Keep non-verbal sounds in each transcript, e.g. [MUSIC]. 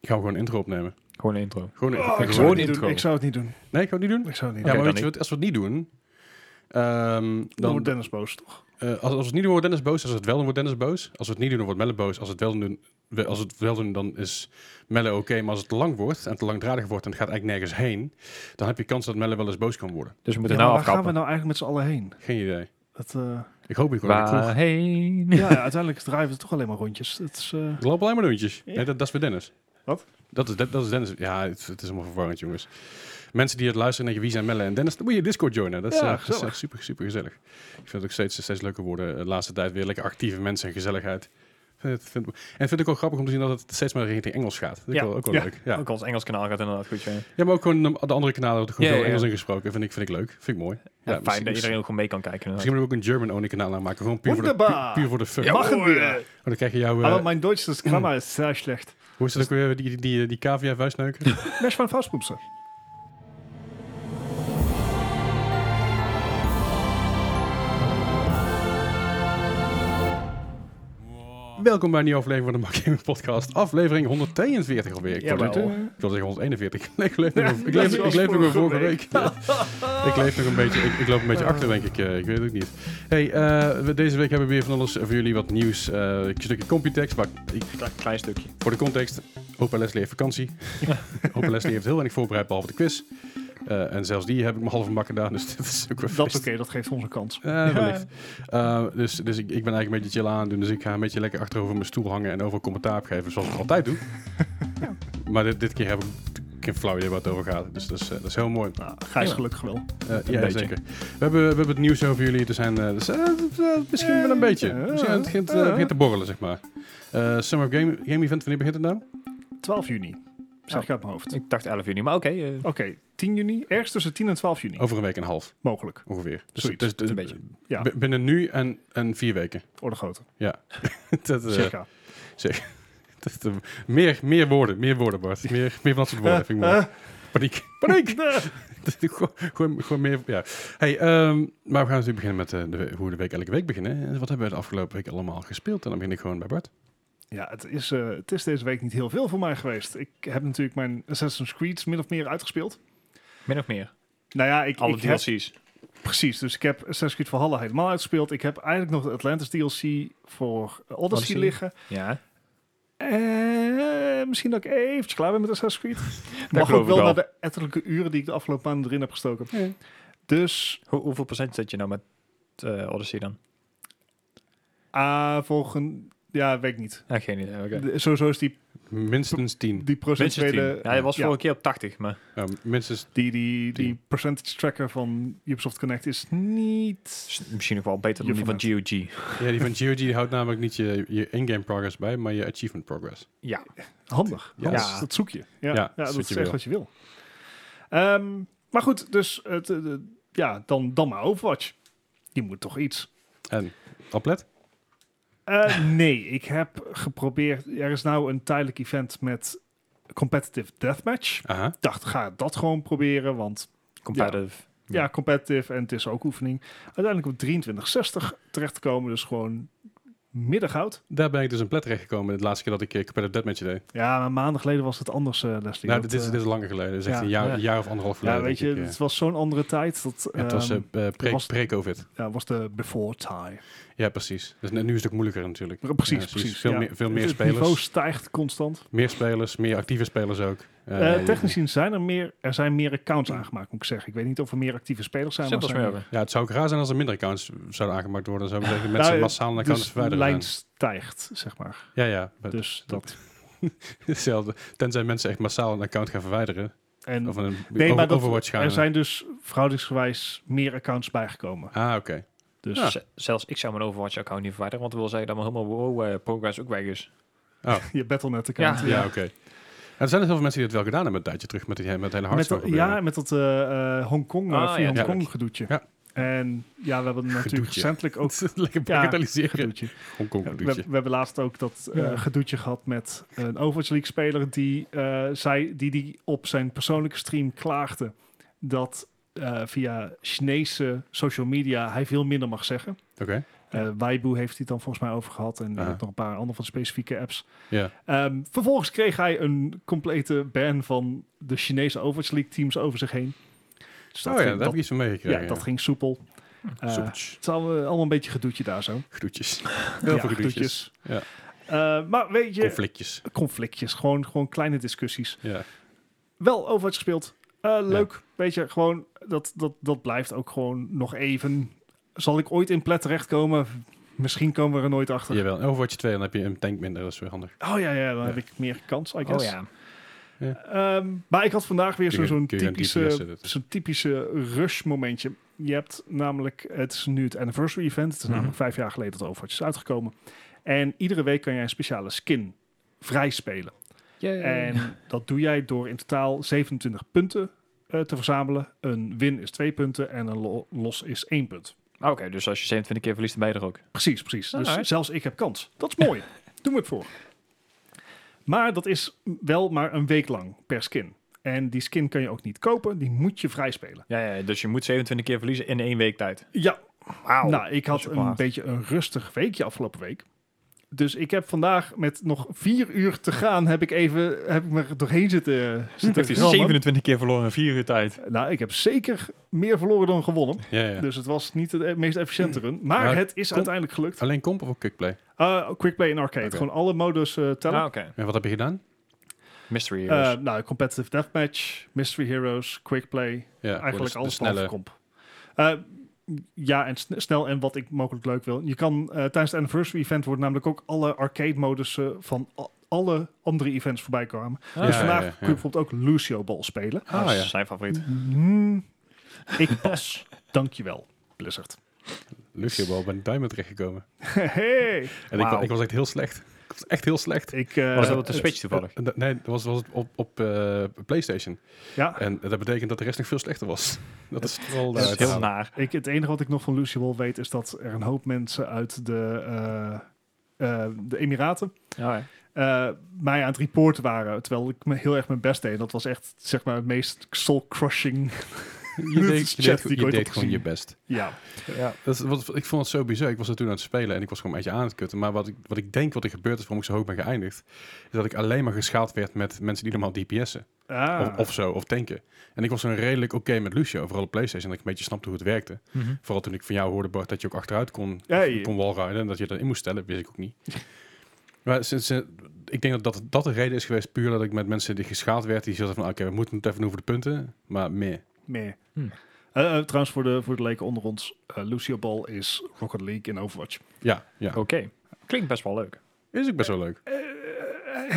Ik ga gewoon een intro opnemen. Gewoon een intro. Gewoon een, Oh, gewoon ik, zou het een niet intro. doen. ik zou het niet doen. Nee, ik ga het niet doen. Ik zou het niet ja, doen. maar dan weet je wat, als we het niet doen... ehm, Dan dan, wordt Dennis boos, toch? eh, als, als we het niet doen, wordt Dennis boos. Als we het wel doen, wordt Dennis boos. Als we het niet doen, dan wordt Melle boos. Als we het wel doen, we- als we het wel doen dan is Melle oké. Maar als het te lang wordt en te langdradig wordt en het gaat eigenlijk nergens heen... dan heb je kans dat Melle wel eens boos kan worden. Dus we Ja, moeten maar nou waar gaan we afkappen. nou eigenlijk met z'n allen heen? Geen idee. Dat, eh, Ik hoop nou niet gewoon aan de kroeg. Waarheen? ja, ja, uiteindelijk draaien we toch alleen maar rondjes. Het is, eh, Het lopen alleen maar rondjes. Ja. Nee, dat, dat is weer Dennis. Wat? Dat is, dat, dat is Dennis. Ja, het, het is allemaal verwarrend, jongens. Mensen die het luisteren en denken, wie zijn Melle en Dennis? Dan moet je Discord joinen. Dat is, Ja, eh, dat is gezellig. echt super, super gezellig. Ik vind het ook steeds, steeds leuker worden eh, de laatste tijd. Weer lekker actieve mensen en gezelligheid. Vind, het- vind, en vind ik ook grappig om te zien dat het steeds meer richting Engels gaat. Dat vind ik Ja. wel, ook wel Ja. leuk. Ja. Ook ons Engels kanaal gaat inderdaad goed zijn. ja, maar ook gewoon de de andere kanalen wordt er gewoon veel Ja, ja, ja. Engels ingesproken. Vind ik, vind ik leuk. Vind ik mooi. Ja, Ja, fijn misschien- dat iedereen ook gewoon mee kan kijken. Misschien inderdaad. moet ik ook een German-only kanaal aanmaken. Gewoon puur voor de, Wunderbar. puur, puur voor de fuck. Ja, mag het weer. Oh, dan krijg je jouw... eh, maar Ah, mijn Duits is grammar is zeer slecht. hoe is het ook weer? Die, die, die, die cavia vuistneuken? Mesh van Vastpoepsen. Welkom bij een nieuwe aflevering van de Mark Gaming Podcast. Aflevering 142 alweer. Ik Jawel. wilde ik wil zeggen 141. Nee, [LAUGHS] ik leef nog, ik dat leef, was ik leef nog een vorige vorige week. [LAUGHS] Ja. Ik leef nog een beetje. Ik, ik loop een beetje achter, denk ik. Eh, ik weet het ook niet. Hey, eh, we- deze week hebben we weer van alles voor jullie wat nieuws. Eh, een stukje Computex, maar ik, Klein, klein stukje. voor de context. Opa Leslie heeft [LAUGHS] vakantie. Opa Leslie heeft heel weinig voorbereid, behalve de quiz. Eh, en zelfs die heb ik me half een bak gedaan, dus [LAUGHS] dat is ook wel Dat feest. oké, dat geeft ons een kans. Eh, wellicht. Eh, dus dus ik, ik ben eigenlijk een beetje chill aan het doen. Dus ik ga een beetje lekker achterover mijn stoel hangen en over commentaar opgeven, zoals ik altijd [LAUGHS] doe. Maar dit, dit keer heb ik geen flauw idee wat het over gaat. Dus dat is, eh, dat is heel mooi. Nou, Gijs Ja. gelukkig wel. Eh, ja, beetje. zeker. We hebben, we hebben het nieuws over jullie. Er zijn, eh, dus, eh, eh, misschien wel een Eh, beetje. eh, Misschien het begint, eh, eh. begint te borrelen, zeg maar. Eh, Summer game, game Event, wanneer begint het nou? 12 juni, zeg ik uit mijn hoofd. Ik dacht 11 juni, maar oké. eh, Oké, 10 juni, ergens tussen 10 en 12 juni. Over een week en een half, Mogelijk, ongeveer. Dus, Zoiets, dus- dus- een beetje. Ja. b- Binnen nu en, en vier weken. orde grote. [LAUGHS] dat, eh, Circa. dat, eh, meer, meer woorden, meer woorden, [LAUGHS] Bart. Meer, meer van dat Eh, soort woorden, vind ik mooi. Paniek. [LAUGHS] [LAUGHS] Paniek! gewoon, gewoon, gewoon meer. Ja. Hey, ehm, maar we gaan natuurlijk beginnen met eh, de, we- hoe we de week elke week beginnen. En wat hebben we de afgelopen week allemaal gespeeld? En dan begin ik gewoon bij Bart. Ja, het is, eh, het is deze week niet heel veel voor mij geweest. Ik heb natuurlijk mijn Assassin's Creed min of meer uitgespeeld. Min of meer. Nou ja, ik, Alle ik heb DLC's. Precies, dus ik heb Assassin's Creed Valhalla helemaal uitgespeeld. Ik heb eigenlijk nog de Atlantis DLC voor Odyssey, Odyssey. liggen. Ja. Eh, misschien dat ik eventjes klaar ben met [LAUGHS] Assassin's Creed. Mag geloof ook ik wel, wel. naar de ettelijke uren die ik de afgelopen maanden erin heb gestoken. Ja. Dus Hoe, hoeveel procent zit je nou met eh, Odyssey dan? ah, volgend... Ja, weet ik niet. Ah, geen idee. oké. De- Sowieso is die, Minstens tien. die Minstens 10. procentuele... Ja, hij was ja. vorige keer op 80, maar Ja, minstens. Die, die, die Tien. percentage tracker van Ubisoft Connect is niet... s- misschien nog wel beter dan die van GOG. Ja, die van GOG die houdt namelijk niet je, je in-game progress bij, maar je achievement progress. Ja. Handig. Ja. Dat, is- Ja. dat zoek je. Ja, Ja, ja, dat is dat wat is je echt wil. wat je wil. Ehm, maar goed, dus het, eh, de- ja, dan, dan maar Overwatch. Je moet toch iets. En Applet? [LAUGHS] Eh, nee, ik heb geprobeerd. Er is nou een tijdelijk event met competitive deathmatch. Aha. Ik dacht, ga dat gewoon proberen, want Competitive. Ja. ja, competitive en het is ook oefening. Uiteindelijk op 2360 terechtkomen, dus gewoon middengoud. Daar ben ik dus een plet terechtgekomen de laatste keer dat ik eh, competitive deathmatch deed. Ja, maar maanden geleden was het anders, eh, Leslie. nou, Dat, dit is, eh, dit is langer geleden. Dit is echt ja. een, jaar, Ja. een jaar of anderhalf geleden. ja, weet je, denk ik, eh. het was zo'n andere tijd. Dat, Ja, het was eh, ehm, eh, pre- was- pre-covid. ja, was de before time. ja, precies. Dus nu is het ook moeilijker natuurlijk. Maar Precies, Ja, precies. Veel, ja. meer, veel Het- meer het spelers. niveau stijgt constant. Meer spelers, meer actieve spelers ook. Eh, Eh, je- technisch gezien zijn er meer, er zijn meer accounts aangemaakt, moet ik zeggen. Ik weet niet of er meer actieve spelers zijn. Simpel maar er zijn smeuren. Ja, het zou ook raar zijn als er minder accounts zouden aangemaakt worden. Dan [LAUGHS] zouden we zeggen, mensen Nou, eh, massaal naar accounts dus de verwijderen. lijn stijgt, zeg maar. Ja, ja. maar Dus dat. [LAUGHS] Hetzelfde. Tenzij mensen echt massaal een account gaan verwijderen. En Of een nee, over, maar dat, Overwatch gaan. er zijn dus verhoudingsgewijs meer accounts bijgekomen. Ah, oké. Dus Z- Zelfs ik zou mijn Overwatch-account niet verwijderen, want dat wil zeggen dat mijn helemaal wow, eh, progress ook weg is. [LAUGHS] je Battle.net account. Ja, oké. En er zijn dus heel veel mensen die het wel gedaan hebben een tijdje terug met, die, met het hele met hardstyle dat, [LAUGHS] ja, met dat eh, eh, Hongkong, eh, Ah, via ja, Hongkong tuurlijk. gedoetje. Ja. En ja, we hebben natuurlijk Gedoetje. recentelijk ook Lekker Ja, bagatelliseren. gedoetje. Hongkong Ja, gedoetje. we, we hebben laatst ook dat eh, Ja. gedoetje gehad met een Overwatch League speler die, eh, zei, die, die op zijn persoonlijke stream klaagde dat eh, via Chinese social media hij veel minder mag zeggen. Oké. Eh Waibu heeft hij het dan volgens mij over gehad. En je Ah. hebt nog een paar andere van de specifieke apps. Ja. Ehm, vervolgens kreeg hij een complete ban van de Chinese Overwatch League teams over zich heen. Dus dat, oh ja, daar ging, heb dat, ik iets van ja, meegekregen. dat ging soepel. Eh, Soepjes. het is allemaal, allemaal een beetje gedoetje daar zo. Groetjes. Heel [LAUGHS] Ja, veel groetjes. Ja. Eh, maar weet je, Conflictjes. conflictjes, gewoon, gewoon kleine discussies. Ja. Wel Overwatch gespeeld. Eh, leuk, weet je, gewoon dat, dat, dat blijft ook gewoon nog even. Zal ik ooit in plat terechtkomen? Misschien komen we er nooit achter. Jawel. En Overwatch 2, dan heb je een tank minder. Dat is weer handig. Oh ja, ja dan Ja. heb ik meer kans, I Oh guess. ja. Ehm, maar ik had vandaag weer Kun je- zo- zo'n kun je een DPS typische, zetten. zo'n typische rush momentje. Je hebt namelijk, het is nu het anniversary event. Het is Mhm. namelijk vijf jaar geleden dat Overwatch is uitgekomen. En iedere week kan jij een speciale skin vrij spelen. Yay. En dat doe jij door in totaal 27 punten eh, te verzamelen. Een win is twee punten en een lo- los is één punt. Oké, dus als je 27 keer verliest, dan ben je er ook. Precies, precies. Dus Alright. zelfs ik heb kans. Dat is [LAUGHS] mooi. Doen we het voor. Maar dat is wel maar een week lang per skin. En die skin kan je ook niet kopen, die moet je vrij spelen. Ja, ja, dus je moet 27 keer verliezen in één week tijd. Ja, Wauw. nou, ik is had ook wel een hard. beetje een rustig weekje afgelopen week. Dus ik heb vandaag met nog vier uur te gaan, heb ik even, heb ik me er doorheen zitten, zitten Hm, heeft hij rammen. 27 keer verloren in 4 uur tijd. Nou, ik heb zeker meer verloren dan gewonnen. Ja, ja. Mm. Dus het was niet het eh, meest efficiënte run. Maar Maar het is kom- uiteindelijk gelukt. Alleen comp of ook quickplay? Eh quickplay en arcade. Oké. Gewoon alle modus eh, tellen. Ah, oké. En wat heb je gedaan? Mystery Heroes. Eh, nou, competitive deathmatch, mystery heroes, quickplay. Ja, eigenlijk dus de alles behalve snelle. comp. Eh, ja, en sne- snel en wat ik mogelijk leuk wil. Je kan eh, tijdens het anniversary event worden namelijk ook alle arcade modussen van a- alle andere events voorbij kwamen. Ah, dus ja, vandaag ja, ja. kun je bijvoorbeeld ook Lucio Ball spelen. Ah, Ah, ja. Zijn favoriet. Mm, ik [LAUGHS] pas. Dankjewel, Blizzard. Lucio wel bij de diamond terechtgekomen. [LAUGHS] Hey. En ik, Wauw. wa- ik was echt heel slecht. [LAUGHS] Ik was echt heel slecht. Ik, eh, Was dat op de Switch toevallig? Eh, eh, nee, dat was, was op, op eh, PlayStation. Ja, En dat betekent dat de rest nog veel slechter was. [LAUGHS] Dat is vooral Dat is daaruit heel gehaald. naar. ik, het enige wat ik nog van Lucio Ball weet is dat er een hoop mensen uit de, eh, eh, de Emiraten Ja, eh, mij aan het reporten waren. Terwijl ik me heel erg mijn best deed. Dat was echt zeg maar het meest soul-crushing. [LAUGHS] Je [LAUGHS] deed, je Chat deed, die ik je ooit deed had gewoon je gezien. best. Ja. ja. Dat is, wat, ik vond het zo bizar. Ik was er toen aan het spelen en ik was gewoon een beetje aan het kutten. Maar wat ik, wat ik denk wat er gebeurd is, waarom ik zo hoog ben geëindigd, is dat ik alleen maar geschaald werd met mensen die normaal DPS'en. Ah. Of, of zo, of tanken. En ik was dan redelijk oké met Lucio, vooral op PlayStation, dat ik een beetje snapte hoe het werkte. Mhm. Vooral toen ik van jou hoorde, Bart, dat je ook achteruit kon, Ja, je- kon wallriden en dat je dat in moest stellen, wist ik ook niet. [LAUGHS] maar sinds, eh, ik denk dat, dat dat de reden is geweest, puur dat ik met mensen die geschaald werd, die zeiden van, oké, we moeten het even doen voor de punten, maar meer. Meer. Hmm. Eh, eh, trouwens, voor de, voor de leken onder ons, eh, Lucio Ball is Rocket League in Overwatch. Ja, ja. Oké. Klinkt best wel leuk. Is ook best wel leuk. Eh,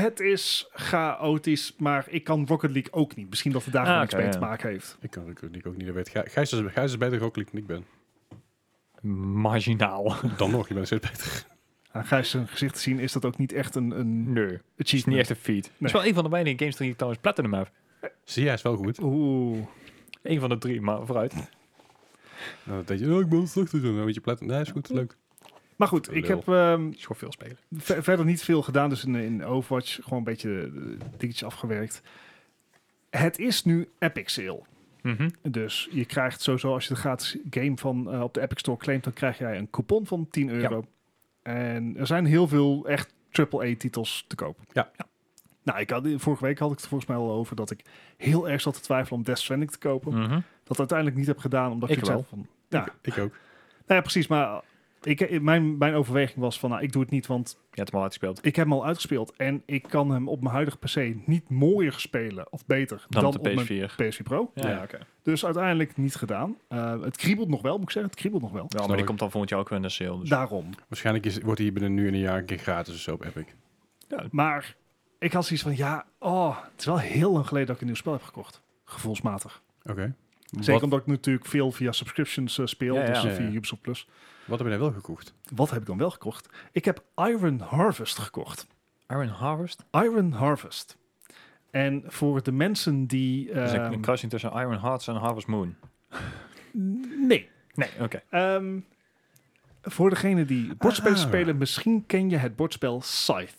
het is chaotisch, maar ik kan Rocket League ook niet. Misschien dat het daar Ah, gewoon iets oké, mee ja. te maken heeft. Ik kan Rocket League ook niet, dat weet Gij- Gijs. is- Gijs is beter Rocket League dan ik ben. Marginaal. Dan nog, je bent steeds beter. Aan Gijs zijn gezicht te zien is dat ook niet echt een, een [LAUGHS] Nee. Het Hmm. is achievement. niet echt een feat. Het is wel een van de weinige games die ik trouwens platinum heb. Zie jij, is wel goed. Oeh. Eén van de drie, maar vooruit. En dan denk je, oh, ik ben slechter dan, weet je, plat. Nee, is goed, leuk. Maar goed, ik Lul. heb ehm, Ik veel spelen. ver- verder niet veel gedaan. Dus in, in Overwatch gewoon een beetje eh, dingetjes afgewerkt. Het is nu Epic Sale. Mhm. Dus je krijgt sowieso, als je de gratis game van eh, op de Epic Store claimt, dan krijg jij een coupon van 10 euro. En er zijn heel veel echt AAA-titels te koop. Ja. Nou, ik had, vorige week had ik het volgens mij al over dat ik heel erg zat te twijfelen om Death Stranding te kopen. Dat uiteindelijk niet heb gedaan, omdat Mm. Ik ik wel. zei van... Ja, nou Ik ook. ja, precies, maar ik, mijn, mijn overweging was van, nou, ik doe het niet, want Je hebt hem al uitgespeeld. ik heb hem al uitgespeeld en ik kan hem op mijn huidige PC niet mooier spelen of beter Dan, dan, op op de mijn PS4. PS4 Pro. Ja, Ja. oké. Dus uiteindelijk niet gedaan. Eh, het kriebelt nog wel, moet ik zeggen. Het kriebelt nog wel. Ja, maar Snap die ik. komt dan volgend jaar ook weer in de sale. Dus. Daarom. Waarschijnlijk is, wordt hij binnen nu en een jaar een keer gratis of zo op Epic. Maar ik had zoiets van, ja, oh, het is wel heel lang geleden dat ik een nieuw spel heb gekocht. Gevoelsmatig. Oké. Zeker Wat, omdat ik natuurlijk veel via subscriptions eh, speel, Ja, ja. dus Ja, ja. via Ubisoft Plus. wat heb je nou wel gekocht? Wat heb ik dan wel gekocht? Ik heb Iron Harvest gekocht. Iron Harvest? Iron Harvest. En voor de mensen die... Dat is ehm, Dus een kruising tussen Iron Hearts en Harvest Moon. nee, Nee, oké. Ehm, voor degene die bordspelen Ah. spelen, misschien ken je het bordspel Scythe.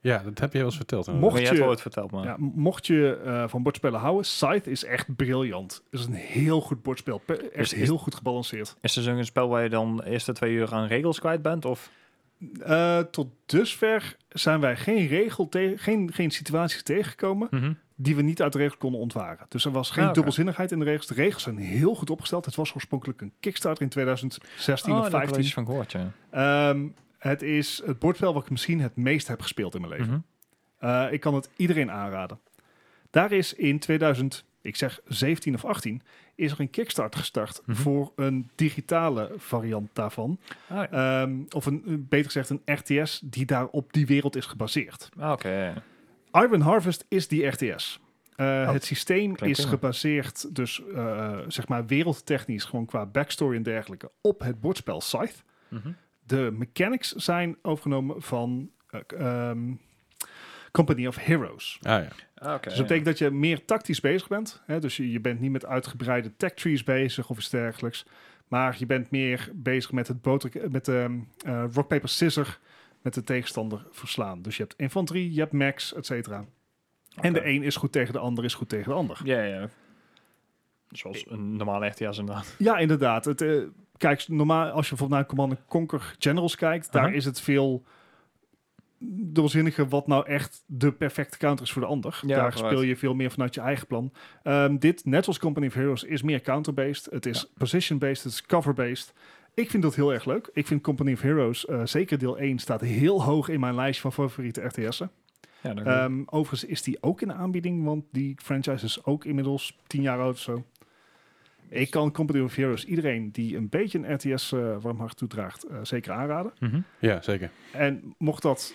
Ja, dat heb je wel eens verteld. Mocht- Maar je hebt je- wel het verteld, man. Ja, mocht je eh, van bordspellen houden, Scythe is echt briljant. Het is een heel goed bordspel. Pe- Echt Is- is- heel goed gebalanceerd. Is het een spel waar je dan eerste twee uur aan regels kwijt bent? Of Eh, tot dusver zijn wij geen, regel tegen, geen, geen situaties tegengekomen Mhm. die we niet uit de regels konden ontwaren. Dus er was geen Ah, oké. dubbelzinnigheid in de regels. De regels zijn heel goed opgesteld. Het was oorspronkelijk een Kickstarter in 2016 oh, of daar heb ik wel 15. iets van gehoord, ja. Ehm, het is het bordspel wat ik misschien het meest heb gespeeld in mijn leven. Mhm. Eh, ik kan het iedereen aanraden. Daar is in 2000, ik zeg 17 of 18, is er een Kickstarter gestart Mhm. voor een digitale variant daarvan. Ah, ja. Ehm, of een, beter gezegd een RTS die daar op die wereld is gebaseerd. Ah, Oké. Iron Harvest is die RTS. Eh, het systeem Oh, klinkt is prima. gebaseerd, dus eh, zeg maar wereldtechnisch, gewoon qua backstory en dergelijke, op het bordspel Scythe. Mhm. De mechanics zijn overgenomen van eh, k- ehm, Company of Heroes. Ah ja. Ah, oké. Dus dat betekent dat je meer tactisch bezig bent. Hè? Dus je, je bent niet met uitgebreide tech trees bezig of iets dergelijks. Maar je bent meer bezig met het boter, met de rock, paper, scissor met de tegenstander verslaan. Dus je hebt infanterie, je hebt max, et cetera. En de Oké. een is goed tegen de ander, is goed tegen de ander. Ja, ja. Zoals een normale RTA's inderdaad. [LAUGHS] Ja, inderdaad. Het, eh, kijk, normaal als je bijvoorbeeld naar Command Conquer Generals kijkt, daar Aha. is het veel dubbelzinniger wat nou echt de perfecte counter is voor de ander. Ja, daar vooruit. speel je veel meer vanuit je eigen plan. Ehm, dit, net zoals Company of Heroes, is meer counter-based. Het is position-based, het is cover-based. Ik vind dat heel erg leuk. Ik vind Company of Heroes, eh, zeker deel 1, staat heel hoog in mijn lijstje van favoriete RTS'en. Ja, dat klopt. Ehm, overigens is die ook in de aanbieding, want die franchise is ook inmiddels tien jaar oud of zo. Ik kan Company of Heroes iedereen die een beetje een RTS eh warm hart toedraagt, eh, zeker aanraden. Mhm. Ja, zeker. En mocht dat,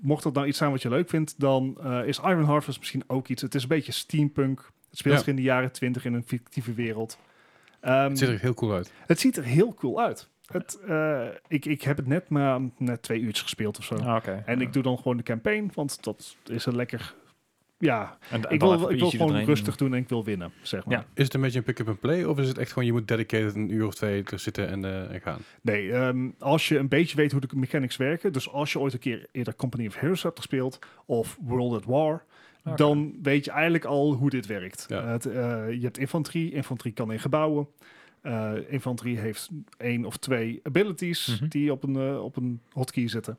mocht dat nou iets zijn wat je leuk vindt, dan eh, is Iron Harvest misschien ook iets. Het is een beetje steampunk. Het speelt Ja. zich in de jaren twintig in een fictieve wereld. Ehm, Het ziet er echt heel cool uit. het ziet er heel cool uit. Het, eh, ik, ik heb het net maar net twee uurtjes gespeeld of zo. Ah, oké. En Ja. ik doe dan gewoon de campaign, want dat is een lekker... Ja, En- en ik dan wil, even ik wil biertje gewoon erin. rustig doen en ik wil winnen, zeg maar. Ja. Is het een beetje een pick-up and play? Of is het echt gewoon, je moet dedicated een uur of twee er zitten en, eh, en gaan? Nee, ehm, als je een beetje weet hoe de mechanics werken, dus als je ooit een keer eerder Company of Heroes hebt gespeeld of World at War, Oké. dan weet je eigenlijk al hoe dit werkt. Ja. Het, eh, je hebt infanterie, infanterie kan in gebouwen. Eh, infanterie heeft één of twee abilities Mhm. die op een, eh, op een hotkey zitten.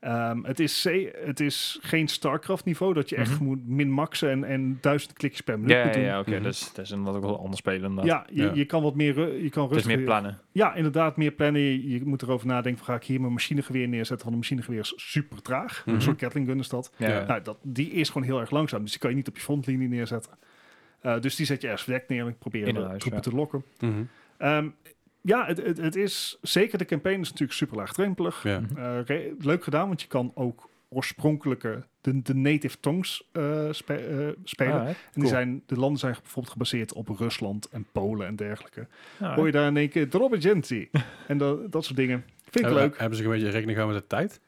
Ehm, het, is ze- het is geen StarCraft niveau dat je echt Mhm. moet min-maxen en, en duizend klikjes per minuut Ja, ja, moet doen. ja, oké. Mhm. Dus dat is inderdaad ook wel anders spelen. inderdaad. Ja, je, Ja. je kan wat meer, ru- je kan Het is rustig. meer plannen. Ja, inderdaad, meer plannen. Je, je moet erover nadenken: van, ga ik hier mijn machinegeweer neerzetten? Want een machinegeweer is super traag. Mhm. Een soort Gatling gun is dat. Ja. Ja. Nou, dat. Die is gewoon heel erg langzaam, dus die kan je niet op je frontlinie neerzetten. Eh, dus die zet je ergens weg neer en probeer In de huis, troepen ja. te lokken. Ehm, ja, het, het, het is zeker de campaign is natuurlijk super laagdrempelig. Ja. Mhm. Eh, re- leuk gedaan, want je kan ook oorspronkelijke, de, de native tongues eh, spe- eh, spelen. Alright. en die cool. zijn, de landen zijn bijvoorbeeld gebaseerd op Rusland en Polen en dergelijke Alright. hoor je daar in één keer Robert [LAUGHS] Genty. en dat, dat soort dingen. Vind ik Hebben- leuk. Hebben ze een beetje rekening gehouden met de tijd?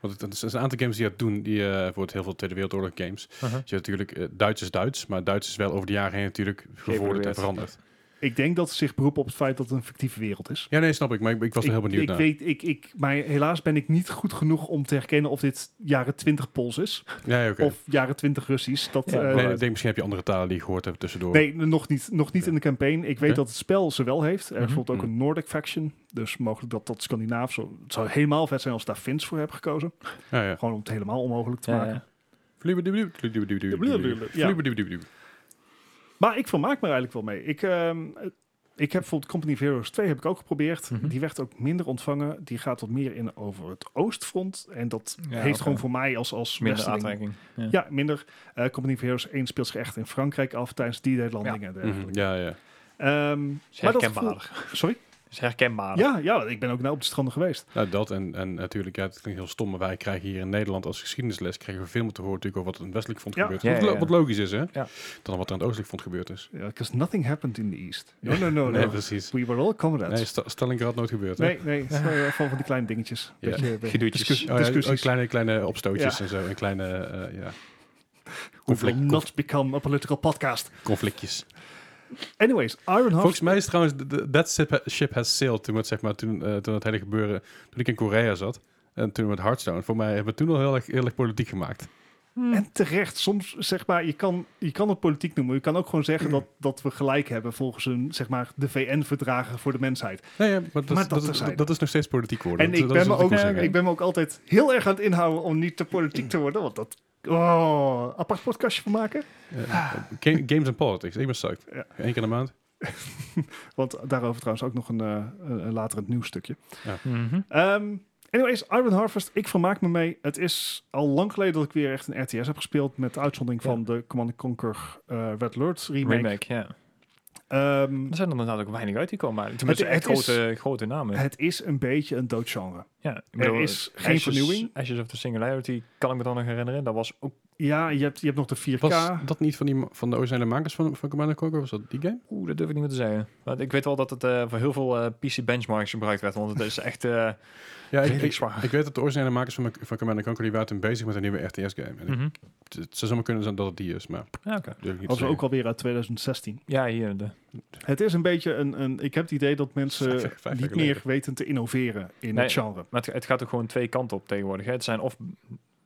Want het, er zijn een aantal games die dat doen, die eh, voor het heel veel Tweede Wereldoorlog games. Uh-huh. Dus je hebt natuurlijk, eh, Duits is Duits, maar Duits is wel over de jaren heen natuurlijk gevorderd en Geëvolueerd. veranderd. Ik denk dat ze zich beroepen op het feit dat het een fictieve wereld is. Ja, nee, snap ik, maar ik, ik was er heel benieuwd ik naar. Weet, ik, ik, maar helaas ben ik niet goed genoeg om te herkennen of dit jaren 20 Pools is. Ja, ja, oké. Of jaren 20 Russisch. Dat, Ja, eh, Nee, nee, ik denk misschien heb je andere talen die je gehoord hebt tussendoor. nog niet, nog niet in de campaign. Ik weet Oké. dat het spel ze wel heeft. Er is Mhm. bijvoorbeeld ook een Nordic faction. Dus mogelijk dat dat Scandinaaf zo. Het zou helemaal vet zijn als ze daar Fins voor hebben gekozen. Ja, ja. Gewoon om het helemaal onmogelijk te Ja, maken. ja. Vlieberdiebdieb, vlieberdiebdieb, Ja, vlieberdiebdieb, ja. vlieberdiebdieb. Maar ik vermaak me er eigenlijk wel mee. Ik, ehm, ik heb bijvoorbeeld Company of Heroes 2 heb ik ook geprobeerd. Mhm. Die werd ook minder ontvangen. Die gaat wat meer in over het oostfront. En dat Ja, heeft oké. gewoon voor mij als, als Minder westerling- aantrekking. Ja. Ja, minder. Eh, Company of Heroes 1 speelt zich echt in Frankrijk af tijdens die landingen en Mhm, dergelijke. Ja, ja. Ehm, Is maar dat herkenbaarder. gevoel- sorry? Is herkenbaarder. Ja, ja, ik ben ook nou op de stranden geweest. Nou, dat en, en natuurlijk, ja, het klinkt heel stom, maar wij krijgen hier in Nederland als geschiedenisles krijgen we veel meer te horen natuurlijk over wat er in het westelijk front Ja. gebeurt. Ja, Wat, ja, lo- ja. wat logisch is, hè? Ja. Dan wat er aan het oostelijk front gebeurd is. Because nothing happened in the east. No, no, no, no. [LAUGHS] Nee, precies. We were all Nee, comrades. Sta- Stalingrad nooit gebeurd, hè? Nee, nee. het zijn wel eh, Van die kleine dingetjes. eh, Ja. [LAUGHS] Beetje, beetje Gedoetjes. discussie- Oh, ja, discussies. ook kleine, kleine opstootjes en zo. En kleine eh, ja, We will conflict- not become a political podcast. conflictjes. Anyways, Iron Volgens mij is het trouwens, de- de- that ship, ha- ship has sailed. Toen, het, zeg maar, toen, eh, toen dat hele gebeuren, toen ik in Korea zat. En toen met Hearthstone. Voor mij hebben we toen al heel erg eerlijk politiek gemaakt. En terecht, soms zeg maar, je kan, je kan het politiek noemen. Je kan ook gewoon Mm. zeggen dat, dat we gelijk hebben volgens een, zeg maar, de VN-verdragen voor de mensheid. Nee, ja, maar dat, Maar is- dat dat, is, terzijde. dat is nog steeds politiek worden. en Dat- ik dat is ben, me wat ook, wil zeggen. ik ben me ook altijd heel erg aan het inhouden om niet te politiek te worden. Want dat, oh, apart podcastje van maken. Ja. Ga- Games and Politics, ik ben sucked. Ja. Eén keer in de maand. Want daarover trouwens ook nog een, eh, een- een later het nieuwsstukje. Mhm. Ehm, anyways, Iron Harvest, ik vermaak me mee. Het is al lang geleden dat ik weer echt een RTS heb gespeeld. Met de uitzondering Ja. van de Command Conquer eh, Red Alert remake. Remake, ja. Ehm, Er zijn er inderdaad ook weinig uitgekomen. Maar tenminste, Het- echt het is- grote, grote namen. het is een beetje een doodgenre. ja, ik er is geen Ashes- vernieuwing. Ashes of the Singularity kan ik me dan nog herinneren. Dat was ook... Ja, je hebt, je hebt nog de 4K. Was dat niet van, die, ma- van de originele makers van, van Command Conquer? Was dat die game? Oeh, dat durf ik niet meer te zeggen. Want ik weet wel dat het eh, voor heel veel eh, PC-benchmarks gebruikt werd. Want het is echt [LAUGHS] eh Ja, ik, redelijk ik, zwaar. ik weet dat de originele makers van, van Command Conquer die waren toen bezig met een nieuwe RTS-game. En ik- Mhm. het, het zou zomaar kunnen zijn dat het die is, maar Ja, oké. durf ik niet te Als we zeggen. ook alweer uit 2016. Ja, hier. De, Het is een beetje een. een ik heb het idee dat mensen Vijf jaar- vijf jaar niet meer geleden. weten te innoveren in Nee. het genre. maar het, het gaat ook gewoon twee kanten op tegenwoordig. Hè. Het zijn of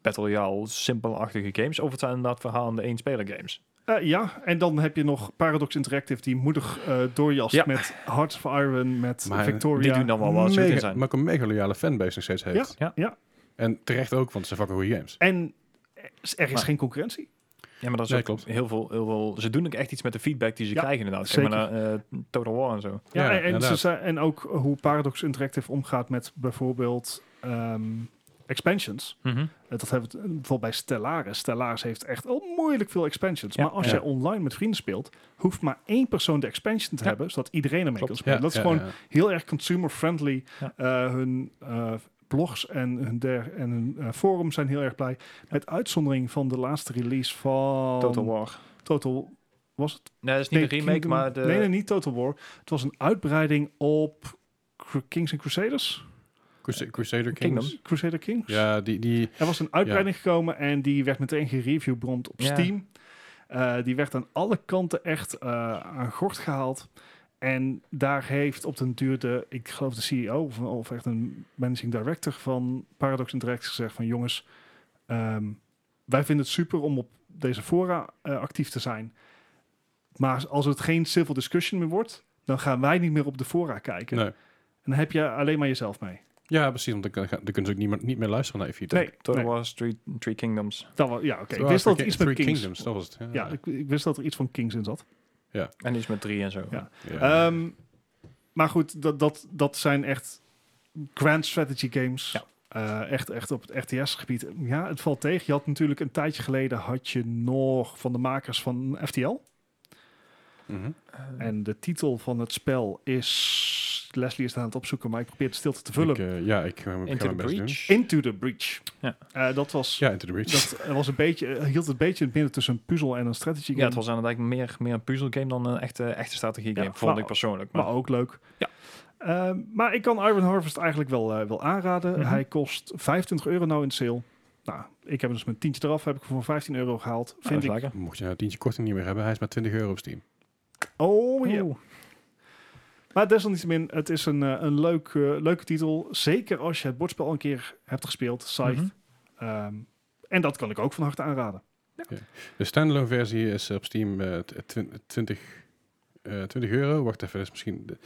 Battle Royale simpelachtige games... of het zijn inderdaad verhalende één-speler games. Eh, ja, en dan heb je nog Paradox Interactive die moedig eh doorjast Ja. met Hearts of Iron, met Maar Victoria. die doen dan wel wat. Mega- Mega, zijn. maar ook een mega loyale fanbase nog steeds heeft. Ja, ja. En terecht ook, want ze fucking goede games. En er is Maar- geen concurrentie. Ja, maar dat is Nee, ook klopt. Heel, veel, heel veel... Ze doen ook echt iets met de feedback die ze Ja, krijgen inderdaad. Kijk zeker. maar naar eh, Total War en zo. Ja, Ja, en, ze inderdaad. zijn, en ook hoe Paradox Interactive omgaat met bijvoorbeeld ehm, expansions. Eh, Dat hebben we t- bijvoorbeeld bij Stellaris. Stellaris heeft echt al moeilijk veel expansions. Ja. maar als Ja. jij online met vrienden speelt, hoeft maar één persoon de expansion te Ja. hebben, zodat iedereen ermee Klopt. kan spelen. Ja, dat is ja, gewoon ja. heel erg consumer-friendly. Ja. Eh, hun eh, blogs en hun, der, en hun eh, forums zijn heel erg blij. Met uitzondering van de laatste release van Total War. Total- was het? Nee, dat is niet Um, Nee, de remake, Kingdom- maar de... Nee, nee, niet Total War. Het was een uitbreiding op Cru- Kings and Crusaders. Crusa- Crusader Kingdom. Kingdom. Crusader Kings. Ja, die, die, Er was een uitbreiding gekomen en die werd meteen gereviewbrond op Ja. Steam. Eh, die werd aan alle kanten echt eh, aan gort gehaald. En daar heeft op den duur de, ik geloof de CEO of, of echt een managing director van Paradox Interactive gezegd van jongens, ehm, wij vinden het super om op deze fora eh, actief te zijn. Maar als het geen civil discussion meer wordt, dan gaan wij niet meer op de fora kijken. nee. En dan heb je alleen maar jezelf mee. Ja, precies, want dan, kan- dan kunnen ze ook niet meer, niet meer luisteren naar E If You Take. Total nee. War, Three, Three Kingdoms. Dat was, ja, oké. Terwijl Ik wist dat Three er iets met Three Kings. Kingdoms, dat was het. Eh, Ja, Ja, ik, ik wist dat er iets van Kings in zat. En iets met drie en zo. Ja. Ja. Ehm, maar goed, dat, dat, dat zijn echt grand strategy games. Ja. Eh, echt, echt op het RTS-gebied. Ja, het valt tegen. Je had natuurlijk een tijdje geleden had je nog van de makers van FTL. Eh, Mhm. Eh, En de titel van het spel is... Leslie is het aan het opzoeken, maar ik probeer de stilte te vullen. Ik, eh, ja, ik ga, ik Into ga the mijn best doen. Breach. Into the Breach. eh, Ja. Eh, dat was... Ja, Into the Breach. Dat was een beetje, hield het beetje in het midden tussen een puzzel en een strategy game. Ja, het was inderdaad meer, meer een puzzelgame dan een echte, echte strategie game, Ja, vond maar- ik persoonlijk. Maar, Maar ook leuk. Ja. Ehm, maar ik kan Iron Harvest eigenlijk wel, eh, wel aanraden. Mhm. Hij kost 25 euro nou in sale. Nou, ik heb dus mijn tientje eraf. Heb ik voor 15 euro gehaald. Nou, dat Vind is ik. lekker. Mocht je nou een tientje korting niet meer hebben, hij is maar 20 euro op Steam. Oh ja. Oeh. Maar desalniettemin, het is een, eh, een leuk, eh, leuke titel. Zeker als je het bordspel al een keer hebt gespeeld. Scythe. Mhm. Ehm, en dat kan ik ook van harte aanraden. De standalone versie is op Steam eh, t- tw- 20, eh, 20 euro. Wacht even, dat is misschien... de-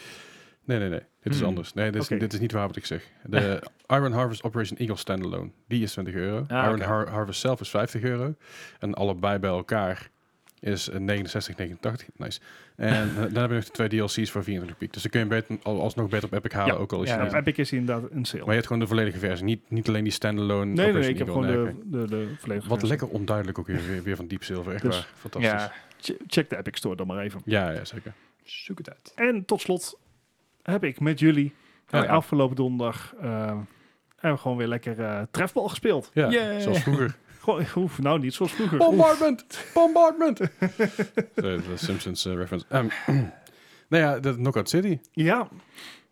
Nee, nee, nee. Dit is Hmm. anders. Nee, dit is, Oké. dit is niet waar wat ik [LAUGHS] zeg. De Iron Harvest Operation Eagle standalone, die is 20 euro. Ah, Iron oké. Har- Harvest zelf is 50 euro. En allebei bij elkaar is eh, 69, 89. Nice. En eh, dan heb je nog de twee DLC's voor 24 piek. Dus dan kun je hem beter, al- alsnog beter op Epic halen, Ja. ook al is Ja, je Ja. niet... ja. Epic is inderdaad een sale. Maar je hebt gewoon de volledige versie, niet, niet alleen die standalone nee, nee, Operation ik heb Eagle. gewoon Nee, oké. de, de, de volledige Wat versie. lekker onduidelijk ook weer, weer, weer van Deep Silver. Echt Dus- waar. Fantastisch. Ja, Che- Check de Epic Store dan maar even. Ja, ja, zeker. zoek het uit. En tot slot heb ik met jullie Oh, En ja. Afgelopen donderdag eh, hebben we gewoon weer lekker eh, trefbal gespeeld. Ja, Yay. zoals vroeger. Gewoon, oef, nou niet zoals vroeger. Bombardment! [LAUGHS] Bombardment! Sorry, de Simpsons eh, reference. Ehm, [CLEARS THROAT] nou ja, de Knockout City. Ja,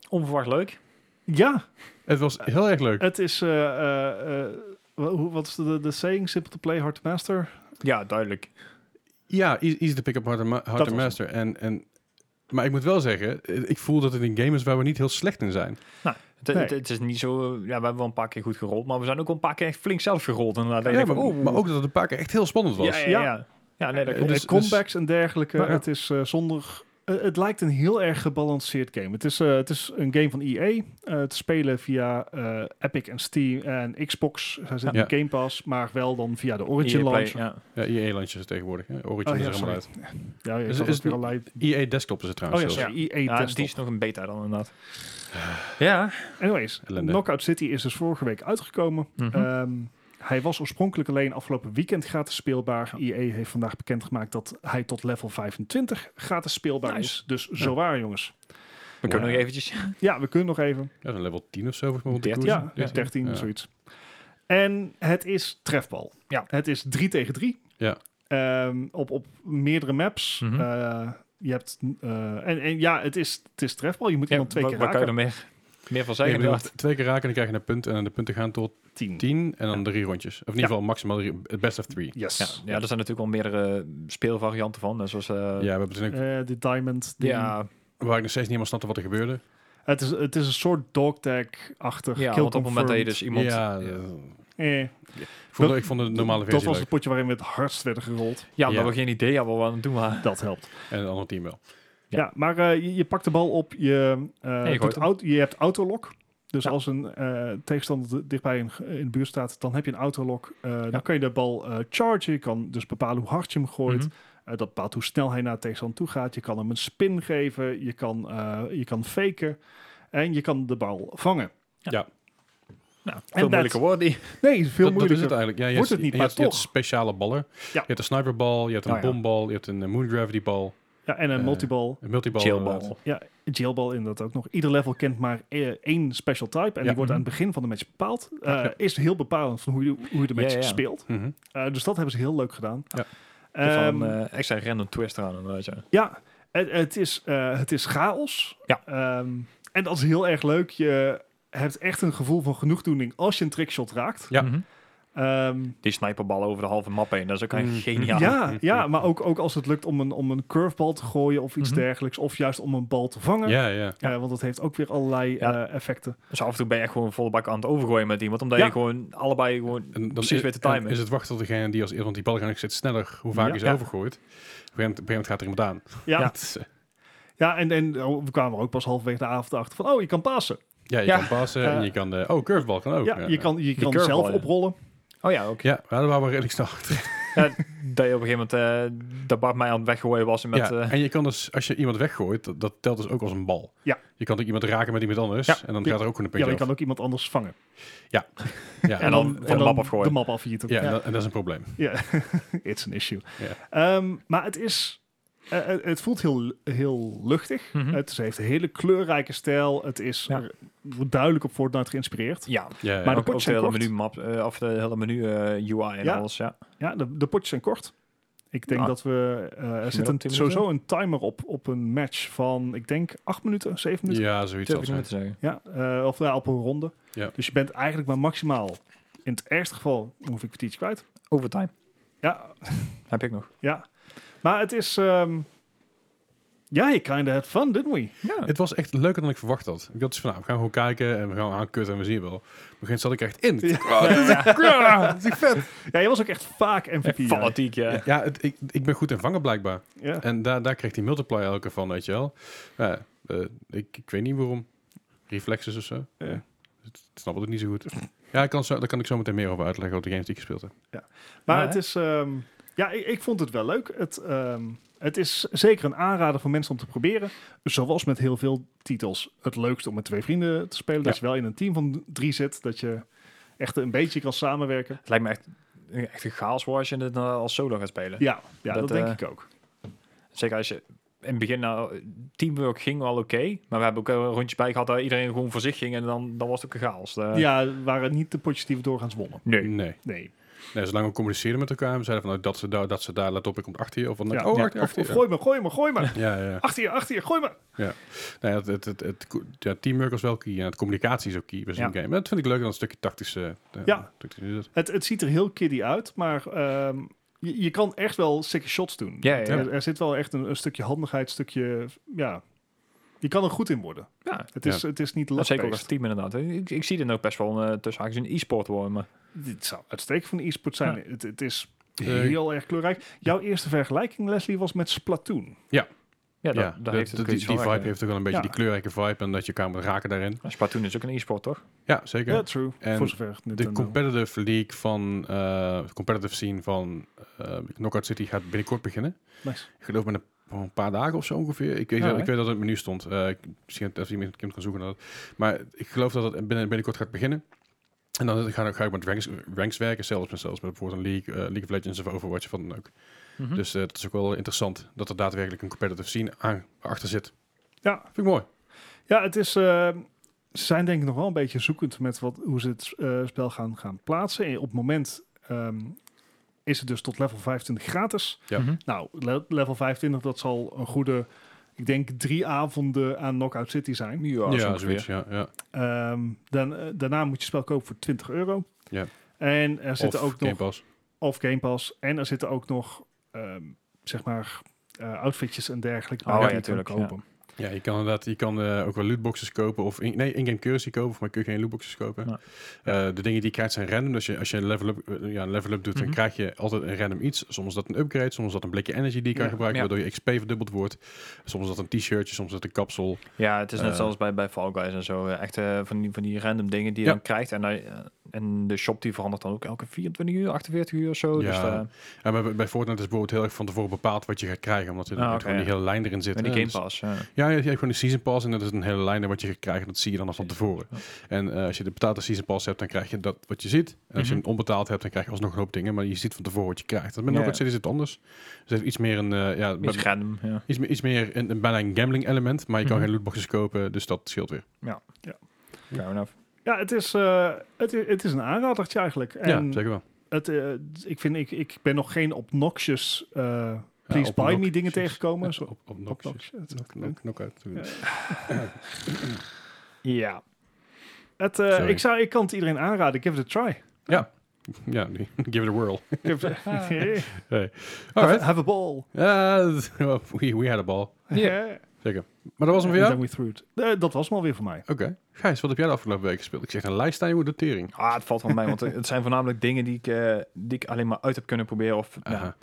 Onverwacht leuk. ja, Het was heel erg leuk. het is, eh eh, eh, wa- hoe- wat is de, de saying? Simple to play, hard to master. Ja, duidelijk. Ja, e- easy to pick up, hard to, ma- hard Dat to was master. En, en Maar ik moet wel zeggen, eh, ik voel dat het een game is waar we niet heel slecht in zijn. Het, Nee. het, het is niet zo... Ja, we hebben wel een paar keer goed gerold, maar we zijn ook wel een paar keer echt flink zelf gerold. Inderdaad. Dat je Ja, maar, denkt van, oh, maar ook dat het een paar keer echt heel spannend was. Ja, ja, ja. ja. Ja, nee, dat Eh, klopt. dus- de comebacks en dergelijke. Maar- het is eh, zonder. eh, het lijkt een heel erg gebalanceerd game. Het is, eh, het is een game van EA. eh, te spelen via eh, Epic en Steam en Xbox. Zij zitten Ja. in Game Pass, maar wel dan via de EA Origin Play, launcher. ja. Ja, EA-landjes tegenwoordig. hè. Origin Oh, is ja, er helemaal uit. Ja, ja, Is- is, is het weer niet- al live. EA-desktop is het Oh trouwens ja, zelfs. sorry. EA Ja, desktop. die is nog een beta dan inderdaad. Ja. Anyways, Ellende. Knockout City is dus vorige week uitgekomen. Mhm. Ehm, hij was oorspronkelijk alleen afgelopen weekend gratis speelbaar. EA heeft vandaag bekendgemaakt dat hij tot level 25 gratis speelbaar Nice. is. Dus zowaar jongens. We kunnen nog eventjes... Ja, we kunnen nog even. Ja, zo'n level 10 of zo. volgens mij, om te 13. cruisen. Ja, Ja. 13, Ja. zoiets. En het is trefbal. Ja. Het is 3 tegen 3. Ja. Ehm, op, op meerdere maps. Mhm. Eh, je hebt, eh, en, en ja, het is, het is trefbal. Je moet Ja, iemand twee wat- keer wat kan je er raken. meer, meer Nee, van zeggen? maar inderdaad? twee keer raken en dan krijg je een punt. En dan de punten gaan tot 10. 10 en dan drie rondjes. Of in ieder Ja. geval maximaal drie, best of three. Yes. Ja, ja, er zijn natuurlijk wel meerdere speelvarianten van. net Zoals, eh, Ja, we ja, hebben toen ook, Eh, de diamond. die- waar ik nog steeds niet helemaal snapte wat er gebeurde. Het, is, het is een soort dogtag-achtig. ja, kill want op het moment dat je confirmed. dus iemand... Ja, ja, eh, Eh, ik vond, ik vond de normale dat versie was leuk. het potje waarin we het hardst werden gerold. omdat Ja. we geen idee hebben wat we aan het doen waren. Dat helpt. En een ander team wel. Ja, maar eh, je, je pakt de bal op. Je, eh, je gooit doet hem. auto, je hebt autolok. Dus Ja. als een eh, tegenstander d- dichtbij in, in de buurt staat, dan heb je een autolok. Eh, Ja. Dan kan je de bal eh chargen. Je kan dus bepalen hoe hard je hem gooit. Mhm. Eh, dat bepaalt hoe snel hij naar de tegenstander toe gaat. Je kan hem een spin geven. Je kan, eh, je kan faken. En je kan de bal vangen. Nou, dat- veel moeilijker woorden. die- Nee, veel dat, dat is moeilijker. het eigenlijk. Ja, je Wordt hebt, het niet, je maar hebt, je hebt toch. speciale ballen. Je hebt een sniperbal, je hebt een Nou Oh ja. bombal, je hebt een eh, moon gravity bal, ja, en een eh, multibal. een multibal. eh, inderdaad. Jailball. Jailball inderdaad ook nog. Ieder level kent maar eh, één special type. Ja. En die wordt aan het begin van de match bepaald. Eh, Ja. Is heel bepalend van hoe je, hoe je de match Ja, ja. speelt. Mhm. Eh, dus dat hebben ze heel leuk gedaan. Ja. Er Ehm, kwam een eh, extra random twist eraan. inderdaad, ja. ja, het, het is, eh, het is chaos. Ja. Ehm, en dat is heel erg leuk. Je hebt echt een gevoel van genoegdoening als je een trickshot raakt. Ja. Mhm. Ehm, Die sniperballen over de halve map heen. Dat is ook Mm. een ja, geniaal. Mhm. ja, maar ook, ook als het lukt om een, om een curvebal te gooien of iets Mhm. dergelijks. Of juist om een bal te vangen. Ja, ja. Eh, want dat heeft ook weer allerlei Ja. eh, effecten. Dus af en toe ben je echt gewoon volle bak aan het overgooien met iemand. Omdat Ja. je gewoon allebei gewoon... En dan Precies is, weten en timen. is het wachten tot degene die als eerder, want die bal gaan nog steeds sneller, hoe vaak Ja. is Ja. overgooid. Op een gegeven moment- op een gegeven moment gaat er iemand aan. Ja, ja. Het is, eh, en, en oh, we kwamen er ook pas halverwege de avond achter van, oh, je kan passen. [LAUGHS] ja, je Ja. kan passen en Eh, je kan... eh, oh, curvebal kan ook. ja, je kan, je kan curveball, zelf ja. oprollen. Oh ja, ook. Ja, maar daar waren we redelijk snel achter. Ja, dat je op een gegeven moment... eh, dat Bart mij aan het weggooien was. En met, ja, eh, en je kan dus, als je iemand weggooit, dat, dat telt dus ook als een bal. Ja. Je kan ook iemand raken met iemand anders Ja. en dan Je- gaat er ook gewoon een Ja, maar puntje je kan ook iemand anders vangen. af. Ja, En dan van de map afgooien. De map afjieten. ja, en dat- en dat is een probleem. Ja, [LAUGHS] it's an issue. Ja. Ehm, maar het is... eh, eh, het voelt heel, heel luchtig. Mhm. Het is- heeft een hele kleurrijke stijl. Het is Ja. er duidelijk op Fortnite geïnspireerd. ja. Ja, ja. Maar Maar ook, de ook potjes de zijn hele kort. menu map, eh, of de hele menu eh, UI en Ja. alles, ja. Ja, de, de potjes zijn kort. Ik denk Ja. dat we... eh, er zit wel een, tien sowieso een timer op op een match van, ik denk, acht minuten, zeven minuten. ja, zoiets Durf als ik niet meer te zeggen. Ja, eh, of ja, op een ronde. Ja. Dus je bent eigenlijk maar maximaal, in het ergste geval, hoef ik een kwartiertje kwijt. Overtime. Ja, Heb ik nog. ja. Maar het is... ehm, ja, je kind of had fun, didn't we? Ja. Het was echt leuker dan ik verwacht had. Ik dacht dus van, nou, we gaan gewoon kijken en we gaan aankutten en we zien wel. Op een gegeven moment zat ik er echt in. Ja. Oh, dit is echt- [LAUGHS] ja, dit is echt vet. Ja, je was ook echt vaak MVP. Ja, Ja, Fanatiek, ja. Ja, het- ik, ik ben goed in vangen blijkbaar. ja. En daar, daar kreeg die multiplier elke van, weet je wel. Ja, eh, ik, ik weet niet waarom. Reflexes of zo. Ja. Ik snap het ook niet zo goed. Ja, ik kan zo, daar kan ik zo meteen meer over uitleggen op de games die ik gespeeld heb. Maar Ja, het hè? is... ehm, ja, ik, ik vond het wel leuk. Het, ehm, het is zeker een aanrader voor mensen om te proberen. Zoals met heel veel titels. Het leukste om met twee vrienden te spelen. Dat Ja. je wel in een team van drie zit. Dat je echt een beetje kan samenwerken. Het lijkt me echt, echt een chaos war als je het nou als solo gaat spelen. [LAUGHS] Ja, ja dat, Dat, denk eh, ik ook. Zeker als je in het begin nou, teamwork ging wel oké, maar we hebben ook een rondje bij gehad dat iedereen gewoon voor zich ging en dan, dan was het ook een chaos. Eh, ja, waren niet de potjes die we doorgaans wonnen. Nee. Nee. Nee. nee zolang we communiceerden met elkaar, we zeiden van, nou, dat ze daar, dat ze daar, let op, ik kom achter je. Of van, Ja. oh, Ja. achter je, Of, achter of je. gooi me, gooi me, gooi me. [LAUGHS] Ja, ja. Achter je, achter je, gooi me. Nee, het, het, het, het co- ja, teamwork was wel key en het communicatie is ook key bij zo'n Ja. game. En dat vind ik leuk dan een stukje tactische... eh, Ja. tactische- Het, het ziet er heel kiddie uit, maar ehm, je, je kan echt wel sick shots doen. Ja, ja, ja. Er, er zit wel echt een, een stukje handigheid, stukje... Ja, je kan er goed in worden. Ja, Het is, het is niet dat lastig. zeker ook als team inderdaad. Ik, ik zie dit ook best wel eh tussen haakjes een e-sport worden. Maar Dit zou uitstekend voor een e-sport zijn. Het, het is Eh, heel erg kleurrijk. Jouw eerste vergelijking, Leslie, was met Splatoon. ja, daar, ja, daar de- heeft het de- ook die, iets die van vibe weg, ja. heeft toch wel een beetje Ja. die kleurrijke vibe en dat je kan raken daarin. Maar Splatoon is ook een e-sport, toch? Ja, Ja, zeker. true. En voor zover de Nintendo. competitive league van eh, competitive scene van eh, Knockout City gaat binnenkort beginnen. Nice. Ik geloof met een, over een paar dagen of zo ongeveer. Ik weet, Ja, dat, hè? ik weet dat het in het menu stond. Eh, ik, misschien als iemand kind kan zoeken naar dat. Maar ik geloof dat het binnen, binnenkort gaat beginnen. En dan ga, ik- ga ik met ranks, ranks werken, zelfs met, zelfs met bijvoorbeeld een League, eh, League of Legends of Overwatch of wat dan ook. Mhm. Dus eh dat is ook wel interessant dat er daadwerkelijk een competitive scene aan, achter zit. Ja. Vind ik mooi. Ja, het is. eh, ze zijn denk ik nog wel een beetje zoekend met wat, hoe ze het eh, spel gaan, gaan plaatsen. En op het moment ehm, is het dus tot level 25 gratis. Ja. Mhm. Nou, le- level 25, dat zal een goede, ik denk drie avonden aan Knockout City zijn. Ja, zo ongeveer. Ja, ja. Ehm, dan, eh, daarna moet je spel kopen voor 20 euro. Ja. En er zitten ook nog. Game Pass. Of Game Pass. En er zitten ook nog, ehm, zeg maar, eh, outfitjes en dergelijke. Oh, bij ja, die je kan tuurlijk, ja. Ja, je kan inderdaad je kan, eh, ook wel lootboxes kopen. Of in, nee, in-game currency kopen, maar kun je geen lootboxes kopen. Nee. Eh, de dingen die je krijgt zijn random. Dus je, als je een level-up eh, ja, een level up doet, Mhm. dan krijg je altijd een random iets. Soms is dat een upgrade, soms is dat een blikje energy die je kan Ja. gebruiken, Ja. waardoor je XP verdubbeld wordt. Soms is dat een t-shirtje, soms is dat een kapsel. Ja, het is net Eh. zoals bij, bij Fall Guys en zo. Eh, Echt eh, van, die, van die random dingen die je Ja. dan krijgt. En, dan, eh, en de shop die verandert dan ook elke 24 uur, 48 uur of zo. Ja. Dus, eh, En bij, bij Fortnite is bijvoorbeeld heel erg van tevoren bepaald wat je gaat krijgen, omdat er Ah, natuurlijk oké, gewoon die hele lijn erin zit. en die hè. Game Dus- Pass. eh, Ja. Ja, je je hebt gewoon een season pass en dat is een hele lijn wat je gaat krijgen. Dat zie je dan al van tevoren. Ja. En eh, als je de betaalde season pass hebt, dan krijg je dat wat je ziet. En als je Mhm. hem onbetaald hebt, dan krijg je alsnog een hoop dingen. Maar je ziet van tevoren wat je krijgt. Dat met Ja. nog City is het anders. Dus het heeft iets meer een, eh, ja, Iets bij- random, ja. iets, meer- iets meer een, een bijna een gambling element. Maar je kan Mhm. geen lootboxes kopen, dus dat scheelt weer. Fair enough. Ja, het is, eh, het, i- het is een aanradertje eigenlijk. En ja, zeker wel. het, eh, ik, vind, ik, ik ben nog geen obnoxious eh, please op buy nok- [LAUGHS] me dingen precies. tegengemen. Ja, Zo, op, op obnoxious. Knockout. Ja. Het, eh, Sorry. ik, zou, ik kan het iedereen aanraden. Give [LAUGHS] it a try. Ja, die- [LAUGHS] give it a whirl. Give it- Ah. have, Alright. have a ball. Eh, [LAUGHS] we, we had a ball. Yeah. Zeker. Maar dat was hem voor And jou? then we threw it. Eh, dat was hem alweer voor mij. Oké. Gijs, wat heb jij de afgelopen week gespeeld? Ik zeg een lijst aan je notering. Ah, het valt wel mee, want het zijn voornamelijk dingen die ik, eh, die ik alleen maar uit heb kunnen proberen. Of, ja. Aha.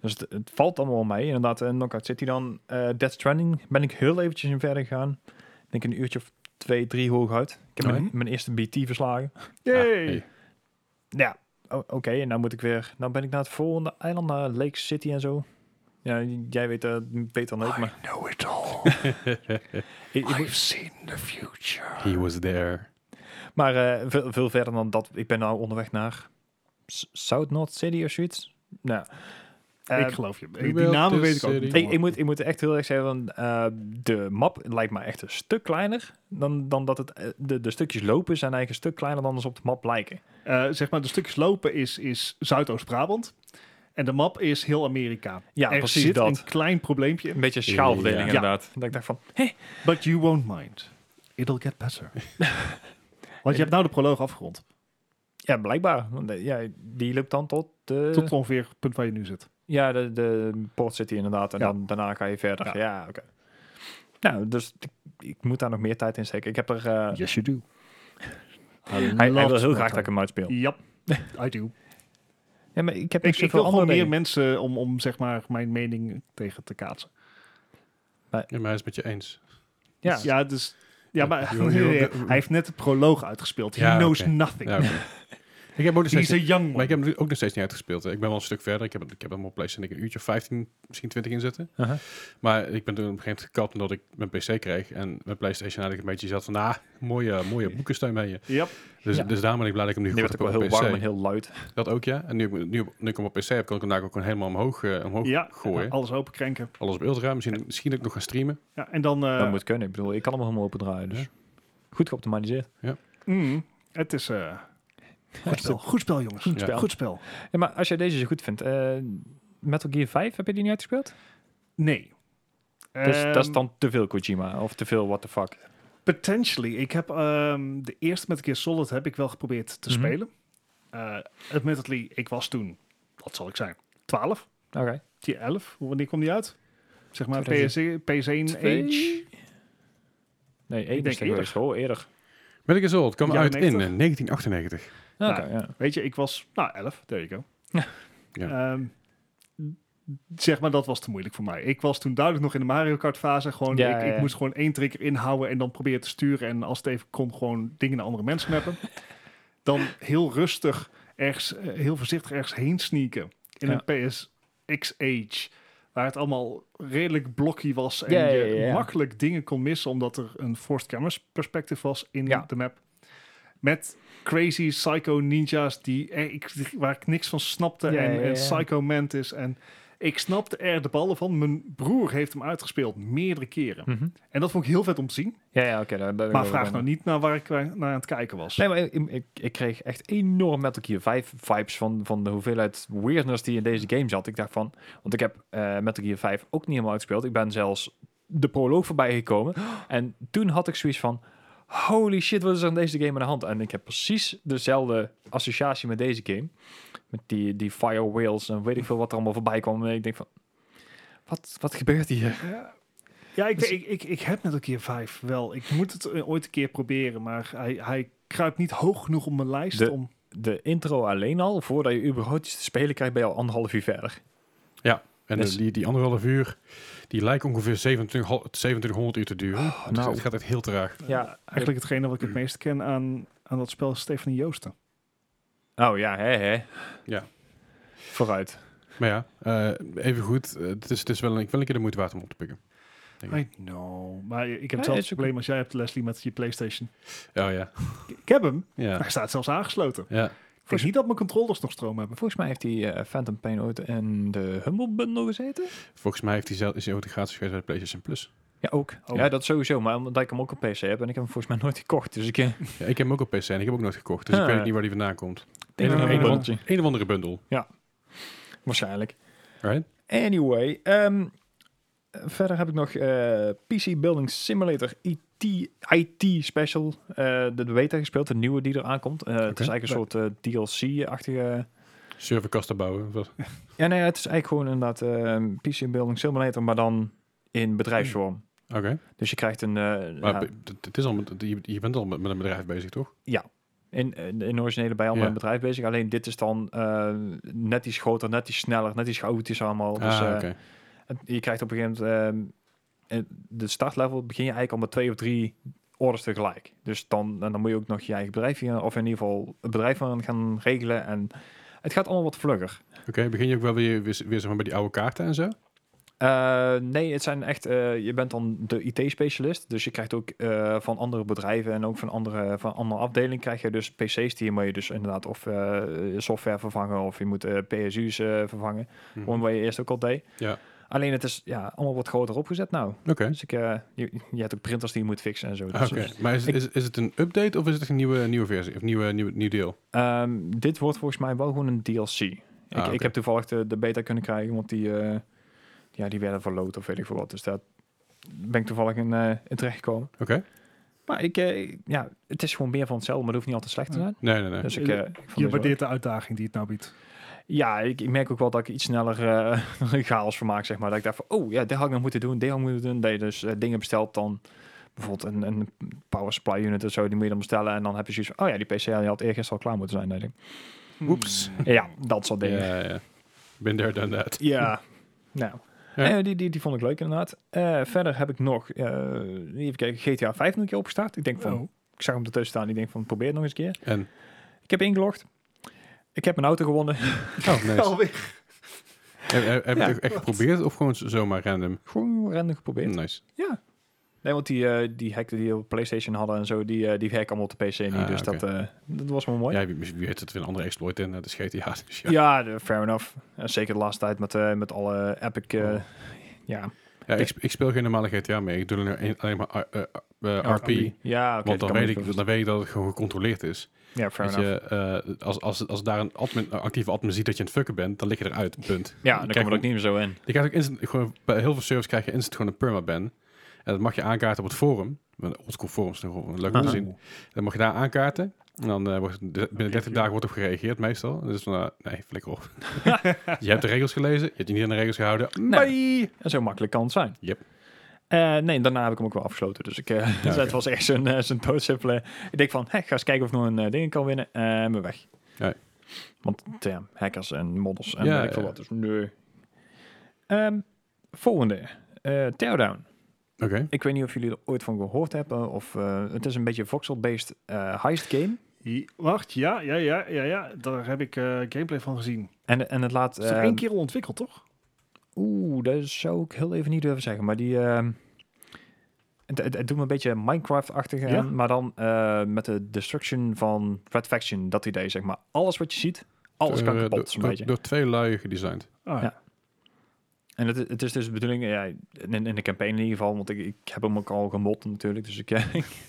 Dus het, het valt allemaal wel mee. Inderdaad, en Knockout City dan. eh Dead Stranding ben ik heel eventjes in verder gegaan. Ik denk een uurtje of twee, drie hooguit. Ik heb Oh, mijn, mijn eerste BT verslagen. Yay. Ah, hey. Ja, o- oké. en nou moet ik weer. Nou ben ik naar het volgende eiland, naar Lake City en zo. Ja, jij weet eh, beter dan ik, maar. Know it all. [LAUGHS] Ik- ik- seen the future. Ah, He was there. maar eh, veel, veel verder dan dat. Ik ben nou onderweg naar S- South North City of zoiets. Nou, eh, ik geloof je. Die Wilt namen the weet ik ook niet. city. ik, ik, moet, ik moet echt heel erg zeggen, want, eh, de map lijkt me echt een stuk kleiner dan, dan dat het. eh, de, de stukjes lopen zijn eigenlijk een stuk kleiner dan ze op de map lijken. Eh, zeg maar, de stukjes lopen is, is Zuidoost-Brabant. En de map is heel Amerika. Ja, er precies zit dat. een klein probleempje in. Een beetje schaalverdeling Ja. inderdaad. Dat ik dacht van, hé, But you won't mind. It'll get better. Want je hebt nou de proloog afgerond. ja, blijkbaar. Want, eh, ja, die loopt dan tot. eh, Tot ongeveer het punt waar je nu zit. Ja, de, de Port City inderdaad. En Ja. dan, daarna ga je verder. Ja. Ja, oké. Nou, dus ik, ik moet daar nog meer tijd in steken. Ik heb er... eh, Yes, you do. hij, hij wil heel graag dat ik hem uitspeel. Yep, I do. Ja, maar ik heb Ik, niet ik zoveel wil gewoon andere meer dingen. mensen om, om zeg maar mijn mening tegen te kaatsen. Ja, maar hij is het met je eens. Ja, ja. Ja, dus... Ja, maar [LAUGHS] Je- je- hij heeft net de proloog uitgespeeld. He Ja, knows oké. nothing. Ja, oké. ik heb ook nog steeds [LAUGHS] He's a niet, young maar one. ik heb hem ook nog steeds niet uitgespeeld. hè. Ik ben wel een stuk verder. Ik heb, ik heb hem op PlayStation denk ik een uurtje of 15, misschien 20 in zitten. Aha. Maar ik ben toen op een gegeven moment gekapt omdat ik mijn PC kreeg. En mijn PlayStation eigenlijk een beetje zat van, ah, mooie, mooie boekensteun ben je. Yep. Dus, Ja. dus daarom ben ik blij dat ik hem nu Die goed werd heb ook wel heel op PC. warm en heel luid. Dat ook, ja. En nu, ik- nu, nu ik hem op PC heb, kan ik hem daar ook gewoon helemaal omhoog, eh, omhoog Ja, gooien. alles openkrenken. Alles op ultra. Misschien, misschien dat ik nog ga streamen. Ja, en dan... eh, dat moet kunnen. Ik bedoel, ik kan hem helemaal opendraaien. Dus Ja. goed geoptimaliseerd. Mm, het is... eh, goed spel. Goed spel, jongens. Goed spel. Goed spel. Ja, maar als jij deze zo goed vindt... eh, Metal Gear 5, heb je die niet uitgespeeld? Nee. dus dat is Ehm, dan te veel Kojima. Of te veel what the fuck. Potentially. Ik heb ehm, de eerste met Gear Solid heb ik wel geprobeerd te Mhm. spelen. Eh admittedly, ik was toen, wat zal ik zijn, 12, Oké. die 11. Wanneer kwam die uit? Zeg maar E, PS, 2002? PS1 Age. Nee, één denk is eerder. eerder. Oh, eerder. Metal Gear Solid kwam Jaren uit in eh, 90. 1998. Ah, Oké, Nou, ja. Weet je, ik was, nou, 11, there you go. Ja. Ehm, zeg maar, dat was te moeilijk voor mij. Ik was toen duidelijk nog in de Mario Kart fase. Gewoon, Ja, ja, ik, ik ja. moest gewoon één trigger inhouden en dan proberen te sturen. En als het even kon, gewoon dingen naar andere mensen [LAUGHS] mappen. dan heel rustig, ergens, eh, heel voorzichtig ergens heen sneaken. In Ja. een PSX Age. Waar het allemaal redelijk blokkie was. En Ja, ja, je ja, ja. makkelijk dingen kon missen. Omdat er een forced cameras perspective was in Ja. de map. Met crazy psycho ninjas die eh, ik, waar ik niks van snapte. Ja, en, ja, en ja. psycho mantis. En ik snapte er de ballen van. Mijn broer heeft hem uitgespeeld meerdere keren. Mhm. En dat vond ik heel vet om te zien. Ja, ja, oké. daar- daar- Maar daar- vraag daar- nou niet naar waar ik eh, naar aan het kijken was. Nee, maar ik, ik, ik kreeg echt enorm Metal Gear 5 vibes van, van de hoeveelheid weirdness die in deze game zat. Ik dacht van, want ik heb eh Metal Gear 5 ook niet helemaal uitgespeeld. Ik ben zelfs de proloog voorbij gekomen. En toen had ik zoiets van, holy shit, wat is er in deze game aan de hand? En ik heb precies dezelfde associatie met deze game. Met die, die fire whales en weet ik veel wat er allemaal voorbij kwam. En ik denk van, wat, wat gebeurt hier? Ja, ik, Dus- ik, ik, ik heb net een keer vijf wel. Ik moet het eh, ooit een keer proberen. Maar hij, hij kruipt niet hoog genoeg op mijn lijst De- om... De intro alleen al, voordat je überhaupt iets te spelen krijgt, ben je al anderhalf uur verder. En Dus- eh, die, die anderhalf uur, die lijkt ongeveer 27 hal- 2700 uur te duren. Dus nou. Het gaat echt heel traag. Ja, eh, eigenlijk hetgene wat ik het meest ken aan, aan dat spel is Stefanie Joosten. Oh ja, hè, hè. Ja. Vooruit. Maar ja, eh, even goed. eh, het, is, het is wel een, wel een keer de moeite waard om op te pikken. Ja. I know. Maar ik heb Ja, hetzelfde is ook- probleem als jij hebt, Leslie, met je Playstation. Oh ja. Ik- Ik heb hem. Ja. Hij staat zelfs aangesloten. [LAUGHS] ja. Ik denk niet dat mijn controllers nog stroom hebben. Volgens mij heeft die eh, Phantom Pain ooit in de Humble Bundle gezeten. Volgens mij heeft hij zelf, is hij ook de gratis versie uit PlayStation Plus. Ja, ook. Oh. Ja, dat sowieso. Maar omdat ik hem ook op PC heb en ik heb hem volgens mij nooit gekocht. Dus ik [LAUGHS] eh, Ja, ik heb hem ook op PC en ik heb ook nooit gekocht. Dus Ah. ik weet ook niet waar die vandaan komt. Eh, denk dat Ja, een ik hem of wel- bundeltje. een of andere bundel. Waarschijnlijk. Right? Anyway, ehm, verder heb ik nog eh, PC Building Simulator IT, IT Special. eh, de beta gespeeld, de nieuwe die er aankomt. Eh, Het is eigenlijk een soort eh, DLC-achtige... Serverkasten bouwen. of wat. Ja, nee, het is eigenlijk gewoon inderdaad ehm PC Building Simulator, maar dan in bedrijfsvorm. Oké. Dus je krijgt een... eh, Hmm. Maar ja, b- het- het is al met- je, je bent al met, met een bedrijf bezig, toch? in, in in de originele bij allemaal Ja. een bedrijf bezig. Alleen dit is dan eh, net iets groter, net iets sneller, net iets chaotischer allemaal. Dus, ah, eh, oké. het- je krijgt op een gegeven moment... ehm, eh, de startlevel begin je eigenlijk al met twee of drie orders tegelijk. Dus dan, en dan moet je ook nog je eigen bedrijf hier, of in ieder geval het bedrijf gaan- gaan regelen. En het gaat allemaal wat vlugger. Oké, begin je ook wel weer, weer, weer zeg maar, bij die oude kaarten en zo? Eh, nee, het zijn echt. eh, je bent dan de IT-specialist. Dus je krijgt ook eh, van andere bedrijven en ook van andere, van andere afdelingen krijg je dus PC's die je moet je dus inderdaad of eh, software vervangen of je moet eh, PSU's eh, vervangen. Mhm. Gewoon wat je eerst ook al deed. Ja. Alleen het is ja, allemaal wat groter opgezet nou. Oké. Dus ik, eh, je, je hebt ook printers die je moet fixen en zo. Ah, Dus, Oké. dus, Maar is, ik- is, is het een update of is het een nieuwe, nieuwe versie? Of nieuwe, nieuw, nieuw deel? ehm, dit wordt volgens mij wel gewoon een DLC. Ik, Ah, ik oké. heb toevallig de, de beta kunnen krijgen, want die, eh, ja, die werden verloot of weet ik veel wat. Dus daar ben ik toevallig in, eh in terechtgekomen. Oké. Maar ik, eh, ja, het is gewoon meer van hetzelfde, maar het hoeft niet altijd slecht te zijn. Nee, nee, nee. Dus ik, Je- eh, ik vond deze Je wel leuk. waardeert de uitdaging die het nou biedt. Ja, ik, ik merk ook wel dat ik iets sneller eh, [LAUGHS] een chaos van maak, zeg maar. Dat ik dacht van, oh ja, dit had ik nog moeten doen, dit had ik moeten doen. Dat je dus eh, dingen bestelt dan, bijvoorbeeld een, een power supply unit of zo, die moet je dan bestellen. En dan heb je zoiets van, oh ja, die PC had eergisteren al klaar moeten zijn, denk ik. Oeps. Ja, dat soort dingen. Ja, ja. Been there, done that. Ja, [LAUGHS] nou. Ja. Eh, die, die, die vond ik leuk inderdaad. Eh, verder heb ik nog, eh, even kijken, GTA 5 nog een keer opgestart. Ik denk van, Oh. ik zag hem ertussen staan, ik denk van, probeer het nog eens een keer. En? Ik heb ingelogd. Ik heb een auto gewonnen. [LAUGHS] [LAUGHS] Oh, nee. Alweer. Heb, heb, heb je Ja. het echt geprobeerd of gewoon z- zomaar random? Gewoon random geprobeerd. Nice. Nee, want die, eh die hack die we op PlayStation hadden en zo, die, eh die hack allemaal op de PC nu. Ah, dus oké. dat, eh, dat was wel mooi. Ja, wie, wie weet het weer een andere exploit in. Dat is GTA. [LAUGHS] Dus ja. Ja, de- fair enough. En zeker de laatste tijd met, eh, met alle Epic. eh, Oh. Ja, Ja, ik, ik speel geen normale GTA mee. Ik doe alleen, een- alleen maar eh, eh, eh, RP. ja Want oké. dat dan kan weet, me niet ik, dan weet ik dat het gewoon gecontroleerd is. voor- Ja, fair Weet enough. je, eh, als, als, als daar een admin, een actieve admin ziet dat je aan het fucken bent, dan lig je eruit. Punt. Ja, dan krijg komen we er ook niet meer zo in. Je krijgt ook instant, gewoon, bij heel veel servers krijg je instant gewoon een permaban. En dat mag je aankaarten op het forum. Een oldschool forums is nog wel leuk om te Aha. zien. Dan mag je daar aankaarten. En En dan eh, wordt, de- binnen 30 dagen wordt op gereageerd meestal. Dus van, eh, nee, flikker [LAUGHS] op. je hebt de regels gelezen, je hebt je niet aan de regels gehouden. Mm, Nee. Bye! En zo makkelijk kan het zijn. Yep. Eh, nee, daarna heb ik hem ook wel afgesloten. Dus ik, eh [LAUGHS] dus oké. het was echt zo'n eh, zo'n doodsimpele... Ik denk van, hé, ga eens kijken of ik nog een eh, ding kan winnen. En ben weg. Ja. Want ja, hackers en modders en Ja, weet ik veel ja. wat. Dus nee. Ehm, volgende. Eh Teardown. Oké. Ik weet niet of jullie er ooit van gehoord hebben. Of, eh, het is een beetje een voxel-based eh, heist game. Hi- Wacht, ja, ja, ja, ja, ja. Daar heb ik eh, gameplay van gezien. En, en het laat... Dat is er eh, één keer al ontwikkeld, toch? Oeh, dat zou ik heel even niet durven zeggen. Maar die. ehm, het, het, het doet me een beetje Minecraft-achtig Ja? aan. Maar dan eh, met de destruction van Red Faction. Dat idee, zeg maar. Alles wat je ziet, alles kan Eh, kapot, door- zo'n door- beetje. Door twee lui gedesigned. Ah, Ja. En het, het is dus de bedoeling, ja, in, in de campaign in ieder geval, want ik, ik heb hem ook al gemot natuurlijk, dus ik, [LAUGHS]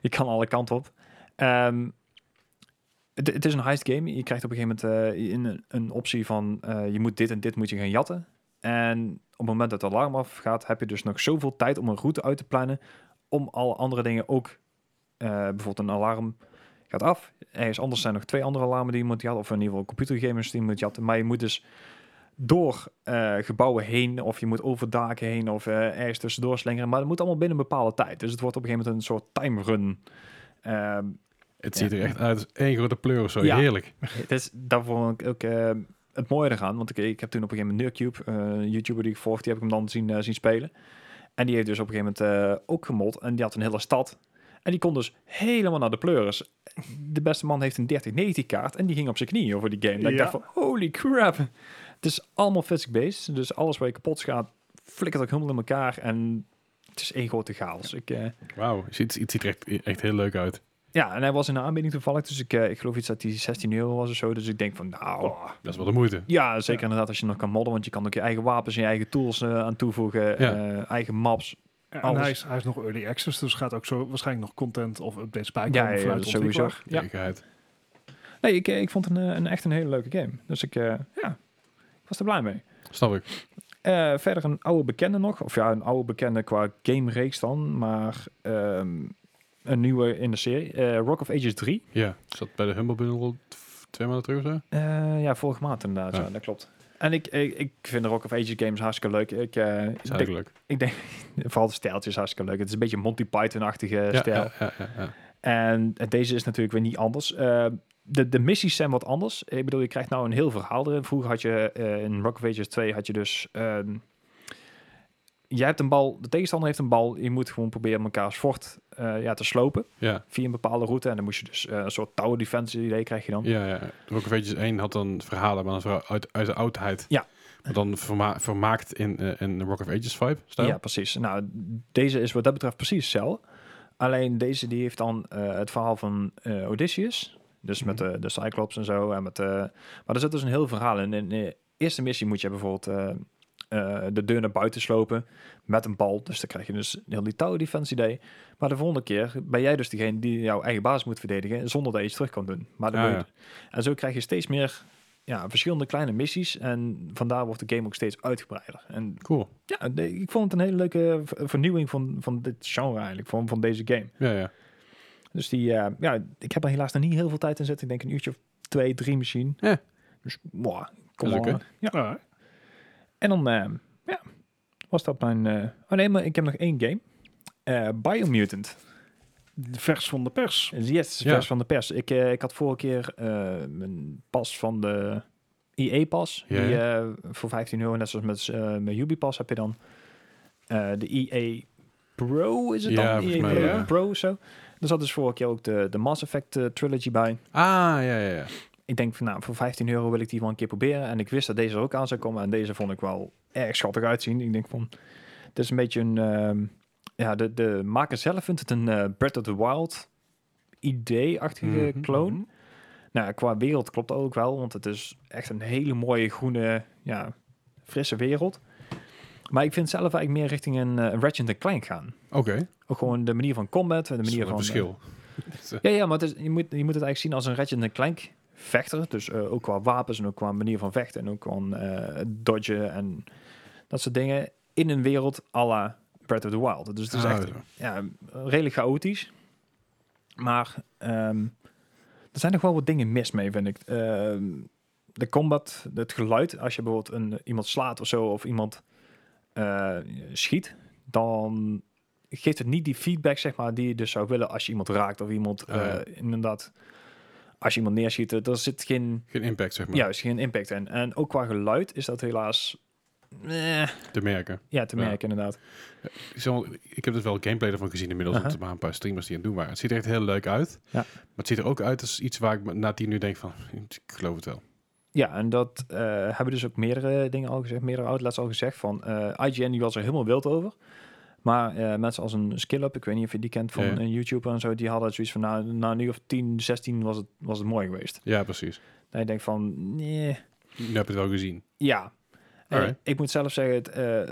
ik kan alle kanten op. Ehm, het, het is een heist game. Je krijgt op een gegeven moment eh, in een, een optie van eh, je moet dit en dit moet je gaan jatten. En op het moment dat het alarm afgaat, heb je dus nog zoveel tijd om een route uit te plannen om alle andere dingen ook, eh, bijvoorbeeld een alarm gaat af. Ergens anders zijn nog twee andere alarmen die je moet jatten, of in ieder geval computergegevens die je moet jatten. Maar je moet dus door eh, gebouwen heen, of je moet over daken heen, of eh, ergens tussendoor slingeren. Maar dat moet allemaal binnen een bepaalde tijd. Dus het wordt op een gegeven moment een soort time run. Ehm, Het Ja. ziet er echt uit als één grote pleur of zo. Ja. Heerlijk. het is daarvoor ook, ook eh, het mooie eraan. Want ik, ik heb toen op een gegeven moment Nurcube, eh YouTuber die ik volg, die heb ik hem dan zien, eh, zien spelen. En die heeft dus op een gegeven moment eh, ook gemod. En die had een hele stad. En die kon dus helemaal naar de pleuris. De beste man heeft een 3090 kaart. En die ging op zijn knieën over die game. Dat ik Ja. dacht van, holy crap. Het is allemaal physics-based. Dus alles waar je kapot gaat, flikkert ook helemaal in elkaar. En het is één grote chaos. Ik, eh, Wauw. Het ziet, het ziet er echt, echt heel leuk uit. ja, en hij was in de aanbieding toevallig. Dus ik, eh, ik geloof iets dat die 16 euro was of zo. Dus ik denk van, nou, Dat is wel de moeite. ja, zeker inderdaad als je nog kan modden, want je kan ook je eigen wapens en je eigen tools eh, aan toevoegen, eh, eigen maps. En Alles. hij is, hij is nog early access, dus er gaat ook zo waarschijnlijk nog content of updates bij komen Ja, ja, ja, vanuit dat de sowieso. ontwikkelaar. Ja. Eerlijkheid. Nee, ik, eh, ik vond het een, eh, een echt een hele leuke game. Dus ik, eh, ja, ik was er blij mee. Snap ik. Eh, verder een oude bekende nog, of ja, een oude bekende qua gamereeks dan, maar ehm, een nieuwe in de serie, eh, Rock of Ages 3. Ja. Zat bij de Humble Bundle t- twee maanden terug of zo? Eh, ja, vorige maand inderdaad, ja. Ja. dat klopt. En ik, ik, ik vind de Rock of Ages games hartstikke leuk. Ik, eh, Is ik, denk, eigenlijk leuk. ik denk, [LAUGHS] vooral de stijltje is hartstikke leuk. Het is een beetje Monty Python-achtige Ja, stijl. ja, ja, ja, ja. En deze is natuurlijk weer niet anders. Eh, de, de missies zijn wat anders. Ik bedoel, je krijgt nou een heel verhaal erin. Vroeger had je eh, in Rock of Ages 2 had je dus... ehm, jij hebt een bal, de tegenstander heeft een bal. Je moet gewoon proberen mekaars fort eh, ja, te slopen Ja, via een bepaalde route. En dan moest je dus eh, een soort tower defense idee krijg je dan. ja, ja. Rock of Ages 1 had dan verhalen, maar dan vooral uit, uit de oudheid. Ja. Maar dan verma- vermaakt in, eh, in de Rock of Ages vibe. Stijl. Ja, precies. Nou, deze is wat dat betreft precies hetzelfde. Alleen deze die heeft dan eh, het verhaal van eh, Odysseus. Dus met de, de Cyclops en zo. En met, de maar er zit dus een heel verhaal in. In de eerste missie moet je bijvoorbeeld eh, eh, de deur naar buiten slopen met een bal. Dus dan krijg je dus heel die tower defense idee. Maar de volgende keer ben jij dus degene die jouw eigen baas moet verdedigen zonder dat je iets terug kan doen. Maar dan Ah, moet je- En zo krijg je steeds meer ja, verschillende kleine missies. En vandaar wordt de game ook steeds uitgebreider. En Cool. ja, nee, Eh, ik vond het een hele leuke ver- vernieuwing van, van dit genre eigenlijk, van, van deze game. Ja, ja. Dus die, eh, ja, ik heb er helaas nog niet heel veel tijd in zitten. Ik denk een uurtje of twee, drie misschien. Ja. Dus, wow, is kom oké. op. Ja. Ah, En dan, eh, ja, was dat mijn... eh, Oh nee, maar ik heb nog één game. Eh, Biomutant. de vers van de pers. Yes, Ja. vers van de pers. Ik, eh, ik had vorige keer eh, mijn pas van de IE-pas. Ja, Die eh, voor 15 euro, net zoals met eh mijn Ubi-pas heb je dan eh, de IE Pro, is het Ja, dan? volgens IE mij Pro, wel, ja. Pro of zo. Er zat dus vorige keer ook de, de Mass Effect eh, Trilogy bij. Ah, ja, ja, ja. Ik denk van, nou, voor 15 euro wil ik die wel een keer proberen. En ik wist dat deze er ook aan zou komen. En deze vond ik wel erg schattig uitzien. Ik denk van, het is een beetje een... ehm, ja, de, de maker zelf vindt het een eh Breath of the Wild idee-achtige Mhm. clone. Nou, qua wereld klopt dat ook wel. Want het is echt een hele mooie, groene, ja, frisse wereld. Maar ik vind zelf eigenlijk meer richting een eh, Ratchet Clank gaan. Oké. Ook gewoon de manier van combat en de Dat is manier wel van... een eh, verschil. ja, ja, maar het is, je, moet, je moet het eigenlijk zien als een Ratchet en Clank vechter. Dus eh, ook qua wapens en ook qua manier van vechten. En ook qua eh dodgen en dat soort dingen. In een wereld à la Breath of the Wild. Dus het is Ah, echt zo. ja, redelijk chaotisch. Maar ehm, er zijn nog wel wat dingen mis mee, vind ik. Ehm, de combat, het geluid. Als je bijvoorbeeld een, iemand slaat of zo, of iemand eh, schiet, dan geeft het niet die feedback, zeg maar, die je dus zou willen als je iemand raakt. Of iemand, Ah, ja. eh, inderdaad, als je iemand neerschiet, er- er zit geen, Geen impact, zeg maar, juist, geen impact in. En ook qua geluid is dat helaas... eh, te merken. ja, te Ja. merken inderdaad. Ik zal- Ik heb dus wel gameplay ervan gezien inmiddels. Aha. want Er waren een paar streamers die aan het doen waren. Het ziet er echt heel leuk uit. Ja. Maar het ziet er ook uit als iets waar ik me- na tien uur denk van... Ik geloof het wel. Ja, en dat eh, hebben dus ook meerdere dingen al gezegd, meerdere outlets al gezegd. Van eh, IGN die was er helemaal wild over. Maar eh, mensen als een SkillUp, ik weet niet of je die kent van Ja, ja. een YouTuber en zo, die hadden zoiets van, nou, nou nu of 10, 16 was het, was het mooi geweest. Ja, precies. En ik denk van, nee, Nu heb je het wel gezien. ja. Eh, Alright. ik moet zelf zeggen, het eh,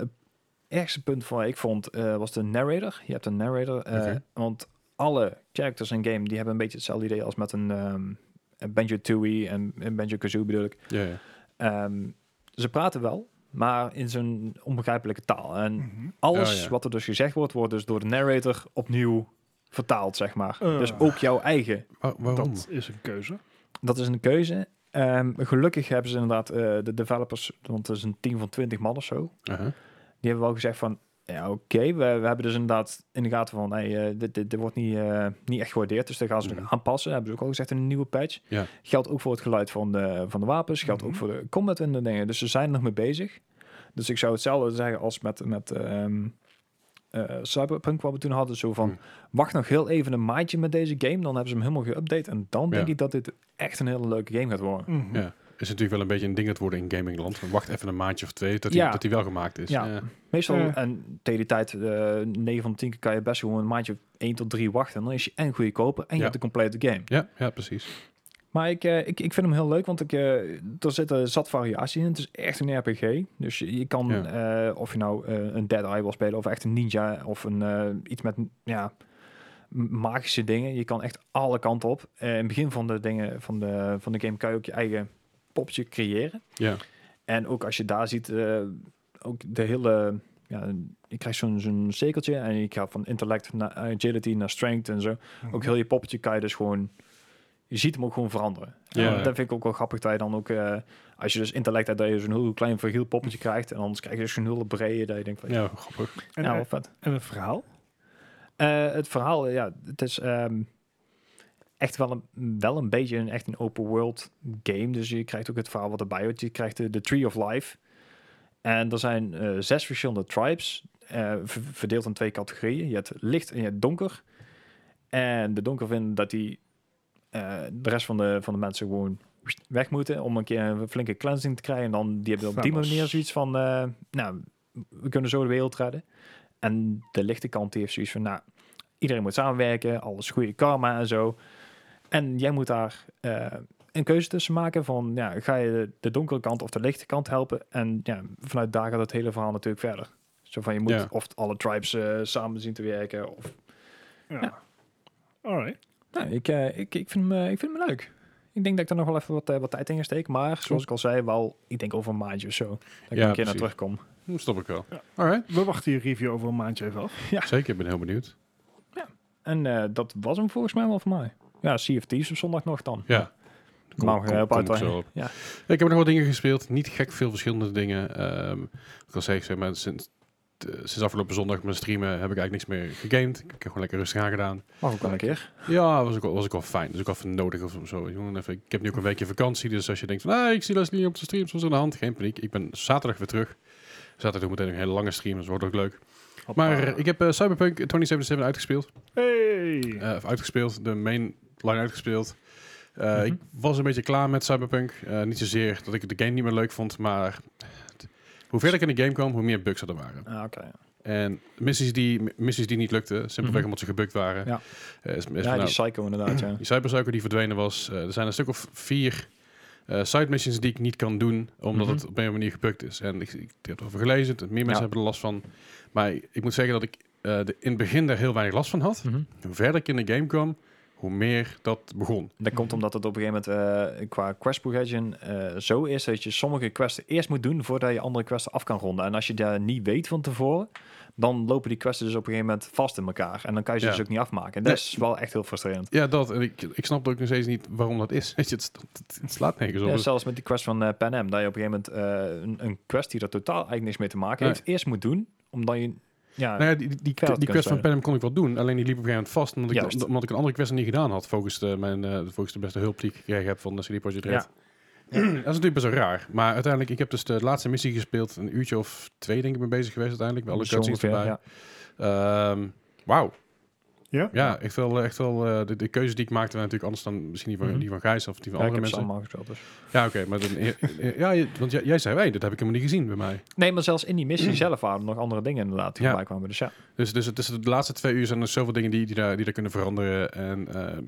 ergste punt van ik vond, eh, was de narrator. Je hebt een narrator, eh, Oké. want alle characters in game, die hebben een beetje hetzelfde idee als met een, ehm, een Banjo-Tooie en, en Banjo-Kazooie bedoel ik. Ja, ja. Ehm, ze praten wel, maar in zo'n onbegrijpelijke taal. En alles Oh, ja. wat er dus gezegd wordt, wordt dus door de narrator opnieuw vertaald, zeg maar. Oh. Eh. Dus ook jouw eigen. Wa- waarom? Dat is een keuze. Dat is een keuze. Ehm, gelukkig hebben ze inderdaad eh, de developers, want het is een team van 20 man of zo, Aha. die hebben wel gezegd van, ja oké, we, we hebben dus inderdaad in de gaten van, hey, eh, dit, dit, dit wordt niet, eh, niet echt gewaardeerd, dus daar gaan ze nog Mhm. aanpassen. Hebben ze ook al gezegd in een nieuwe patch. Ja. Geldt ook voor het geluid van de, van de wapens, geldt Mhm. ook voor de combat en de dingen. Dus ze zijn er nog mee bezig. Dus ik zou hetzelfde zeggen als met, met ehm, eh, Cyberpunk, wat we toen hadden. Zo van, Mhm. wacht nog heel even een maandje met deze game, dan hebben ze hem helemaal geüpdate. En dan denk Ja. ik dat dit echt een hele leuke game gaat worden. Mhm. Ja. Is natuurlijk wel een beetje een ding het worden in gamingland. Van Wacht even een maandje of twee dat Ja. hij dat die wel gemaakt is. Ja. Ja. Meestal, Ja. en tegen die tijd, eh 9 van de 10 keer kan je best gewoon een maandje 1 tot 3 wachten. En dan is je en goedkoper en je Ja. hebt de complete game. Ja, ja, precies. Maar ik, eh, ik, ik vind hem heel leuk, want ik, eh, er zit eh, zat variatie in. Het is echt een RPG. Dus je, je kan, eh, of je nou eh, een Dead Eye wil spelen, of echt een ninja, of een, eh, iets met ja, m- magische dingen. Je kan echt alle kanten op. Eh, in het begin van de, dingen, van, de, van de game kan je ook je eigen popje creëren. Ja. En ook als je daar ziet, eh, ook de hele... Ja, je krijgt zo'n zo'n cirkeltje en je gaat van intellect naar agility naar strength en zo. Ook heel je poppetje kan je dus gewoon... Je ziet hem ook gewoon veranderen. Ja. En dat vind ik ook wel grappig dat je dan ook... eh, als je dus intellect hebt, dat je zo'n heel klein fragiel poppetje krijgt. En anders krijg je dus zo'n hele brede dat je denkt van... Ja, Ja, grappig. En, wel en, vet. en een verhaal? Eh, het verhaal, ja, het is ehm, echt wel een, wel een beetje een, echt een open world game. Dus je krijgt ook het verhaal wat erbij hoort. Je krijgt de, de Tree of Life. En er zijn eh, zes verschillende tribes, eh, ver- verdeeld in twee categorieën. Je hebt licht en je hebt donker. En de donker vinden dat die eh, de rest van de, van de mensen gewoon weg moeten om een keer een flinke cleansing te krijgen. En dan die hebben op die Thanos. manier zoiets van, eh, nou, we kunnen zo de wereld redden. En de lichte kant die heeft zoiets van, nou, iedereen moet samenwerken, alles goede karma en zo. En jij moet daar eh, een keuze tussen maken van, ja, ga je de, de donkere kant of de lichte kant helpen? En ja, vanuit daar gaat het hele verhaal natuurlijk verder. Zo van, je moet Ja. of alle tribes eh, samen zien te werken. Of... Ja. Ja. Alright. Nou, ik, eh, ik, ik, vind hem, eh, ik vind hem leuk. Ik denk dat ik er nog wel even wat, eh, wat tijd in ga steken. Maar zoals ik al zei, wel, ik denk over een maandje of zo. Dat ik er Ja, een keer naar precies. terugkom. Hm, Stop ik wel. Ja. Alright. We wachten je review over een maandje even af. Zeker, ik ben heel benieuwd. En eh, dat was hem volgens mij wel voor mij. Ja, CFT's op zondag nog dan. Ja. Kom- maar kom- op kom ik uitweiden. zo op. Ja. Ik heb nog wat dingen gespeeld. Niet gek veel verschillende dingen. Ehm ik al zei, zeg maar, sinds, eh, sinds afgelopen zondag mijn streamen heb ik eigenlijk niks meer gegamed. Ik heb gewoon lekker rustig aan gedaan. Mag ook wel een keer. Ja, was ook, wel- was ook wel fijn. Dus ook wel even nodig of zo. Jongen, even, ik heb nu ook een weekje vakantie. Dus als je denkt van, ah, ik zie Leslie niet op de stream, soms aan de hand. Geen paniek. Ik ben zaterdag weer terug. Zaterdag doen we meteen een hele lange stream, dus wordt ook leuk. Maar eh, ik heb eh, Cyberpunk 2077 uitgespeeld. Hey! Eh, of uitgespeeld, de main line uitgespeeld. Eh, Mhm. Ik was een beetje klaar met Cyberpunk. Eh, niet zozeer dat ik de game niet meer leuk vond, maar t- hoe verder ik in de game kwam, hoe meer bugs er waren. Ah, Oké. En missies die, missies die niet lukten, simpelweg Mhm. omdat ze gebukt waren. Ja. Eh, is, is van, Ja, die nou, psycho inderdaad, ja. [CLEARS THROAT] die cybersuiker die verdwenen was. Eh, er zijn een stuk of vier eh, side missions die ik niet kan doen, omdat Mhm. het op een manier gebukt is. En ik, ik heb erover gelezen, meer mensen Ja. hebben er last van. Maar ik moet zeggen dat ik eh, de, in het begin daar heel weinig last van had Mhm. hoe verder ik in de game kwam, hoe meer dat begon. Dat komt omdat het op een gegeven moment eh, qua quest progression eh, zo is dat je sommige quests eerst moet doen voordat je andere quests af kan ronden. En als je daar niet weet van tevoren, dan lopen die quests dus op een gegeven moment vast in elkaar. En dan kan je ze Ja. dus ook niet afmaken. En dat Nee. is wel echt heel frustrerend. Ja, dat. En ik, ik snap ook nog steeds niet waarom dat is. [LAUGHS] Weet je, het, het- het slaat nergens op. Ja, Dus- zelfs met die quest van eh Pan Am, dat je op een gegeven moment eh, een, een quest die er totaal eigenlijk niks mee te maken Nee. heeft, eerst moet doen, omdat je... Ja, Nou ja, die, die, die, Verder die quest van kunstwerk. Panem kon ik wel doen, alleen die liep op een gegeven moment vast, omdat ik, Juist. omdat ik een andere quest niet gedaan had, volgens de, mijn, eh, volgens de beste hulp die ik gekregen heb van de CD Projekt Red. [CLEARS THROAT] dat is natuurlijk best wel raar, maar uiteindelijk, ik heb dus de laatste missie gespeeld, een uurtje of twee denk ik ben bezig geweest uiteindelijk, bij alle zo cutscenes dus ongeveer, erbij. ja. Ehm, Wauw. Ja? Ja, echt wel, echt wel eh, de, de keuzes die ik maakte waren natuurlijk anders dan misschien die van, Mhm. die van Gijs of die van Ja, ik andere heb ze mensen. allemaal gespeeld, dus. Ja, oké, maar dan, [LAUGHS] ja, je- want jij, jij zei, wij, dat heb ik helemaal niet gezien bij mij. Nee, maar zelfs in die missie [CLEARS THROAT] zelf waren er nog andere dingen inderdaad die Ja. voorbij kwamen. Dus ja, Dus, dus, dus de laatste twee uur zijn er zoveel dingen die, die, daar, die daar kunnen veranderen. En ehm,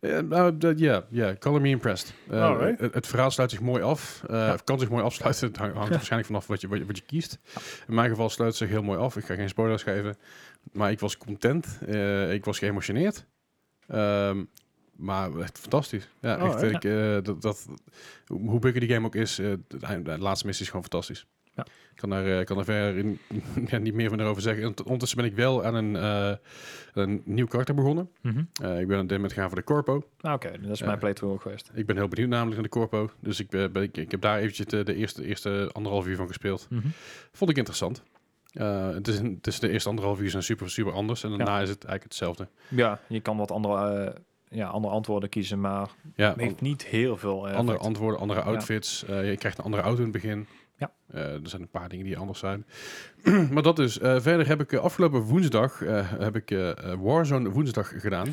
eh, nou, dat- ja, ja, color me impressed. Eh, Alright. het, het verhaal sluit zich mooi af. eh, Ja. of kan zich mooi afsluiten. Het hangt, hangt waarschijnlijk vanaf wat je, wat, je, wat je kiest. In mijn geval sluit het zich heel mooi af. Ik ga geen spoilers geven. Maar ik was content. Eh, ik was geëmotioneerd. Ehm, maar echt fantastisch. Ja, Oh, echt, hè? ik, eh, dat, dat, hoe hoe bugger die game ook is, eh, de, de laatste missie is gewoon fantastisch. Ja. Ik kan daar, eh, ik kan daar verder in, [LAUGHS] ja, niet meer van erover zeggen. Ont- Ondertussen ben ik wel aan een, eh, een nieuw karakter begonnen. Eh, ik ben aan dit moment gaan voor de Corpo. Nou, oké, dat is Ja. mijn playthrough ook geweest. Ik ben heel benieuwd namelijk naar de Corpo. Dus ik, ben, ben- ik, ik heb daar eventjes de, de eerste, eerste anderhalf uur van gespeeld. Vond ik interessant. Eh, het, is, een- het is de eerste anderhalf uur zijn super, super anders. En daarna is het eigenlijk hetzelfde. Ja, je kan wat andere, eh, ja, andere antwoorden kiezen, maar Ja, het heeft niet heel veel. eh, andere effect. antwoorden, andere outfits. Eh, je krijgt een andere auto in het begin. Ja. Eh, er zijn een paar dingen die anders zijn. [CLEARS THROAT] maar dat dus. Eh, verder heb ik eh, afgelopen woensdag eh, heb ik, eh, eh, Warzone woensdag [LAUGHS] gedaan.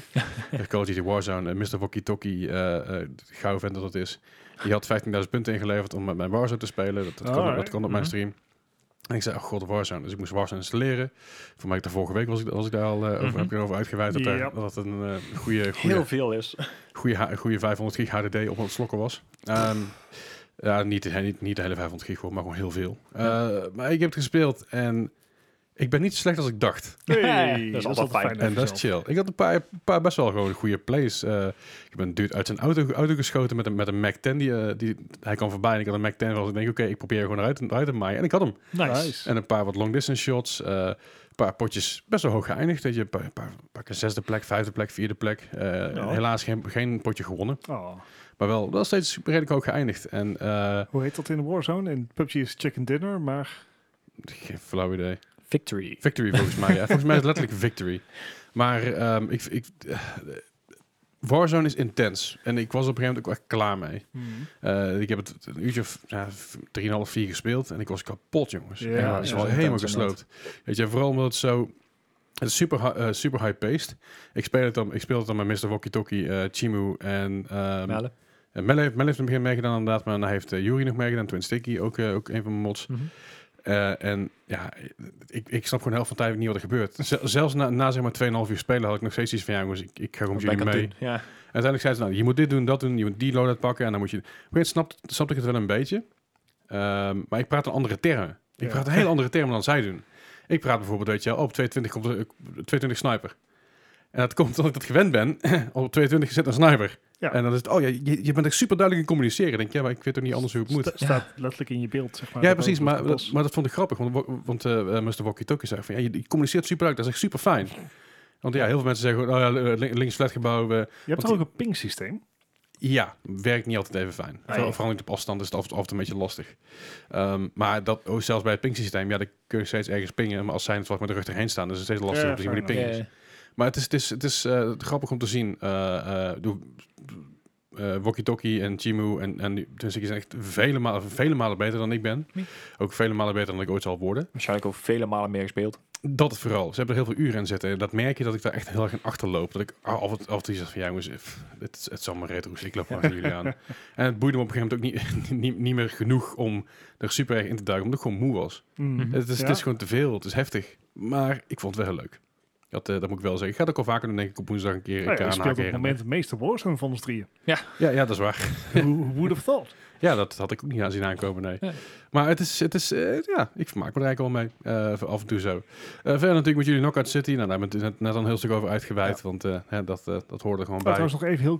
Eh, Call of Duty Warzone. en Mr. Walkie Talkie, eh eh gauw vent dat dat is. Die had 15.000 punten ingeleverd om met mijn Warzone te spelen. Dat, dat, kan, Alright. dat kan op mijn Mhm. stream. En ik zei, oh god, Warzone. Dus ik moest Warzone installeren. Voor mij, de vorige week was ik, was ik daar al eh, over, Mhm. heb ik erover uitgeweid. Dat, daar- Ja. dat het een eh, goede, goede Heel veel [LAUGHS] is. goede, goede 500 gig HDD op het slokken was. Ehm, ja, niet, de- niet, niet de hele 500 gig, hoor, maar gewoon heel veel. Eh, Maar ik heb het gespeeld en ik ben niet zo slecht als ik dacht. Dat is altijd fijn. En dat is chill. Ik had een paar, een paar best wel gewoon goede plays. Eh, ik ben duur uit zijn auto, auto geschoten met een, met een Mac 10. Die, eh, die, hij kwam voorbij en ik had een Mac 10 waarvan ik denk, oké, ik probeer gewoon eruit, eruit te maaien. En ik had hem. Nice. En een paar wat long distance shots. eh, een paar potjes best wel hoog geëindigd. Dat je een paar, een paar, een paar keer zesde plek, vijfde plek, vierde plek. Eh, Ja. Helaas geen, geen potje gewonnen. Oh. Maar wel, wel steeds redelijk hoog geëindigd. En eh Hoe heet dat in Warzone? In PUBG is chicken dinner, maar... geen flauw idee. Victory. Victory volgens mij. Ja. Volgens mij is het letterlijk victory. Maar ehm, ik, ik, eh, Warzone is intens. En ik was op een gegeven moment ook echt klaar mee. Eh, ik heb het een uurtje of ja, v- drieënhalf, vier gespeeld. En ik was kapot, jongens. Ja, Ja, ik was ja, wel zo helemaal intens inderdaad. gesloopt. Weet je, vooral omdat het zo... Het is super, hi- eh, super high-paced. Ik, speel het dan- ik speel het dan met Mr. Walkie Talkie, eh, Chimu en... ehm, Melle. En Mel heeft, Mel heeft in het begin meegedaan inderdaad, maar dan heeft eh, Yuri nog meegedaan, Twin Sticky, ook, eh, ook een van mijn mods. Mhm. Eh, en ja, ik, ik snap gewoon de helft van de tijd niet wat er gebeurt. Zel- zelfs na, na zeg maar 2,5 uur spelen had ik nog steeds iets van, ja jongens, ik, ik ga gewoon Wat met wij jullie kan mee. doen. Ja. En uiteindelijk zei ze, nou, je moet dit doen, dat doen, je moet die loadout pakken en dan moet je... Op een gegeven moment snapte, snapte ik het wel een beetje, Ehm, maar ik praat een andere termen. Ik Ja. praat een heel andere termen dan zij doen. Ik praat bijvoorbeeld, weet je wel, oh, op 22 komt er- eh, 22 sniper. En dat komt omdat ik dat gewend ben. [LAUGHS] op 22 zit een sniper. Ja. En dan is het, oh ja, je, je bent echt super duidelijk in communiceren. Ik Denk ja, maar ik weet toch niet anders hoe het moet. Sta- staat letterlijk in je beeld, zeg maar. Ja, Dat precies. ook Maar dat dat, maar dat vond ik grappig. Want, wo- want eh eh, Mr. Walkie Talkie zei van, ja, je, je communiceert super uit. Dat is echt super fijn. Want ja, heel veel mensen zeggen, gewoon, oh ja, li- links flatgebouw. eh, Je hebt Want ook een ping systeem. ja, werkt niet altijd even fijn. Nee. Vooral, vooral niet op afstand is het af en toe- af en toe een beetje lastig. Ehm, maar dat, ook zelfs bij het pingsysteem, ja, dan kun je steeds ergens pingen. Maar als zij het vlak met de rug erheen staan, dan is het steeds lastiger Ja, om te zien waar die fair ping Ja, is. ja. Maar het is, het is, het is eh, grappig om te zien. eh eh doe, eh Walkie Talkie en Chimu en, en dus ik zijn echt vele malen, vele malen beter dan ik ben. Nee. Ook vele malen beter dan ik ooit zal worden. Waarschijnlijk ook vele malen meer gespeeld. Dat vooral. Ze hebben er heel veel uren in zitten. Dat merk je dat ik daar echt heel erg in achterloop. Dat ik af en af en toe zeg van, ja jongens, pff, het, is- het is allemaal retro, dus ik loop maar achter jullie [LAUGHS] aan. En het boeide me op een gegeven moment ook niet, [LAUGHS] niet, niet meer genoeg om er super erg in te duiken, omdat ik gewoon moe was. Mhm. Het is, Ja. het is gewoon te veel, het is heftig. Maar ik vond het wel heel leuk. Dat, eh, dat moet ik wel zeggen. Ik ga het ook al vaker doen, denk ik, op woensdag een keer. Nou ja, elkaar ik speel op het aanhaken. moment het meeste Warzone van ons [LAUGHS] drieën. Ja, ja, dat is waar. Who would have thought? Ja, dat had ik ook niet aan zien aankomen, nee. Ja. Maar het is, het is eh, ja, ik vermaak me er eigenlijk wel mee. eh, af en toe zo. Eh, verder natuurlijk met jullie Knockout City. Nou, daar hebben we het net, net al een heel stuk over uitgeweid. Want eh, hè, dat, eh, dat hoorde er gewoon Oh, bij. trouwens nog even heel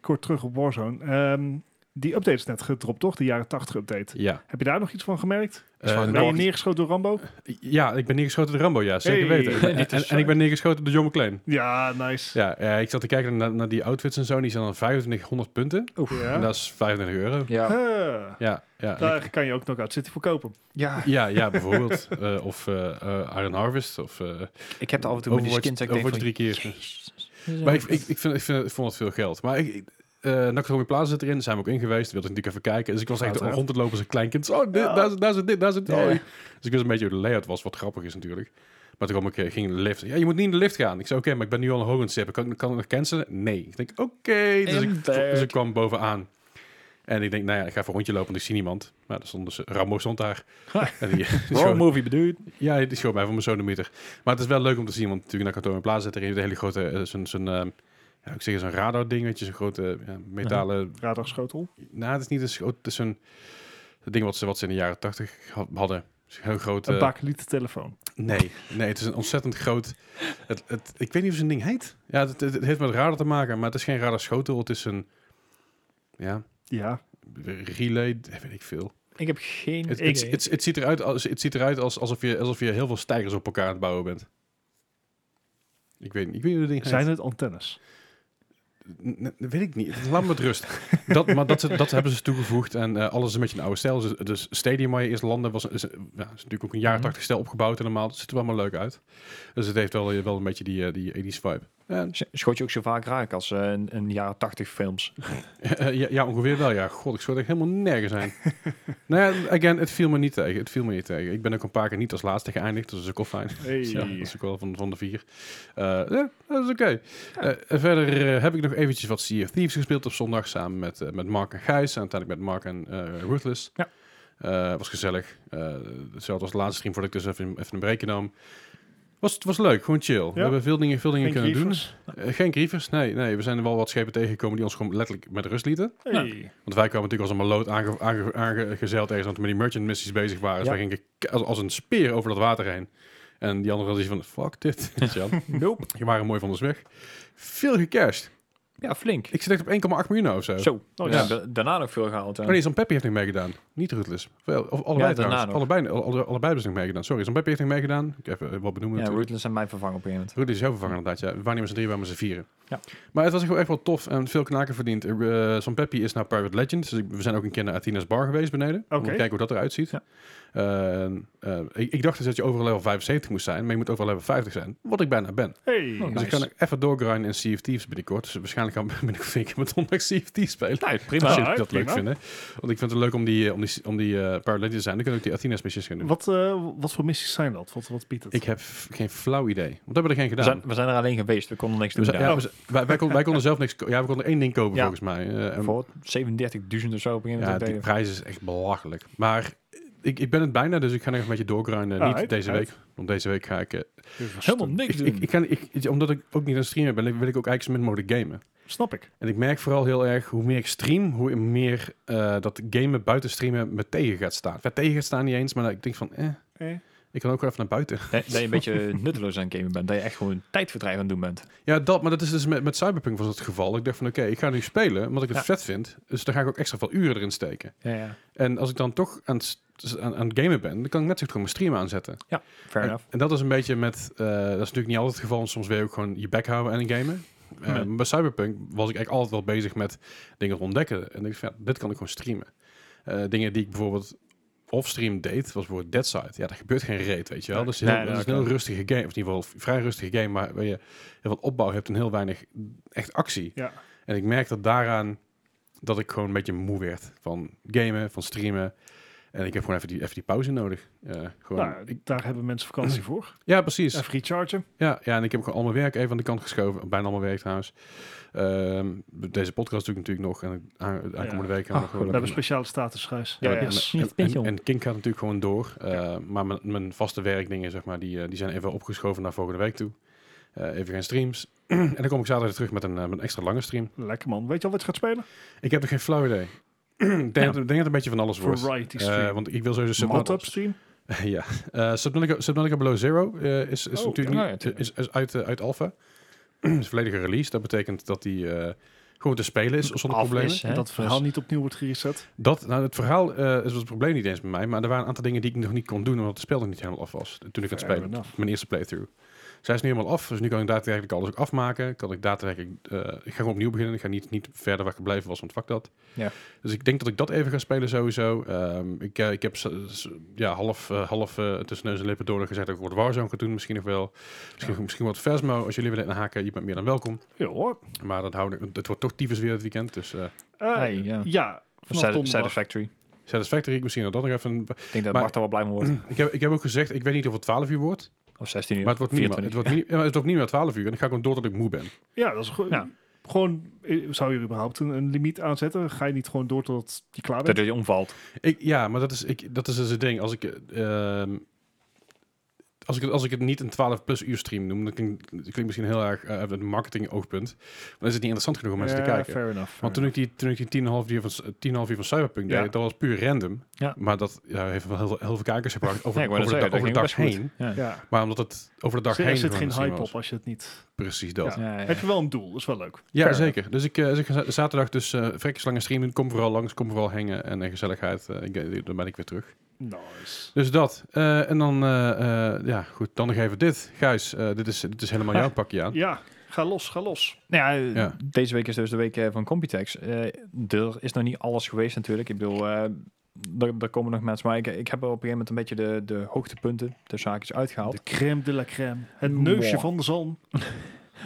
kort terug op Warzone. Ehm, die update is net gedropt, toch? De jaren 80 update. Ja. Heb je daar nog iets van gemerkt? Eh, van Ben je Knockout- neergeschoten door Rambo? ja, ik ben neergeschoten door Rambo, ja. Zeker Hey. weten. En, [LAUGHS] Dit is en, en ik ben neergeschoten door John McClane. Ja, nice. Ja, eh, ik zat te kijken naar, naar die outfits en zo. En die zijn dan 2500 punten. En dat is 35 euro. Ja. Huh. Ja, ja. En Daar kan je ook Knockout City voor kopen. ja, Ja, ja, bijvoorbeeld. [LAUGHS] Eh, of eh, eh, Iron Harvest. Of eh ik heb er af en toe met die Overwatch, skins dat ik denk Overwatch van, drie keer. Jezus. Zo. Maar ik, ik, ik, vind, ik, vind, ik vond het veel geld. Maar ik, ik- eh Nakatomi Plaza zit erin. Daar zijn we ook in geweest. Wilde ik natuurlijk even kijken. Dus ik was echt Uiteraard. rond het lopen als een klein kind. Oh, dit, Ja. daar, zit, daar zit dit, daar zit Ja, oh. ja. Dus ik wist een beetje hoe de layout was. Wat grappig is natuurlijk. Maar toen kwam ik, eh, ging in de lift. Ja, je moet niet in de lift gaan. Ik zei, oké, maar ik ben nu al een hoogend step. Kan, kan ik nog cancelen? Nee. Ik denk, oké. Dus, ik, Inderdaad. dus ik kwam bovenaan. En ik denk, nou ja, ik ga even een rondje lopen, want ik zie niemand. Maar daar stond dus, Rambo stond daar. en die, [LAUGHS] Wrong movie bedoeld. ja, het is gewoon bij van mijn sodomieter. Maar het is wel leuk om te zien, want natuurlijk Nakatomi Plaza zit erin. De hele grote, eh, zo'n, zo'n, eh, ja, ik zeg eens een radar dingetje, zo'n grote ja, metalen... Uh-huh. Radarschotel. Nou, het is niet een schoot, het is een het ding wat ze, wat ze in de jaren tachtig hadden. Het is een Heel groot. Een eh, bakelieten telefoon. nee, nee, het is een ontzettend groot. Het, het, ik weet niet of zo'n ding heet. Ja, het, het, het heeft met radar te maken, maar het is geen radarschotel. Het is een. Ja, Ja. relay, eh, weet ik veel. Hm, Ik heb geen Het, idee. het, het, het ziet eruit, als, het ziet eruit als, alsof, je, alsof je heel veel stijgers op elkaar aan het bouwen bent. Ik weet, niet- ik weet niet hoe dat ding Zijn heet. het antennes? N- n- weet ik niet. Laat me met rust. [LAUGHS] Dat, maar dat, ze- dat hebben ze toegevoegd. En eh, alles is een beetje een oude stijl. Dus, dus Stadium waar je eerst landde was, is, ja, is natuurlijk ook een jaren Mhm. 80 stijl opgebouwd. En normaal ziet er wel maar leuk uit. Dus het heeft wel, wel een beetje die, eh, die 80s vibe. En, Sch- Schoot je ook zo vaak raak als eh, een, een jaren tachtig films. [LAUGHS] eh, ja, ja, ongeveer wel. Ja, god, ik zou echt helemaal nergens zijn. nou ja, again, het viel me niet tegen. Het viel me niet tegen. Ik ben ook een paar keer niet als laatste geëindigd. Dus dat is ook al fijn. Hey. Ja, dat is ook wel van, van de vier. Eh, ja, dat is oké. Eh, en verder eh, heb ik nog eventjes wat Sea of Thieves gespeeld op zondag samen met, eh, met Mark en Gijs. En uiteindelijk met Mark en eh, Ruthless. Ja. Eh, was gezellig. Eh, hetzelfde als de laatste stream voordat ik dus even, even een breakje nam. Was, het was leuk, gewoon chill. We hebben veel dingen, veel dingen Geen kunnen grievers? doen. Eh, geen grievers, nee, nee. We zijn er wel wat schepen tegengekomen die ons gewoon letterlijk met rust lieten. Hey. Want wij kwamen natuurlijk als een maloot aange, aange, aangezeild ergens, want we met die merchant missies bezig waren. Dus Ja. wij gingen k- als, als een speer over dat water heen. En die andere had zoiets van, fuck dit. [LAUGHS] Jan, [LAUGHS] Nope. je waren mooi van ons weg. Veel gecashed. Ja, flink. Ik zit echt op 1,8 miljoen of zo. Zo. Oh, Ja, ja. da- daarna nog veel gehaald. hè. Oh nee, San Peppy heeft nog meegedaan. Niet Ruthless. Wel, Of allebei Ja, daarna trouwens. nog. Allebei, alle- alle- allebei hebben ze nog meegedaan. Sorry, San Peppy heeft nog meegedaan. Ik even eh, wat benoemen. ja, natuurlijk. Ruthless en mij vervangen op een gegeven Ruud is jou vervangen inderdaad, ja. We waren niet met z'n drieën, we waren met z'n vieren. Ja. Maar het was gewoon echt wel tof en veel knaken verdiend. Eh, eh, San Peppy is nou Private Legend, dus ik- we zijn ook een keer naar Athena's Bar geweest beneden. Om te Oké. kijken hoe dat eruit ziet. Ja. Eh, eh, ik, ik dacht dus dat je overal level 75 moest zijn, maar je moet overal level 50 zijn. Wat ik bijna ben. Hey. Oh, Dus ik Nice. ga nog even doorgrinden in Sea of Thieves binnenkort. Dus waarschijnlijk gaan we [LAUGHS] binnenkort een keer met ondanks Sea of Thieves spelen. moment. Nou, Als prima. je ja, dat leuk prima. vinden. Want ik vind het leuk om die, eh, om die, om die eh, Private Legend te zijn. Dan kunnen we ook die Athena's missies gaan doen. Wat, eh, wat voor missies zijn dat? Wat, wat biedt het? Ik heb f- geen flauw idee. Want we hebben er geen We gedaan. zijn, we zijn er alleen geweest. We konden niks We doen. zijn- daar. ja, we zijn- wij, wij, konden, wij konden zelf niks ko- Ja, we konden één ding kopen Ja. volgens mij. Eh, en- Voor 37.000 of zo op een gegeven ja, moment. die prijs is echt belachelijk. Maar ik, ik ben het bijna, dus ik ga nog een beetje doorgrinden. Niet Alright, deze week. alright. Want deze week ga ik... eh, Helemaal [LAUGHS] niks ik, doen. ik, ik kan, ik, omdat ik ook niet aan het streamen ben, wil ik ook eigenlijk zo min mogelijk gamen. Snap ik. En ik merk vooral heel erg, hoe meer ik stream, hoe meer eh, dat gamen buiten streamen me tegen gaat staan. Enfin, tegen gaat staan niet eens, maar dat ik denk van, eh, Eh. ik kan ook wel even naar buiten. [LAUGHS] Dat, dat je een beetje [LAUGHS] nutteloos aan het gamen bent. Dat je echt gewoon tijdverdrijf aan het doen bent. Ja, dat, maar dat is dus met, met Cyberpunk was het geval. Ik dacht van, oké, ik ga nu spelen, omdat ik het Ja. vet vind. Dus daar ga ik ook extra veel uren erin steken. Ja, ja. En als ik dan toch aan het, st- aan, aan het gamen ben, dan kan ik net zo goed gewoon mijn stream aanzetten. Fair En, enough. en dat is een beetje met, eh, dat is natuurlijk niet altijd het geval, want soms wil je ook gewoon je bek houden en gamen. Eh, Nee. maar Bij Cyberpunk was ik eigenlijk altijd wel bezig met dingen ontdekken. En ik dacht, van, ja, dit kan ik gewoon streamen. Eh, dingen die ik bijvoorbeeld offstream deed, was bijvoorbeeld Deadside. Ja, daar gebeurt geen reet, weet je wel. Nee. Dat is, heel, Nee, dat is oké. een heel rustige game, of in ieder geval een vrij rustige game, maar waar je heel veel opbouw hebt en heel weinig echt actie. Ja. En ik merk dat daaraan dat ik gewoon een beetje moe werd van gamen, van streamen. En ik heb gewoon even die, even die pauze nodig. Eh, gewoon, Nou, ik- daar hebben mensen vakantie [CLEARS THROAT] voor. ja, precies. Even rechargen. Ja, ja, en ik heb gewoon al mijn werk even aan de kant geschoven. Bijna al mijn werk trouwens. Ehm, deze podcast doe ik natuurlijk nog. En aan- de aankomende Ja. week gaan we Ah, nog goed, wel We hebben even- speciale status, Gijs. Ja, en- ja. en- Sneak en, peek, joh. en Kink gaat natuurlijk gewoon door. Eh, Maar mijn, mijn vaste werkdingen, zeg maar, die, eh, die zijn even opgeschoven naar volgende week toe. Eh, Eh, even geen streams. [CLEARS THROAT] en dan kom ik zaterdag terug met een, eh, met een extra lange stream. Lekker man. Weet je al wat je gaat spelen? Ik heb er geen flauw idee. [CLEARS THROAT] Ik denk, dat, ik denk dat het een beetje van alles wordt. Variety Eh, stream. want ik wil sowieso Subnautica- Mod-up stream. [LAUGHS] ja. Eh, Subnautica, Subnautica Below Zero eh, is, is Oh, natuurlijk ja, niet, ja, is, is uit, eh, uit alpha. [CLEARS THROAT] is volledige release. Dat betekent dat die eh, gewoon te spelen is zonder Af problemen. is, hè? dus- En dat het verhaal niet opnieuw wordt gereset. Dat, nou, het verhaal eh, is was het probleem niet eens bij mij. Maar er waren een aantal dingen die ik nog niet kon doen. Omdat het spel nog niet helemaal af was. Toen ik aan het Fair spelen. enough. Mijn eerste playthrough. Zij is nu helemaal af. Dus nu kan ik daadwerkelijk alles ook afmaken. Kan ik daadwerkelijk... eh, ik ga gewoon opnieuw beginnen. Ik ga niet, niet verder waar ik gebleven was. Want fuck dat. Ja. Dus ik denk dat ik dat even ga spelen sowieso. Ehm, ik, eh, ik heb zo- zo- ja, half, eh, half eh, tussen neus en lippen door gezegd dat ik wat Warzone kan doen. Misschien nog wel. Misschien, misschien wat Versmo. Als jullie willen haken, je bent meer dan welkom. Ja hoor. Maar dat houden, het wordt toch tyfus weer dit weekend. Dus... eh, Eh, Hey, ja. Ja, vanaf Side, donderdag. Side Factory. Satisfactory, misschien dat dat nog even een Ik denk dat Maar- Marta wel blij mee wordt. Ik heb, ik heb ook gezegd, ik weet niet of het 12 uur wordt, Of 16 uur. maar het wordt niet meer. 24. Het wordt niet, ja, maar het wordt niet meer 12 uur. En dan ga ik gewoon door tot ik moe ben. Ja, dat is goed. Ja. Gewoon, eh, zou je er überhaupt een, een limiet aanzetten? Ga je niet gewoon door tot je klaar bent? Dat je omvalt. Ik, ja, maar dat is, ik, dat is dus het ding. Als ik, eh, ehm, als ik, het- als ik het niet een 12 plus uur stream noem, dan klinkt, dat klinkt misschien heel erg eh, uit een marketing oogpunt. Maar dan is het niet interessant genoeg om mensen te Ja, kijken. Fair enough. Want toen ik die, toen ik die 10,5 uur, van- 10,5 uur van Cyberpunk Ja. deed, dat was puur random. Ja. Maar dat ja, heeft wel heel, veel- heel veel kijkers gebracht over, Ja, ik wou over, net de, zeggen, dag- over de dat dag ging best heen. Ja. ja. Maar omdat het over de dag Er heen zit- gewoon er zit geen misschien hype was. op als je het niet... Precies dat. Ja. Ja, ja. Heb je wel een doel, dat is wel leuk. Ja, Fair zeker. Dus ik, eh, dus ik ga za- zaterdag dus eh vrekkers lange stream doen. Kom vooral langs, kom vooral hangen en eh, gezelligheid. eh, ik, eh, dan ben ik weer terug. Nice. Dus dat. Eh, en dan, eh, eh, ja goed, dan nog even dit. Gijs, eh, dit, is, dit is helemaal [LAUGHS] jouw pakje aan. Ja, ga los, ga los. Nou ja, Ja. deze week is dus de week eh, van Computex. Eh, er is nog niet alles geweest natuurlijk. Ik bedoel, eh, er, er komen nog mensen. Maar ik, ik heb er op een gegeven moment een beetje de, de hoogtepunten, de zaakjes uitgehaald. De crème de la crème. Het neusje Wow. van de zon.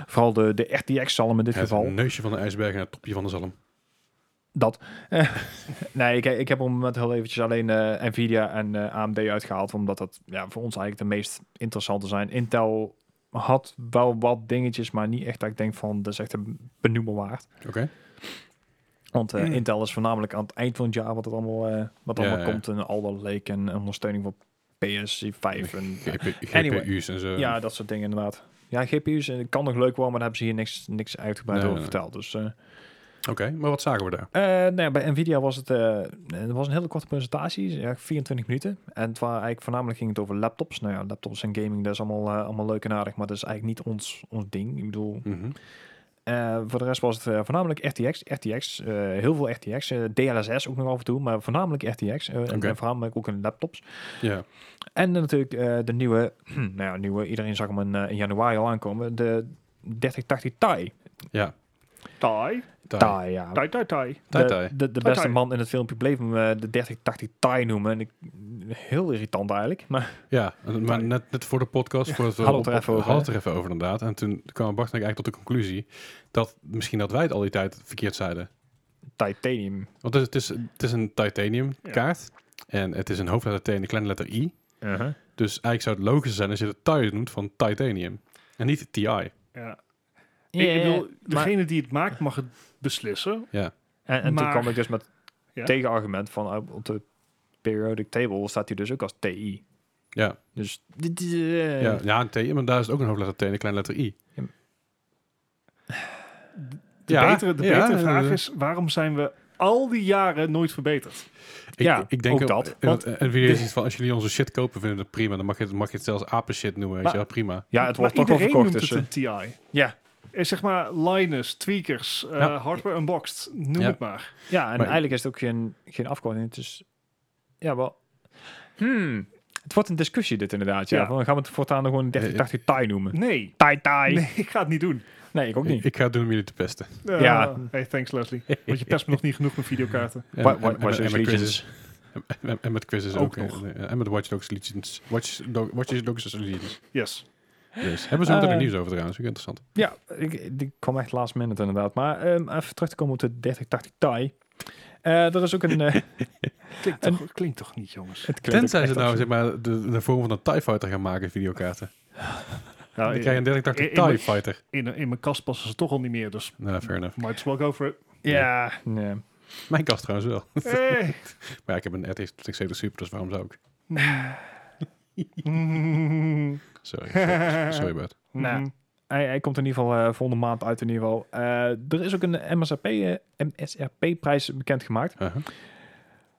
Vooral de, de RTX-zalm in dit Het geval. neusje van de ijsberg en het topje van de zalm. Dat. [LAUGHS] Eh, nee, ik, ik heb op het moment heel eventjes alleen eh, Nvidia en eh, AMD uitgehaald. Omdat dat ja, voor ons eigenlijk de meest interessante zijn. Intel had wel wat dingetjes, maar niet echt dat ik denk van... dat is echt een benoemen waard. Oké. Want eh, Intel is voornamelijk aan het eind van het jaar wat het allemaal, eh, wat Ja, allemaal Mm. ja. komt. En al dat leek en ondersteuning voor PS5 en GP, GPU's Anyway. en zo. ja, dat soort dingen inderdaad. Ja, GPU's eh, kan nog leuk worden, maar daar hebben ze hier niks, niks uitgebreid Nee, over nee. verteld. Dus eh, Oké, maar wat zagen we daar? eh, nou ja, bij Nvidia was het eh, er was een hele korte presentatie, ja, 24 minuten. En het waren eigenlijk voornamelijk ging het over laptops. Nou ja, laptops en gaming, dat is allemaal, eh, allemaal leuk en aardig, maar dat is eigenlijk niet ons, ons ding. Ik bedoel, Mhm. eh, voor de rest was het eh, voornamelijk RTX, RTX, eh, heel veel RTX, eh, DLSS ook nog af en toe, maar voornamelijk RTX eh, en, Oké. en voornamelijk ook in laptops. Ja. En dan natuurlijk eh, de nieuwe, [CLEARS THROAT] nou ja, nieuwe, iedereen zag hem in, eh, in januari al aankomen, de 3080 Ti. Ja. Tai, Taai. Ti, ja. tai, tai, tai. Tai, De, tai. de, de beste Tai. man in het filmpje bleef hem eh, de 3080 Ti noemen. En ik, heel irritant eigenlijk. Maar [LAUGHS] Ja, en- maar net, net voor de podcast, voordat we hadden we het er op- even over, hadden we het er even over inderdaad. En toen kwam Bart en ik eigenlijk tot de conclusie dat misschien dat wij het al die tijd verkeerd zeiden. titanium. Want het is, het is een titanium kaart. En het is een hoofdletter T en een kleine letter I. Dus eigenlijk zou het logisch zijn als je het tire noemt van titanium. En niet TI. Ja. Ja, ik bedoel, maar- degene die het maakt mag het beslissen. En, en Maar- toen kwam ik dus met Ja. tegenargument van ah, op de periodic table staat hij dus ook als TI. Ja, Dus dit is, eh, ja. ja een T, maar daar is het ook een hoofdletter T en een kleine letter I. De Ja, betere, de ja, betere eh, vraag is, waarom zijn we al die jaren nooit verbeterd? Ik, Ja, ik denk ook dat. En, Want- en, weer is iets van, als jullie onze shit kopen, vinden we het prima. Dan mag je, het- mag je het zelfs apen shit noemen, weet je Maar- wel, prima. ja, het wordt maar toch wel iedereen verkocht. noemt Dus, het een TI. eh, ja, Eh, zeg maar Linus, Tweakers, eh, Ja. Hardware Unboxed, noem Ja. het maar. eh, ja, en Maar- eigenlijk is het ook geen, geen afkorting. Het is, ja, wel... Hmm, het wordt een discussie dit inderdaad. Ja. Ja. Van, gaan we het voortaan gewoon Eh, 3080 Ti noemen? Nee, Tai Tai. nee, [LAUGHS] ik ga het niet doen. Nee, ik ook Ik, niet. ik ga het doen om jullie te pesten. Eh, Ja. Hey, [LAUGHS] thanks Leslie. Want je pest me nog niet genoeg met videokaarten. En, Wa- en- wa- en- was en dus met Legions. quizzes. En, en- en met quizzes ook. Ook En, en met Watch Dogs Legions. Watch, Dog- Watch Dogs Legions. Yes. Yes. Hebben ze meteen Eh. er nieuws over trouwens, ook interessant. Ja, ik, die kwam echt last minute inderdaad. Maar ehm, even terug te komen op de 3080 Ti. Eh, er is ook een... [LAUGHS] eh, Klinkt toch, klinkt toch niet, [LAUGHS] jongens? het klinkt ook Tenzij echt ze nou absurd. zeg maar de, de vorm van een TIE Fighter gaan maken, videokaarten. Ah, Nou, Dan krijg je een 3080 in- in TIE mijn- Fighter. in, in mijn kast passen ze toch al niet meer, dus Nou, fair enough. might as well [LAUGHS] go for it. Ja, nee. Mijn kast trouwens wel. [LAUGHS] Hey. Maar ja, ik heb een RTX 70 Super, dus waarom zou ik? Mm. [LAUGHS] Sorry, sorry, sorry Bert. Nou, Mhm. Hij, hij komt in ieder geval eh, volgende maand uit in ieder geval. Eh, er is ook een MSRP, eh, MSRP-prijs bekendgemaakt. Aha.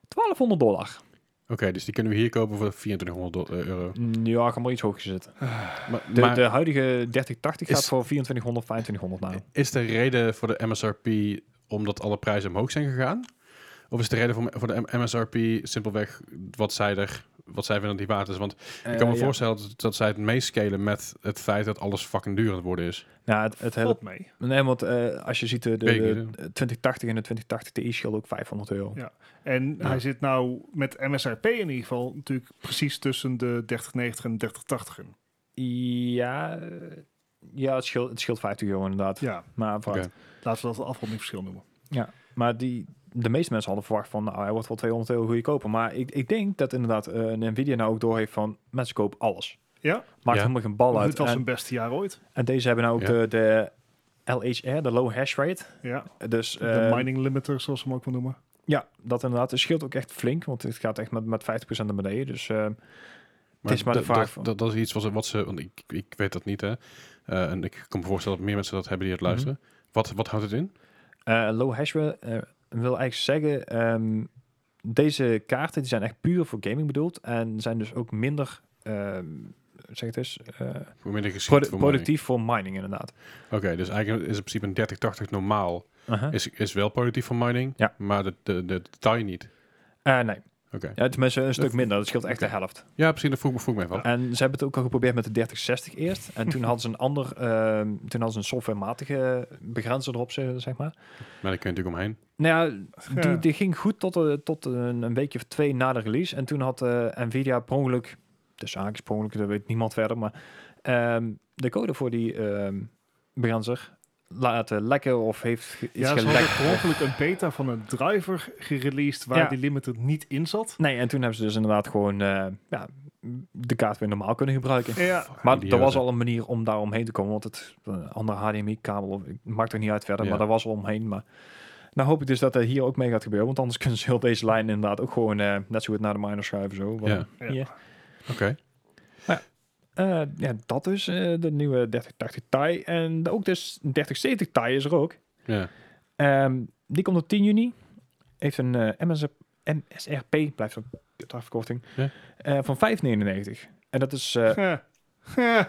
1200 dollar. Uh-huh. Oké, dus die kunnen we hier kopen voor 2400 do- eh, euro. Ja, ga maar iets hoger zitten. Maar, De, maar de huidige 3080 gaat Is- voor 2400, 2500 nou. is de reden voor de MSRP omdat alle prijzen omhoog zijn gegaan? Of is de reden voor, voor de M- MSRP simpelweg wat zij er wat zij vinden dat die waard is? Want ik kan me Eh, ja. voorstellen dat, dat zij het meescalen met het feit dat alles fucking duur aan het worden is. Nou, het, het hele Valt mee. Nee, want eh, als je ziet de, de, Weet ik niet, de 2080 en de 2080 Ti scheelt ook 500 euro. Ja. En Ja. hij zit nou met MSRP in ieder geval natuurlijk precies tussen de 3090 en 3080. in. Ja, eh, ja het, scheelt, het scheelt 50 euro inderdaad. Ja, Maar, vooruit. Oké. laten we dat afrondingsverschil noemen. maar die, de meeste mensen hadden verwacht van, nou, hij wordt wel 200 euro goedkoper. Maar ik, ik denk dat inderdaad eh, Nvidia nou ook door heeft van, mensen kopen alles. Ja. Maakt Ja. helemaal geen bal uit. Het was En, hun beste jaar ooit. en deze hebben nou Ja. ook de, de LHR, de low hash rate. Ja. Dus, De eh, mining limiter, zoals ze hem ook wel noemen. Ja, dat inderdaad. Het scheelt ook echt flink, want het gaat echt met, met 50% naar beneden. Dus eh, Maar Het is maar de dat- vraag dat- van- Dat, dat is iets wat ze, wat ze want ik, ik weet dat niet hè. Eh, en ik kan me voorstellen dat meer mensen dat hebben die het Mhm. luisteren. Wat, wat houdt het in? Eh, low hash rate eh, wil eigenlijk zeggen, ehm, deze kaarten die zijn echt puur voor gaming bedoeld en zijn dus ook minder, ehm, zeg het eens, eh, Hoe minder geschikt produ- voor productief voor mining inderdaad. mining. Oké, dus eigenlijk is in principe een 3080 normaal. Uh-huh. Is, is wel productief voor mining, Ja. maar de, de, de detail niet. Eh, nee, Oké. ja, tenminste een stuk minder, dat scheelt echt de helft. Ja, precies, dat vroeg, me- vroeg me even af. En ze hebben het ook al geprobeerd met de 3060 eerst [LAUGHS] en toen hadden ze een ander, ehm, toen hadden ze een softwarematige begrenzer erop, ze- zeg maar. Maar daar kun je natuurlijk omheen. Nou ja, Ja. die, die ging goed tot, eh, tot een, een weekje of twee na de release. En toen had eh, Nvidia per ongeluk, dus haakjes per ongeluk, dat weet niemand verder, maar ehm, de code voor die ehm begrenzer laten lekken of heeft ge- iets Ja, ze hadden gelekt. per ongeluk een beta van een driver gereleased waar Ja. die limiter niet in zat. Nee, en toen hebben ze dus inderdaad gewoon eh, ja, de kaart weer normaal kunnen gebruiken. Ja, Maar Idioten. er was al een manier om daar omheen te komen, want het een andere HDMI-kabel, of- het maakt er niet uit verder, Ja. maar daar was al omheen. Maar nou hoop ik dus dat dat hier ook mee gaat gebeuren, want anders [LAUGHS] kunnen ze heel deze lijn inderdaad ook gewoon eh, net zo goed naar de miner schuiven. Zo. Want, Ja. Ja. hier. Oké. Eh, ja, dat is eh, de nieuwe 3080 Ti. En ook dus een 3070 Ti is er ook. Ja. Ehm, die komt op 10 juni. Heeft een eh, MSR MSRP, blijft een kut afkorting, Ja. eh, van 5,99. En dat is... eh,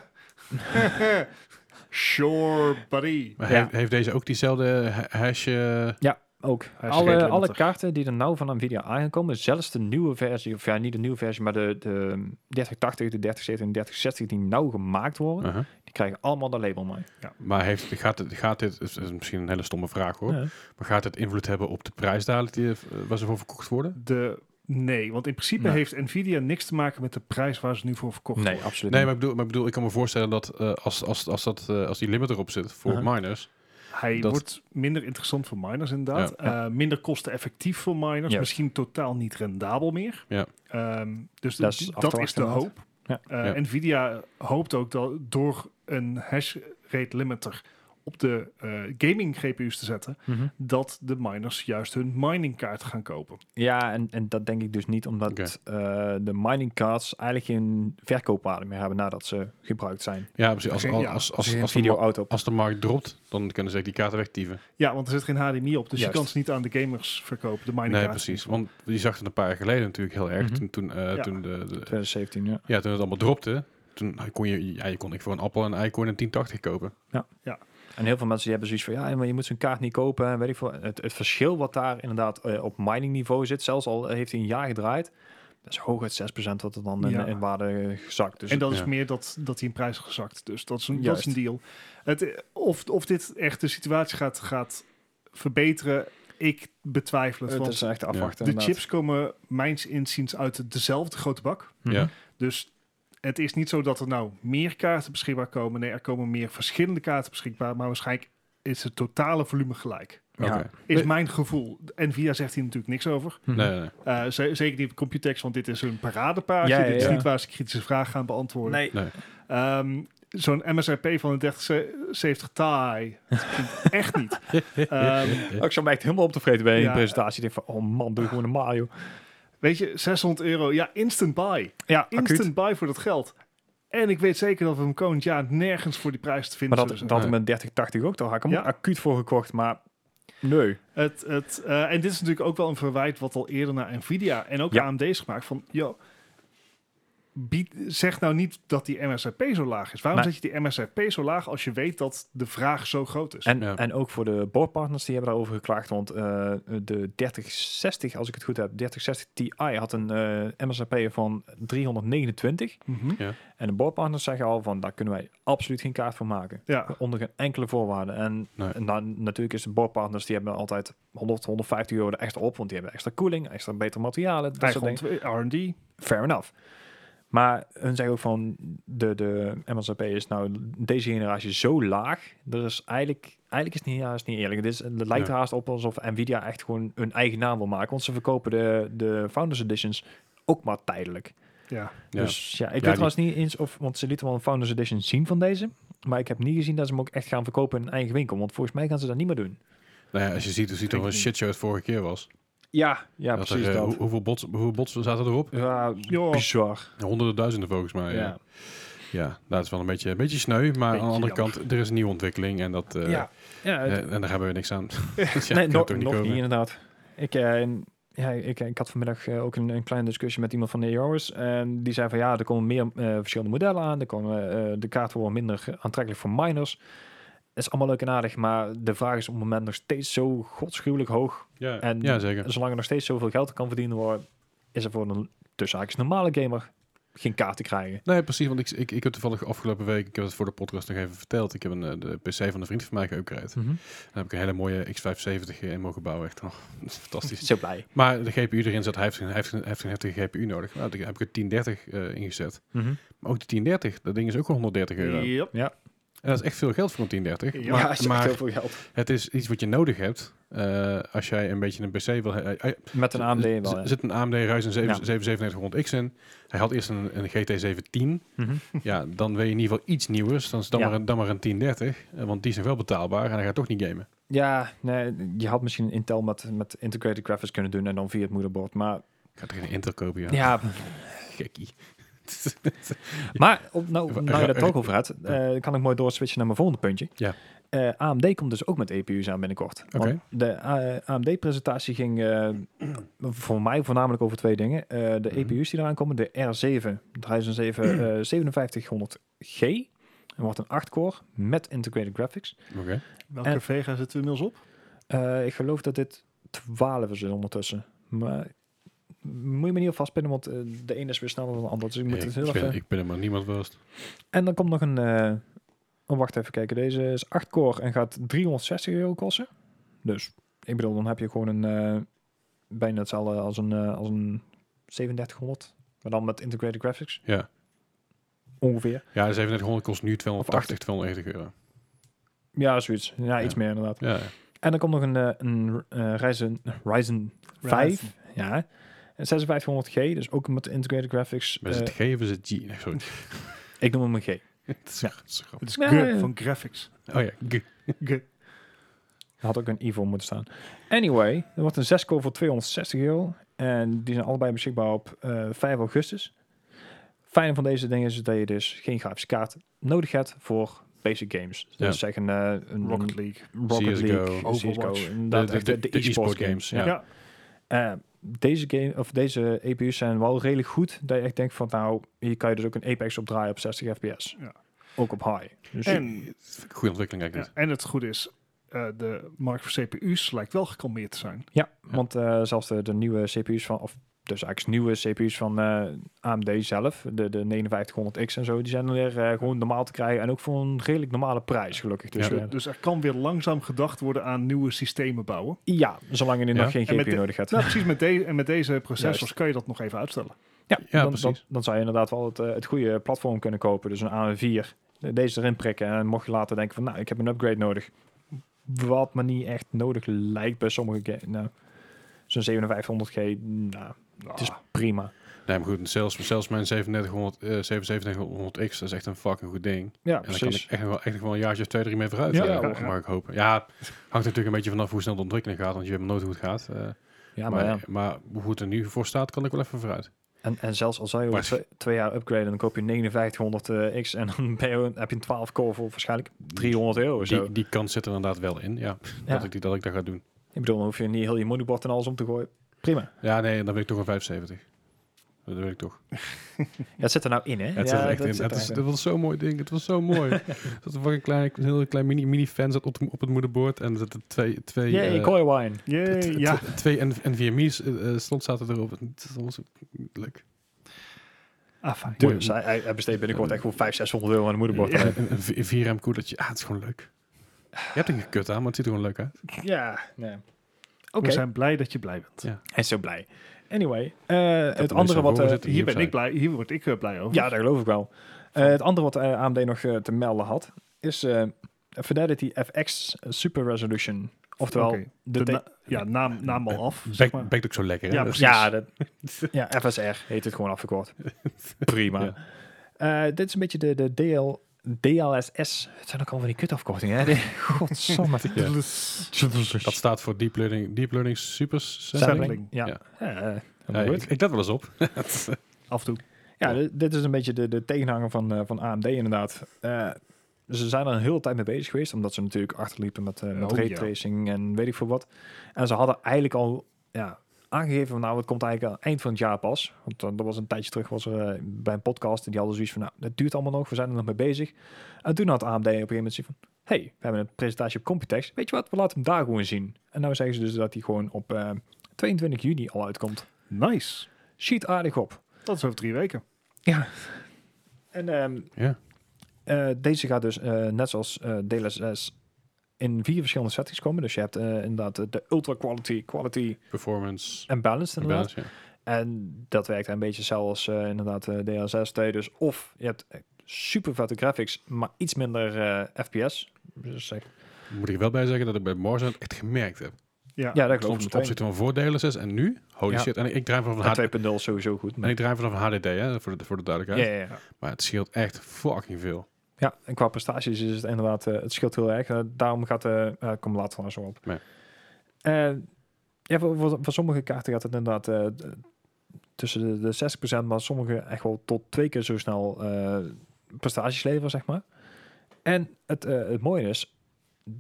sure, buddy. Maar Ja. heeft, heeft deze ook diezelfde ha- hash? eh, Ja, ook. Hij is Alle, redelijk alle nuttig. kaarten die er nou van Nvidia aangekomen, zelfs de nieuwe versie, of ja, niet de nieuwe versie, maar de, de ehm, 3080, de 3070 en 3060 die nou gemaakt worden, aha. die krijgen allemaal dat label mee. Uh-huh. Maar heeft, gaat, het, gaat dit, is is misschien een hele stomme vraag hoor, Ja. maar gaat het invloed hebben op de prijsdaling die, eh, waar ze voor verkocht worden? De, nee, want in principe Nee. heeft Nvidia niks te maken met de prijs waar ze nu voor verkocht Nee, worden. absoluut Nee, niet. maar ik bedoel, maar ik, bedoel ik kan me voorstellen dat eh, als, als, als, dat, eh, als die limit erop zit voor Aha. miners, Hij Dat- wordt minder interessant voor miners inderdaad. Eh, minder kosteneffectief voor miners. Juist. Misschien totaal niet rendabel meer. Ja. Ehm, dus Dat dat, is af te dat is wachten de hoop. inderdaad. Ja. Eh, Ja. Nvidia hoopt ook dat door een hash rate limiter op de eh, gaming GPU's te zetten, Mhm. dat de miners juist hun miningkaart gaan kopen. Ja, en, en dat denk ik dus niet, omdat Oké. eh, de mining cards eigenlijk geen verkoopwaarde meer hebben nadat ze gebruikt zijn. ja, precies, als, Ja. als, als, Als als, je een als, de, ma- video-auto. als de markt dropt, dan kunnen ze die kaarten wegtieven. Ja, want er zit geen HDMI op, dus Juist. je kan ze niet aan de gamers verkopen, de miningkaart. Nee, precies. Want je zag het een paar jaar geleden natuurlijk heel erg. Mhm. Toen, toen, eh, Ja. toen, de, de- 2017, ja. ja, toen het allemaal dropte, toen kon je, ja, je kon ik voor een appel en een ei kon je een 1080 kopen. En heel veel mensen die hebben zoiets van, ja, maar je moet zo'n kaart niet kopen. en Weet ik veel. Het, het verschil wat daar inderdaad eh, op mining niveau zit, zelfs al heeft hij een jaar gedraaid, dat is hooguit 6% wat er dan in, Ja. in waarde eh, gezakt. Dus en dat is ja. meer dat, dat hij in prijs is gezakt. Dus dat is een, dat Juist. is een deal. Het, eh, of, of dit echt de situatie gaat, gaat verbeteren, ik betwijfel het. het Want is echt afwachten. de inderdaad. chips komen mijns inziens uit dezelfde grote bak. Mhm. Ja. Dus het is niet zo dat er nou meer kaarten beschikbaar komen. Nee, er komen meer verschillende kaarten beschikbaar. Maar waarschijnlijk is het totale volume gelijk. Mhm. Ja. Oké. Is Nee. mijn gevoel. Nvidia zegt hier natuurlijk niks over. Mhm. Nee, nee, nee. Eh, ze- zeker niet op Computex, want dit is hun paradepaardje. Ja, ja, Dit is ja. niet waar ze kritische vragen gaan beantwoorden. Nee. Ehm, Zo'n MSRP van een 3070 Ti. Dat klinkt echt [LAUGHS] niet. Ehm, Ik zou me echt helemaal op tevreden bij Ja. een presentatie. Ik denk van, oh man, doe gewoon een Mario. weet je, 600 euro. Ja, instant buy. Ja, Instant buy voor dat geld. En ik weet zeker dat we hem komend jaar nergens voor die prijs te vinden Maar dat, dat zullen hadden we met 3080 ook toch. Had ik hem Ja. ook acuut voor gekocht, maar nee. zijn. Het, het, eh, en dit is natuurlijk ook wel een verwijt wat al eerder naar Nvidia en ook Ja. AMD is gemaakt. Van, joh, bied, zeg nou niet dat die MSRP zo laag is. Waarom Nee. zet je die MSRP zo laag als je weet dat de vraag zo groot is? En, Dus, Ja. en ook voor de boardpartners, die hebben daarover geklaagd. Want eh, de 3060, als ik het goed heb, 3060 Ti had een eh MSRP van 329. Mhm. En de boardpartners zeggen al van, daar kunnen wij absoluut geen kaart voor maken. Ja, Onder geen enkele voorwaarde. En, Nee. en dan, natuurlijk is de boardpartners, die hebben altijd 100, 150 euro er extra op. Want die hebben extra koeling, extra betere materialen. Dat soort eigen dingen. ontw- R&D. Fair enough. Maar hun zeggen ook van, de, de MSRP is nou deze generatie zo laag. Er is eigenlijk, eigenlijk is het niet, ja, is het niet eerlijk. Het, is, het lijkt Ja. haast op alsof Nvidia echt gewoon hun eigen naam wil maken. Want ze verkopen de, de Founders Editions ook maar tijdelijk. Ja. Ja. Dus ja, ik weet die- trouwens niet eens of... Want ze lieten wel een Founders Edition zien van deze. Maar ik heb niet gezien dat ze hem ook echt gaan verkopen in hun eigen winkel. Want volgens mij gaan ze dat niet meer doen. Nou ja, als je ziet, hoe ziet er Denk een ik shitshow het vorige keer was. Ja, ja Dat er, eh, precies dat. hoe- hoeveel, bots, hoeveel bots zaten erop? ja, Joh. bizar. Honderden duizenden volgens mij. Ja. Ja. Ja. dat is wel een beetje, een beetje sneu. Maar aan Beetje de andere jammer. kant, er is een nieuwe ontwikkeling. En, dat, eh, ja. ja, eh, het- en daar hebben we niks [LAUGHS] aan. Dus ja, nee, kan nog, toch nog niet, komen. inderdaad. Ik, eh, ja, ik, ik had vanmiddag eh, ook een, een kleine discussie met iemand van de EOS. En die zei van ja, er komen meer eh, verschillende modellen aan. Er komen, eh, eh, de kaarten worden minder aantrekkelijk voor miners. Het is allemaal leuk en aardig, maar de vraag is op het moment nog steeds zo godsgruwelijk hoog. Ja, En ja, zeker. zolang er nog steeds zoveel geld kan verdiend worden, is er voor een tussen haakjes normale gamer geen kaart te krijgen. Nee, precies. Want ik, ik, ik heb toevallig afgelopen week, ik heb het voor de podcast nog even verteld. Ik heb een, eh, de PC van een vriend van mij geüpgrade. Daar heb ik een hele mooie X570 in mogen bouwen. Echt, oh, [LAUGHS] dat is fantastisch. [LAUGHS] Zo blij. Maar de GPU erin zat, hij heeft, een- hij heeft, een- hij heeft een heftige GPU nodig. Nou, daar heb ik een 1030 eh, ingezet. Maar ook de 1030, dat ding is ook wel 130 euro. Yep. En dat is echt veel geld voor een 1030. Ja, ja, maar, is echt maar heel veel geld. het is iets wat je nodig hebt eh, als jij een beetje een PC wil hebben. Eh, eh, Met een AMD wel. Er ja. zit een AMD Ryzen 7, Ja. 7700X in. Hij had eerst een, een [LAUGHS] GT710. Mhm. Ja, dan wil je in ieder geval iets nieuws. Dan is dan, Ja. maar, een, dan maar een 1030, eh, want die is nog wel betaalbaar en hij gaat toch niet gamen. Ja, nee, je had misschien een Intel met, met integrated graphics kunnen doen en dan via het moederbord. Maar Ik ga er geen Intel kopen, ja. ja, [LAUGHS] Gekkie. maar op, nou, [LAUGHS] Ra- nou je dat ra- toch over hebt, eh, kan ik mooi doorswitchen naar mijn volgende puntje. Ja. Eh, AMD komt dus ook met EPU's aan binnenkort. Oké. Want De eh, AMD-presentatie ging eh, [CLEARS THROAT] voor mij voornamelijk over twee dingen. Eh, de Mhm. EPU's die eraan komen, de R7, de Ryzen 7 5700G. eh, En wordt een 8-core met integrated graphics. Oké. Welke En- Vega zitten we inmiddels op? Eh, ik geloof dat dit 12 is ondertussen. Maar moet je me niet op vastpinnen, want eh, de ene is weer sneller dan de ander. Dus ik moet Ik, het heel ik ben, even... ik ben er maar niemand vast. En dan komt nog een... eh, oh, wacht even kijken. Deze is 8 core en gaat 360 euro kosten. Dus, ik bedoel, dan heb je gewoon een... eh, bijna hetzelfde als een, eh, als een 3700. Maar dan met integrated graphics. Ja. Ongeveer. Ja, de 3700 kost nu 280, 290 euro. Ja, zoiets. Ja, iets Ja. meer inderdaad. Ja, En dan komt nog een, eh, een eh, Ryzen, Ryzen 5. Ja. En 5600G, dus ook met integrated graphics. maar is het Eh, G of is het G? Nee, [LAUGHS] sorry. ik noem hem een G. Het is, Ja. het is grappig. Het is Nee. G van graphics. Oh ja, G. G. Had ook een Evo moeten staan. Anyway, er wordt een 6 core voor 260 euro. En die zijn allebei beschikbaar op eh, 5 augustus. Fijne van deze dingen is dat je dus geen grafische kaart nodig hebt voor basic games. Dus Ja. zeg een, eh, een Rocket League. Rocket CS:GO, League, Overwatch. CS:GO, inderdaad, De- de- echt de, de, de e-sport e-sport games. games, Ja. ja. Ja. Eh, deze, game, of deze EPU's zijn wel redelijk goed. Dat je echt denkt van nou, hier kan je dus ook een Apex op draaien op 60 fps. Ja. Ook op high. Dus En, Goede ontwikkeling eigenlijk. ja, dit. en het goede is, eh, de markt voor CPU's lijkt wel gekalmeerd te zijn. Ja, Ja. want eh, zelfs de, de nieuwe CPU's van, of dus eigenlijk nieuwe CPU's van eh, AMD zelf, de, de 5900X en zo, die zijn weer eh, gewoon normaal te krijgen en ook voor een redelijk normale prijs gelukkig. Dus Ja. eh, Dus, dus er kan weer langzaam gedacht worden aan nieuwe systemen bouwen. ja, zolang je nu Ja. nog geen En met GPU de- nodig hebt. Nou, precies met, de, en met deze processors Juist. kan je dat nog even uitstellen. Ja, Ja, dan, dan, precies. dan zou je inderdaad wel het, eh, het goede platform kunnen kopen. Dus een AM4, eh, deze erin prikken. En mocht je later denken van, nou, ik heb een upgrade nodig. Wat me niet echt nodig lijkt bij sommige games. Nou, zo'n 5700G, nou, het is prima. Nee, maar goed, zelfs, zelfs mijn 3700, eh 7700X, dat is echt een fucking goed ding. Ja, En daar kan ik precies. echt nog wel, echt nog wel een jaartje of twee, drie mee vooruit, Ja, eh, ja, mag- ja. mag ik hopen. Ja, hangt natuurlijk een beetje vanaf hoe snel de ontwikkeling gaat, want je weet maar nooit hoe het gaat. eh, Ja, maar, maar, ja. maar hoe het er nu voor staat, kan ik wel even vooruit. En, en zelfs al zou je Maar- over twee, twee jaar upgraden, dan koop je 5900 eh, X en dan ben je, heb je een 12 core voor waarschijnlijk 300 euro. of Zo. Die, die kans zit er inderdaad wel in, ja. Ja. Dat, ik, die- dat ik dat ga doen. Ik bedoel, dan hoef je niet heel je moederbord en alles om te gooien. Prima. Ja, nee, dan wil ik toch een 75. Dat wil ik toch. Ja, het zit er nou in, hè? Het, ja, zit er echt dat in. zit Het er is, echt dat was zo'n mooi ding. Het was zo [LAUGHS] mooi. dat er een, klein, een heel klein mini, mini fan zat op, de- op het moederbord. En er zaten twee, twee, in. Yay, eh, Koi Wine. Yay, t- t- ja. twee N- NVMe's eh, eh, slot zaten erop. Het was leuk. Ah, fijn. Mooi. Dus hij, hij- hij besteedt binnenkort echt gewoon 500, 600 euro aan een moederbord. Ja, een, een, v- een 4M koelertje. Ah, het is gewoon leuk. Je hebt een kut aan, maar het ziet er gewoon leuk uit. Ja, nee. Oké, We zijn blij dat je blij bent. hij is zo blij. Anyway, eh, het andere aan wat... voren eh, zit. Hier ben ik blij. Hier word ik eh, blij over. ja, daar geloof ik wel. Eh, het andere wat eh, AMD nog eh, te melden had, is eh Fidelity FX Super Resolution. Oftewel, Oké. de, De te- na- ja naam, naam al af. Zeg maar. Bek, bekt ook zo lekker. hè? Dus Ja, Dat is- Ja, dat, ja, FSR heet het gewoon afgekort. Prima. Ja. Eh, dit is een beetje de, de DL, DLSS. Het zijn ook al van die kutafkortingen, hè? [LAUGHS] Die- Godsamme. Ja. [LAUGHS] Dat staat voor Deep Learning, deep learning Super Sampling. Sampling. Ja. Ja. Eh, Ja, helemaal ik, goed. ik let wel eens op. Af en toe. Ja, dit, dit is een beetje de, de tegenhanger van, eh, van AMD inderdaad. Eh, ze zijn er een hele tijd mee bezig geweest, omdat ze natuurlijk achterliepen met, eh met Oh, ja. raytracing en weet ik veel wat. En ze hadden eigenlijk al ja, aangegeven, van, nou, het komt eigenlijk aan het eind van het jaar pas. Want eh, dat was een tijdje terug, was er eh, bij een podcast, en die hadden zoiets van, nou, dat duurt allemaal nog, we zijn er nog mee bezig. En toen had AMD op een gegeven moment zoiets van, hey, we hebben een presentatie op Computex, weet je wat, we laten hem daar gewoon zien. En nou zeggen ze dus dat hij gewoon op eh, 22 juni al uitkomt. Nice. Schiet aardig op. Dat is over drie weken. En ehm, Ja. eh, deze gaat dus eh, net zoals eh DLSS in vier verschillende settings komen. Dus je hebt eh, inderdaad de- de ultra quality, quality Performance. en balanced inderdaad. balance, ja. En dat werkt een beetje zelfs eh inderdaad eh, DLSS 2. Dus of je hebt echt super vette graphics, maar iets minder eh, FPS. Dus, eh, Moet ik er wel bij zeggen dat ik bij Warzone echt gemerkt heb. Ja. ja, dat Soms klopt. meteen. opzichten van voordelen is en nu, holy Ja. shit. En ik, ik draai vanaf een En HD 2.0 is sowieso goed. en Maar, ik draai vanaf een HDD, hè, voor de, voor de ja, duidelijkheid. ja, ja. Maar het scheelt echt fucking veel. Ja, en qua prestaties is het inderdaad, eh, het scheelt heel erg. Eh, daarom gaat, eh eh, ik kom later wel zo op. Ja. Eh, ja, voor, voor, voor sommige kaarten gaat het inderdaad eh, d- tussen de, de 60%, maar sommige echt wel tot twee keer zo snel eh, prestaties leveren, zeg maar. En het, eh, het mooie is,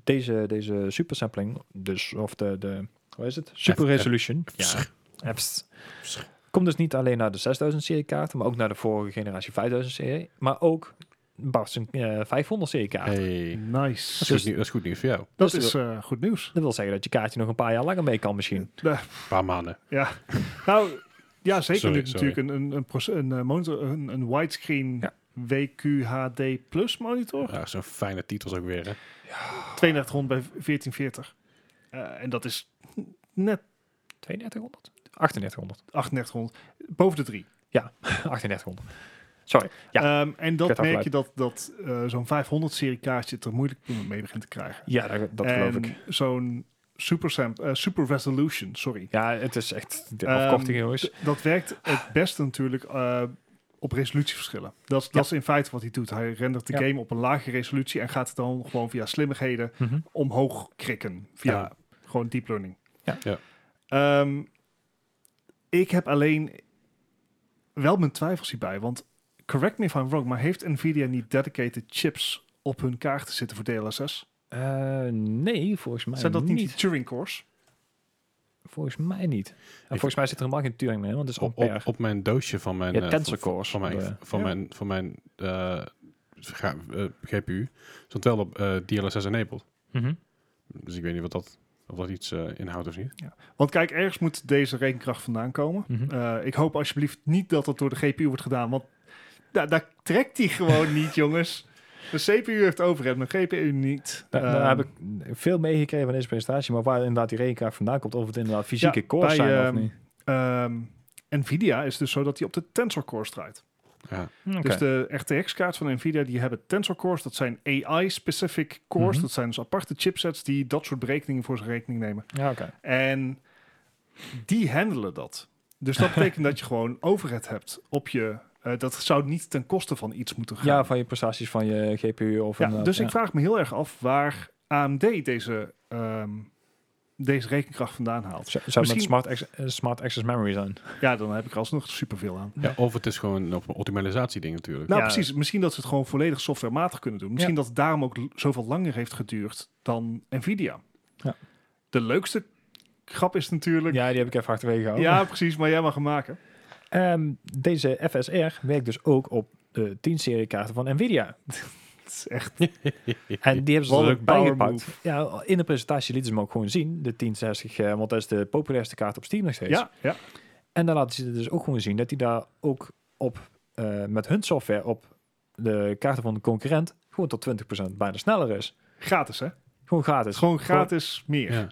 deze, deze supersampling, dus of de, de, hoe is het? Super F- F- resolution. Pss, Eps. Komt dus niet alleen naar de 6000 serie kaarten, maar ook naar de vorige generatie 5000 serie, maar ook Bart eh 500 serie kaart. Hey. Dat, Nice. is goed, nieuws- dat is goed nieuws voor jou. Een Dat Dus- is eh, goed nieuws. Dat wil zeggen dat je kaartje nog een paar jaar langer mee kan misschien. Eh, paar maanden. Nou, ja, zeker Sorry, nu het sorry. natuurlijk een, een, een, proce- een eh, monitor, een, een widescreen Ja. WQHD plus monitor. Ja, Zo'n fijne titels ook weer. Hè. Ah. 3200 bij 1440. Eh, en dat is net 3200? 3800. 3800. Boven de drie. 3800. Sorry. Ja, Ehm, en dat Get merk je afleid. dat, dat eh, zo'n 500 serie kaartje het er moeilijk mee begint te krijgen. ja dat, dat geloof en ik. zo'n super, sam- eh, super resolution, sorry. Ja, het is echt de Ehm, afkorting, jongens. D- Dat werkt het beste natuurlijk eh, op resolutieverschillen. Dat, is- Ja. dat is in feite wat hij doet. Hij rendert de Ja. game op een lage resolutie en gaat het dan gewoon via slimmigheden Mhm. omhoog krikken. Via Ja. gewoon deep learning. Ja. Ja. Ehm, ik heb alleen wel mijn twijfels hierbij. Want correct me if I'm wrong, maar heeft Nvidia niet dedicated chips op hun kaarten zitten voor DLSS? Eh, nee, volgens mij Zijn dat niet, niet. die Turing cores? Volgens mij niet. En volgens mij zit er helemaal geen Turing mee, want het is Op, ampère. op, op mijn doosje van mijn... Ja, eh, tensor van- cores. Van mijn, De- van ja. mijn, van mijn eh, ga- eh, GPU. Stond wel op eh, DLSS enabled. Mhm. Dus ik weet niet wat dat, of dat iets eh, inhoudt of niet. Want kijk, ergens moet deze rekenkracht vandaan komen. Mhm. Eh, ik hoop alsjeblieft niet dat dat door de GPU wordt gedaan, want da- daar trekt hij [LAUGHS] gewoon niet, jongens. De CPU heeft overhead, maar GPU niet. Daar, daar Ehm, Nou, heb ik veel meegekregen van deze presentatie, maar waar inderdaad die rekenkaart vandaan komt, of het inderdaad fysieke Ja, cores bij, zijn ehm, of niet. ehm, Nvidia is dus zo dat hij op de Tensor Cores draait. Ja. Oké. Dus de RTX-kaart van Nvidia, die hebben Tensor Cores. Dat zijn AI-specific cores. Mhm. Dat zijn dus aparte chipsets die dat soort berekeningen voor zijn rekening nemen. ja, oké. En die handelen dat. [LAUGHS] Dus dat betekent dat je gewoon overhead hebt op je... eh, dat zou niet ten koste van iets moeten gaan. ja, van je prestaties van je GPU of eh, eh, Ja, inderdaad, dus ja. ik vraag me heel erg af waar AMD deze ehm, deze rekenkracht vandaan haalt. Zou zou Misschien- met smart, ex- eh, smart Access Memory zijn. Ja, dan heb ik er alsnog superveel aan. Ja, of het is gewoon een optimalisatie ding natuurlijk. Nou, Ja. precies. Misschien dat ze het gewoon volledig softwarematig kunnen doen. Misschien dat het daarom ook l- zoveel langer heeft geduurd dan Nvidia. Ja. De leukste grap is natuurlijk... Ja, oh. Ja, die heb ik even achterwege gehouden. precies, maar jij mag hem maken. Ehm, deze FSR werkt dus ook op de 10-serie kaarten van Nvidia. Het is echt... En die hebben ze Wat er een ook power bijgepakt. Ja, in de presentatie lieten ze hem ook gewoon zien, de 1060, eh, want dat is de populairste kaart op Steam nog steeds. Ja, ja. En dan laten ze dus ook gewoon zien dat die daar ook op, eh, met hun software op de kaarten van de concurrent gewoon tot 20% bijna sneller is. Gratis, hè? Gewoon gratis. Het is gewoon gratis meer. Ja.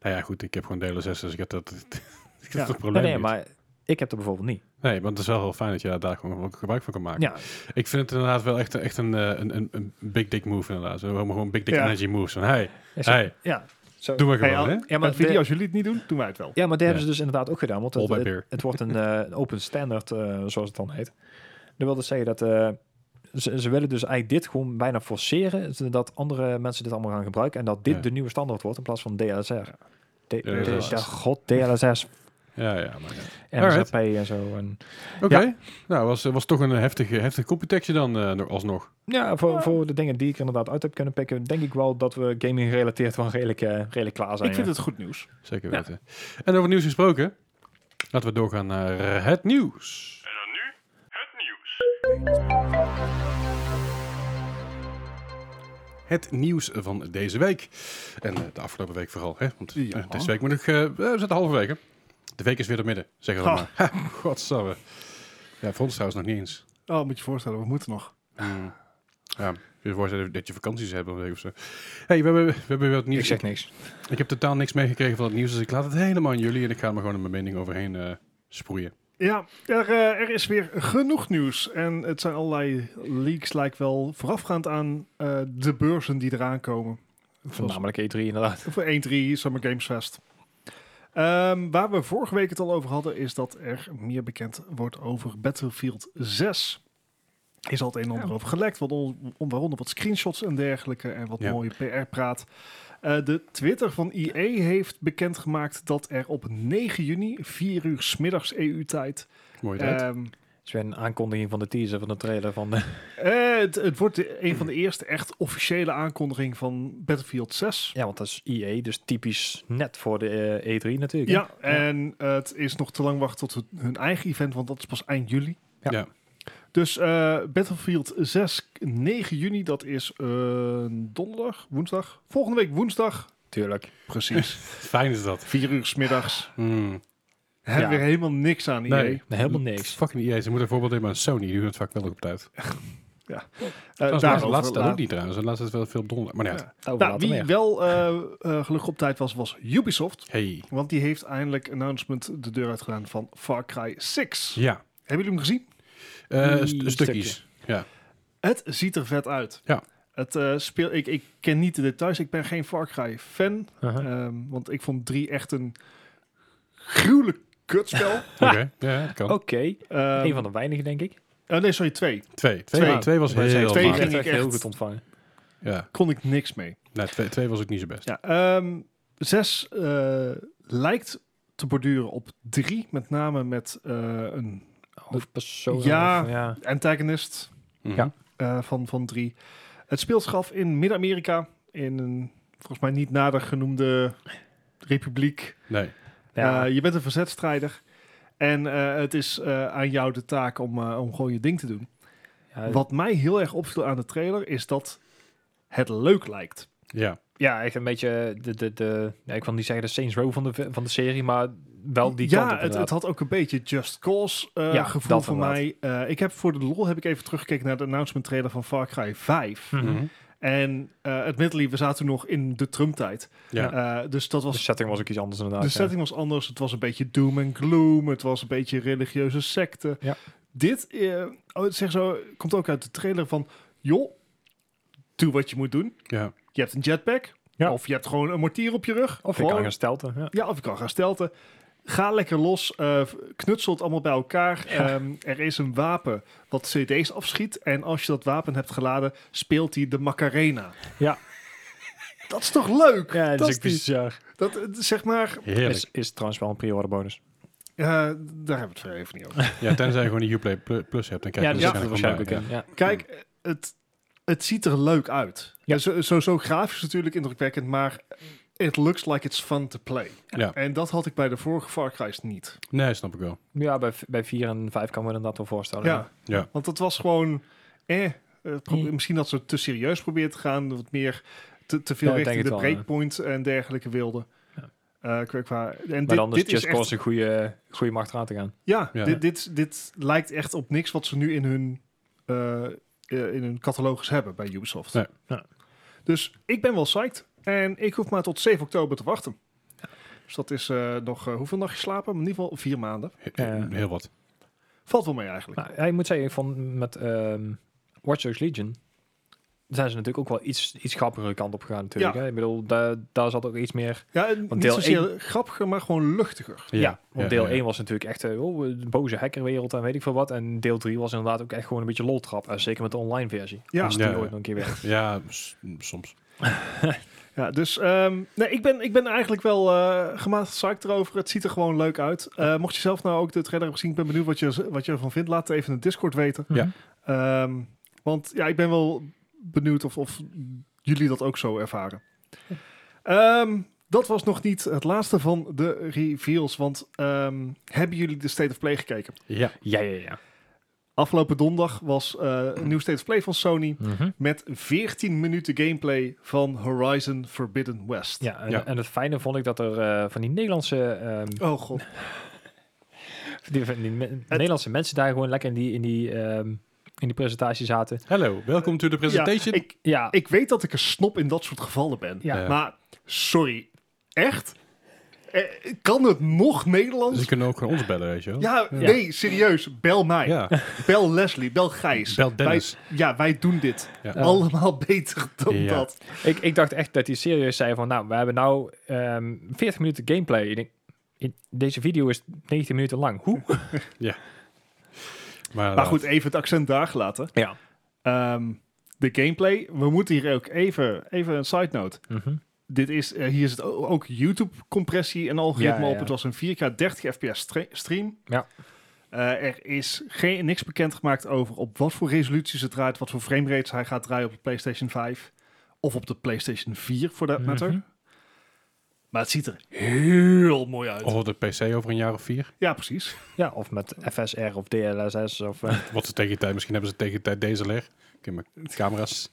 Nou ja, goed, ik heb gewoon DLSS, dus ik heb dat, [LAUGHS] ik heb Ja. dat probleem nee, nee, niet. maar ik heb dat bijvoorbeeld niet. Nee, want het is wel heel fijn dat je daar gewoon ook gebruik van kan maken. Ja, Ik vind het inderdaad wel echt, echt een, eh, een, een, een big dick move inderdaad. Zo, helemaal gewoon big dick Ja. energy moves. Van, hey, is- hey, ja. Zo. doe maar Hey, gewoon, al- hè? ja, maar maar Nvidia, de- als jullie het niet doen, doen wij het wel. Ja, maar die Ja. hebben ze dus inderdaad ook gedaan. Want All het, by het- beer. het wordt een eh, open standard, eh, zoals het dan heet. Dat wil dus zeggen dat eh, ze, ze willen dus eigenlijk dit gewoon bijna forceren. Zodat andere mensen dit allemaal gaan gebruiken. En dat dit Ja. de nieuwe standaard wordt in plaats van DLSR. D- DLSS. D- ja, god, DLSS, Ja, ja, maar ja. MSRP en zo. En, Oké, nou, was, was toch een heftige, heftig computekje dan eh, nog alsnog. ja, voor, voor de dingen die ik er inderdaad uit heb kunnen pikken, denk ik wel dat we gaming gerelateerd wel redelijk, eh, redelijk klaar zijn. Ik vind ja. het goed nieuws. Zeker Ja. weten. En over nieuws gesproken, laten we doorgaan naar het nieuws. En dan nu het nieuws. Het nieuws van deze week. En eh, de afgelopen week vooral, hè? Want eh, Ja. deze week moet ik... eh we zitten halve week, hè? De week is weer door midden, zeggen we Ha. maar. [LAUGHS] Ha, Godsamme. Ja, voor ons trouwens nog niet eens. Oh, moet je voorstellen, we moeten nog. Hmm. Ja, je voorstellen dat je vakanties hebt of een week of zo. hey, we hebben, we hebben weer wat Ik nieuws. zeg niks. Ik heb totaal niks meegekregen van het nieuws, dus ik laat het helemaal aan jullie. En ik ga me gewoon in mijn mening overheen eh, sproeien. Ja, er, eh, er is weer genoeg nieuws. En het zijn allerlei leaks, lijkt wel voorafgaand aan eh, de beurzen die eraan komen. Voornamelijk E3 E inderdaad. Voor 1-3 Summer Games Fest. Ehm, waar we vorige week het al over hadden, is dat er meer bekend wordt over Battlefield 6. Is al het een en ander over gelekt, wat on- on- waaronder wat screenshots en dergelijke en wat Ja. mooie PR-praat. Eh, de Twitter van EA heeft bekendgemaakt dat er op 9 juni, 4 uur 's middags E EU-tijd, Mooi tijd. Dat is weer een aankondiging van de teaser van de trailer van de Eh, het, het wordt de- een van de eerste echt officiële aankondigingen van Battlefield 6. Ja, want dat is EA, dus typisch net voor de eh, E3 natuurlijk. hè? Ja, en eh, het is nog te lang wachten tot hun- hun eigen event, want dat is pas eind juli. Ja. Dus eh, Battlefield 6, 9 juni, dat is een donderdag, woensdag. Volgende week woensdag. tuurlijk. [LAUGHS] Precies. Fijn is dat. 4 uur 's middags. Hmm. Hebben Ja. we helemaal niks aan E idee. Nee. Nee, helemaal niks. Fucking EA, ze moeten een voorbeeld nemen aan Sony. Die doen het vaak wel op tijd. Eh, Trouwens, daarover laatst dat laat- ook niet trouwens. Laatst is het wel veel op donderdag. Maar ja. Ja. Over Nou, later wie meer. wel eh, eh, gelukkig op tijd was, was Ubisoft. Hey. Want die heeft eindelijk announcement de deur uitgedaan van Far Cry 6. Ja. Hebben jullie hem gezien? Eh, Die st- stukje. stukjes. Ja. Het ziet er vet uit. Ja. Het, eh, speel, ik, ik ken niet de details. Ik ben geen Far Cry fan. Uh-huh. ehm, want ik vond 3 echt een gruwelijk kutspel. Oké. Ja, Eh, dat kan. Oké, Ehm, een van de weinigen denk ik. eh, nee, sorry, 2. Twee. Twee, Twee. twee, was Maar heel twee matig. ging werd ik echt- heel goed ontvangen. Ja. Kon ik niks mee. Nee, twee, twee was ook niet zo best. Ja, ehm, zes eh, lijkt te borduren op 3. Met name met eh, een Hoofdpersoon. Ja. of- ja. antagonist Mhm. Ja. eh, van, van 3. Het speelt zich af in Midden-Amerika. In een volgens mij niet nader genoemde republiek. Nee. Ja. Eh, je bent een verzetstrijder. En eh, het is eh, aan jou de taak om, eh, om gewoon je ding te doen. Ja, Wat mij heel erg opviel aan de trailer is dat het leuk lijkt. Ja. ja, echt een beetje de, de, de ja, ik wil niet zeggen de Saints Row van de, van de serie, maar wel die kant ja, op het, het inderdaad. had ook een beetje Just Cause eh, Ja, gevoel dat voor mij. Eh, ik heb voor de lol heb ik even teruggekeken naar de announcement trailer van Far Cry 5. Mhm. Mhm. En eh admittedly, we zaten toen nog in de Trump-tijd. Ja. Eh, dus dat De was setting was ook iets anders inderdaad. De ja. setting was anders. Het was een beetje doom en gloom. Het was een beetje religieuze secte. Ja. Dit, eh, oh, zeg zo, komt ook uit de trailer van... joh, doe wat je moet doen. Ja. Je hebt een jetpack. Ja. Of je hebt gewoon een mortier op je rug. Of ik Gewoon- kan gesteld. Ja. Ja, of je kan gaan stelten. Ga lekker los. eh, knutsel het allemaal bij elkaar. Ehm, er is een wapen wat cd's afschiet. En als je dat wapen hebt geladen, speelt hij de Macarena. Ja. Dat is toch leuk? Ja, dat is ook Fantastisch. bizar. Dat, eh, zeg maar, Heerlijk. Is, is trouwens wel een pre-order bonus. eh, daar hebben we het verder even niet over. Ja, tenzij je gewoon die Uplay pl- Plus hebt, dan krijg je dat ja, is dat waarschijnlijk, waarschijnlijk ook gewoon in. Ja. Kijk, eh, het, het ziet er leuk uit. Ja. Ja. Zo, zo, zo grafisch natuurlijk indrukwekkend, maar it looks like it's fun to play. Ja. En dat had ik bij de vorige Far Cry's niet. bij. Nee, snap ik wel. Ja, bij, v- bij 4 en 5 kan me inderdaad wel voorstellen. Ja. Ja. Want dat was gewoon, eh, eh, pro- Ja. misschien dat ze te serieus probeert te gaan, wat meer te, te veel Ja, ik denk richting de het wel, ja. breakpoint breakpoint en dergelijke wilden. Ja. Eh, qua- qua- en Maar dit, dan is dit is Just echt, Cause een goede, goede macht eraan te gaan. ja, Ja. Dit, dit, dit lijkt echt op niks wat ze nu in hun, eh, eh, in hun catalogus hebben bij Ubisoft. Nee. Ja. Dus ik ben wel psyched en ik hoef maar tot 7 oktober te wachten. Dus dat is eh, nog eh, hoeveel nachtjes slapen? Maar in ieder geval vier maanden. He- Ja. Heel wat. Valt wel mee eigenlijk. Maar Nou, ja, ik moet zeggen, ik vond met ehm Watch Dogs Legion zijn ze natuurlijk ook wel iets, iets grappiger kant op gegaan natuurlijk. Ja. Hè? Ik bedoel, daar, daar zat ook iets meer... Ja, en niet deel zozeer grappiger, maar gewoon luchtiger. Ja, want deel ja, 1 ja. was natuurlijk echt eh, oh, de boze hackerwereld en weet ik veel wat. En deel 3 was inderdaad ook echt gewoon een beetje loltrap. En zeker met de online versie. Ja. Als die Ja, ja. ooit nog een keer [LAUGHS] werkt. Ja, s- soms. Ja, dus ehm, nee, ik, ben, ik ben eigenlijk wel eh gematigd psyched erover. Het ziet er gewoon leuk uit. Eh, mocht je zelf nou ook de trailer hebben gezien, ik ben benieuwd wat je, wat je ervan vindt. Laat het even in de Discord weten. Ja. Ehm, want ja, ik ben wel benieuwd of, of jullie dat ook zo ervaren. Ehm, dat was nog niet het laatste van de reveals. Want ehm, hebben jullie de State of Play gekeken? Ja. Ja, ja, ja. Afgelopen donderdag was eh, een nieuw State of Play van Sony. Met 14 minuten gameplay van Horizon Forbidden West. Ja, en, Ja. en het fijne vond ik dat er eh, van die Nederlandse, ehm, Oh god. die, van die me- Nederlandse mensen daar gewoon lekker in die, in die, ehm, in die presentatie zaten. Hallo, welkom to the presentation. Ja, ik, Ja, ik weet dat ik een snop in dat soort gevallen ben. ja. Ja. Maar, sorry, echt? Eh, kan het nog Nederlands? Ze kunnen Dus ook gewoon ons bellen, weet je wel. Ja, nee, serieus. Bel mij. Ja. Bel Leslie. Bel Gijs. Bel Dennis. Wij, ja, wij doen dit. Ja. Allemaal [LAUGHS] beter dan Ja. dat. Ik, ik dacht echt dat hij serieus zei van, nou, we hebben nou ehm 40 minuten gameplay. Ik denk, in, deze video is 19 minuten lang. Hoe? [LAUGHS] Maar, Maar goed, even het accent daar gelaten. Ja. Ehm, de gameplay. We moeten hier ook even, even een side note. Mhm. Dit is, eh, hier zit o- ook YouTube-compressie en algoritme Ja, ja. op. Het was een 4K 30 fps stre- stream. Ja. Eh, er is geen, niks bekendgemaakt over op wat voor resoluties het draait, wat voor framerates hij gaat draaien op de PlayStation 5 of op de PlayStation 4 voor dat matter. Mhm. Maar het ziet er heel mooi uit. Oh. Of op eh, de PC over een jaar of vier. Ja, [LAUGHS] precies. Ja, of met FSR of DLSS of... [LAUGHS] eh, Wat ze tegen die tijd, misschien hebben ze tegen die tijd deze leg. Oké, maar camera's.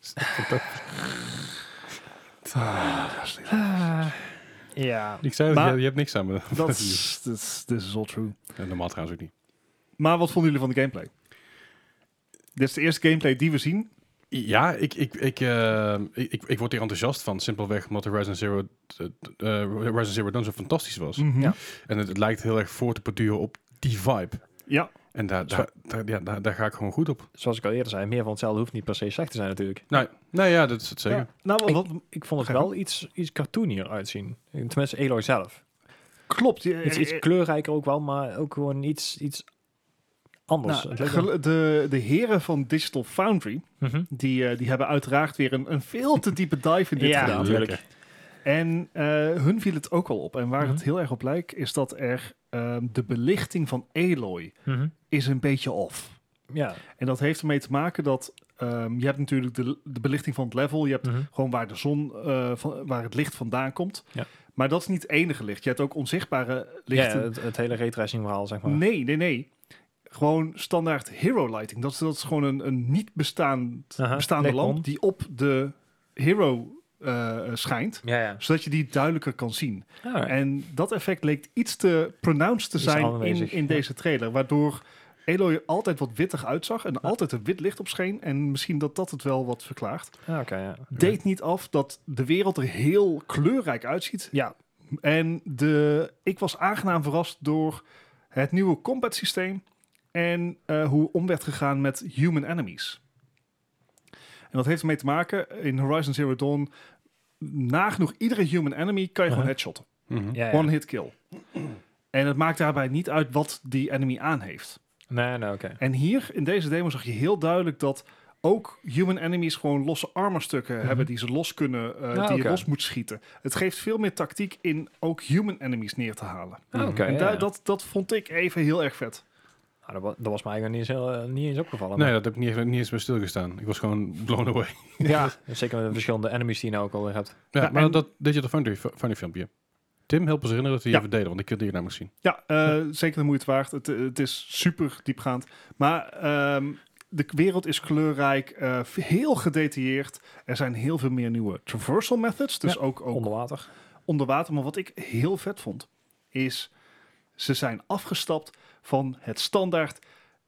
[LAUGHS] ja. Ik zei het, Maar- je, je hebt niks aan me. [LAUGHS] Dat is dat is- this is all true. En normaal trouwens ook niet. Maar wat vonden jullie van de gameplay? Dit is de eerste gameplay die we zien. Ja, ik, ik, ik, ehm, ik, ik, ik word hier enthousiast van. Simpelweg omdat Horizon Zero, eh, eh, Horizon Zero Dawn zo fantastisch was. Mhm. Ja. En het, het lijkt heel erg voor te borduren op die vibe. ja. En daar, daar, daar, ja, daar, daar ga ik gewoon goed op. Zoals ik al eerder zei, meer van hetzelfde hoeft niet per se slecht te zijn natuurlijk. Nee, nee ja, dat is het zeker. Ja. Nou, wat, Ik vond het Ga je wel iets, iets cartoonier uitzien. Tenminste, Eloy zelf. klopt. Je- Iets, iets kleurrijker ook wel, maar ook gewoon iets, iets anders. Nou, Het leek wel- gel- de, de heren van Digital Foundry, Mhm. die, eh, die hebben uiteraard weer een, een veel te diepe dive in dit Ja. gedaan. Lekker. tuurlijk. En eh, hun viel het ook al op. En waar het Mhm. heel erg op lijkt, is dat er ehm, de belichting van Aloy Mhm. is een beetje off. Ja. En dat heeft ermee te maken dat ehm, je hebt natuurlijk de, de belichting van het level, je hebt Mhm. gewoon waar de zon, eh, van, waar het licht vandaan komt. Ja. Maar dat is niet het enige licht. Je hebt ook onzichtbare ja, lichten. het, het hele raytracing verhaal, zeg maar. Nee, nee, nee. Gewoon standaard hero lighting. Dat is, dat is gewoon een, een niet bestaand, Aha, bestaande lekker om. lamp die op de hero eh, schijnt. Ja, ja. Zodat je die duidelijker kan zien. Alright. En dat effect leek iets te pronounced te Is zijn in, aanwezig, in ja. deze trailer. Waardoor Eloy er altijd wat wittig uitzag en altijd een wit licht op scheen. En misschien dat dat het wel wat verklaart. Ah, oké, ja. Deed niet af dat de wereld er heel kleurrijk uitziet. Ja, En de, ik was aangenaam verrast door het nieuwe combat systeem en eh, hoe om werd gegaan met human enemies. En dat heeft ermee te maken, in Horizon Zero Dawn, nagenoeg iedere human enemy kan je gewoon headshotten. Mhm. ja, ja. One hit kill. En het maakt daarbij niet uit wat die enemy aan heeft. Nee, nee, oké. En hier in deze demo zag je heel duidelijk dat Ook human enemies gewoon losse armorstukken Mhm. hebben die ze los kunnen, eh, Ah, die je oké. los moet schieten. Het geeft veel meer tactiek in ook human enemies neer te halen. Ah, Oké, en ja, da- ja. dat, dat vond ik even heel erg vet. Ah, dat, wa- dat was mij eigenlijk niet eens, heel, eh, niet eens opgevallen. Nee, dat heb ik niet, echt- niet eens bij stilgestaan. Ik was gewoon blown away. maar- ja. [LAUGHS] Zeker met de verschillende enemies die je nou ook alweer hebt. Ja, Ja, maar en- dat Digital Foundry, Foundry filmpje. Tim, help ons herinneren dat we die Ja. even deden, want ik wilde hier namelijk zien. Ja, eh, zeker de moeite waard. Het, het is super diepgaand. Maar ehm, de wereld is kleurrijk, eh, heel gedetailleerd. Er zijn heel veel meer nieuwe traversal methods. Dus ook, ook Onder water. onder water. Maar wat ik heel vet vond, is ze zijn afgestapt van het standaard,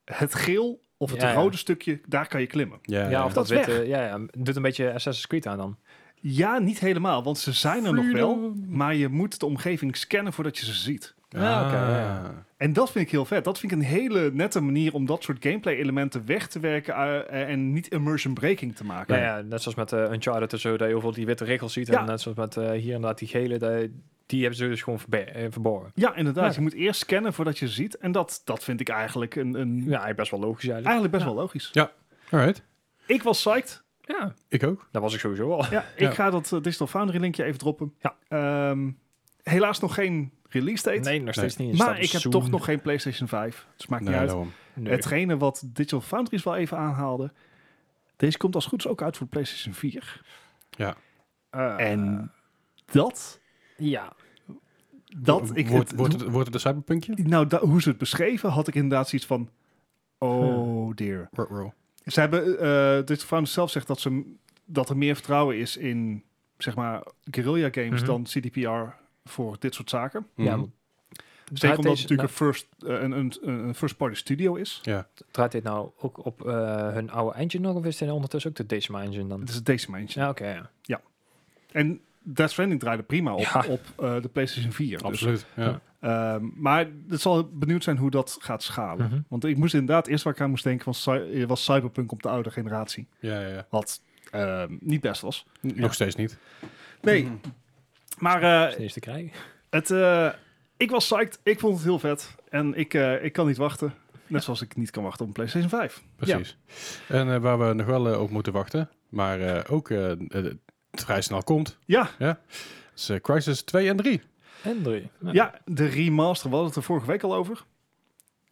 het geel of het Ja, ja. rode stukje, daar kan je klimmen. Ja, of dat, Dat is witte. Ja, ja, doet een beetje Assassin's Creed aan dan. Ja, niet helemaal, want ze zijn er nog wel. Maar je moet de omgeving scannen voordat je ze ziet. Ja, oké, ja, ja. Ah. En dat vind ik heel vet. Dat vind ik een hele nette manier om dat soort gameplay-elementen weg te werken eh, en niet immersion breaking te maken. Ja, ja, net zoals met eh, Uncharted en zo, dat je overal die witte regels ziet. Ja. En net zoals met eh, hier inderdaad die gele, die, die hebben ze dus gewoon verbe- eh, verborgen. Ja, inderdaad. Ja. Je moet eerst scannen voordat je ze ziet. En dat, dat vind ik eigenlijk, een, een, Ja, eigenlijk best wel logisch eigenlijk. eigenlijk best Ja. wel logisch. Alright, Ik was psyched. Ja, ik ook. dat was ik sowieso al. Ja, Ja. ik ga dat eh, Digital Foundry linkje even droppen. Ja. Ehm, helaas nog geen release date. Nee, nog steeds niet. maar ik heb toch nog geen PlayStation 5. Dus maakt Nee, niet uit. daarom. Het Hetgene wat Digital Foundries wel even aanhaalde. Deze komt als goed is ook uit voor PlayStation 4. Eh, eh, en dat, ja, dat Wo- ik wordt, het, wordt, het, wordt het een cyberpunkje? Nou, da- hoe ze het beschreven, had ik inderdaad zoiets van... Oh dear. Ruh-roh. Ze hebben, eh Digital Foundry zelf zegt dat, ze, dat er meer vertrouwen is in, zeg maar, guerrilla games Mhm. dan CDPR voor dit soort zaken. ja, Mhm. Zeker omdat deze- het natuurlijk een first, eh, een, een, een first party studio is. draait dit nou ook op eh, hun oude engine nog? Of is dit ondertussen ook de Decima engine dan? Het is deze Engine. Ja, oké. ja. En Death Stranding draaide prima op, Ja. op eh, de PlayStation 4. dus, Absoluut, ja. ehm, maar het zal benieuwd zijn hoe dat gaat schalen. Mhm. Want ik moest inderdaad, eerst waar ik aan moest denken, was, cy- eh, was Cyberpunk op de oude generatie. Ja, ja, ja. Wat ehm, niet best was. Nog Ja. steeds niet. Nee, Mhm. maar eh, Is deze te krijgen? het, eh, ik was psyched. Ik vond het heel vet. En ik, eh, ik kan niet wachten. Net zoals ik niet kan wachten op een PlayStation 5. Precies. En eh, waar we nog wel eh, op moeten wachten, maar eh, ook eh, eh, vrij snel komt, Ja, is eh, Crisis 2 en 3. En drie. ja, de remaster. We hadden het er vorige week al over.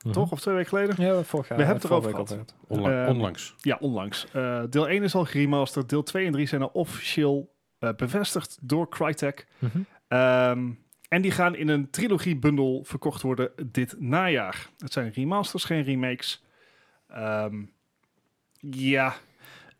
Mhm. Toch? Of twee weken geleden? Ja, we hebben het vorig jaar. We hebben het vorige erover week al Onla- Eh, onlangs. Ja, onlangs. Eh, deel 1 is al geremasterd. Deel 2 en 3 zijn al officieel eh, bevestigd door Crytek. gehad. Mhm. Ehm, en die gaan in een trilogiebundel verkocht worden dit najaar. Het zijn remasters, geen remakes. Ehm, ja,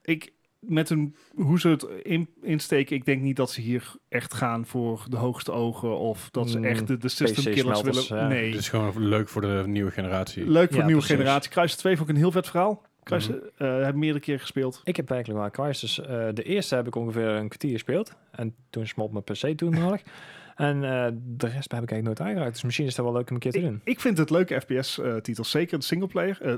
ik, met hun, hoe ze het in- insteken, ik denk niet dat ze hier echt gaan voor de hoogste ogen of dat ze Mm, echt de, de system PC killers smelters, willen. ja. Dus- nee, Het is gewoon leuk voor de nieuwe generatie. leuk voor Ja, de nieuwe precies. generatie. Kruis 2 vond ik een heel vet verhaal. Kruis, eh, Mhm. heb meerdere keren gespeeld. Ik heb eigenlijk maar Crisis. eh, de eerste heb ik ongeveer een kwartier gespeeld. En toen smolt mijn PC [LAUGHS] toen nodig. En eh, de rest heb ik eigenlijk nooit aangeraakt. Dus misschien is dat wel leuk om een keer te Ik, doen. ik vind het leuke FPS-titels, zeker de singleplayer. Eh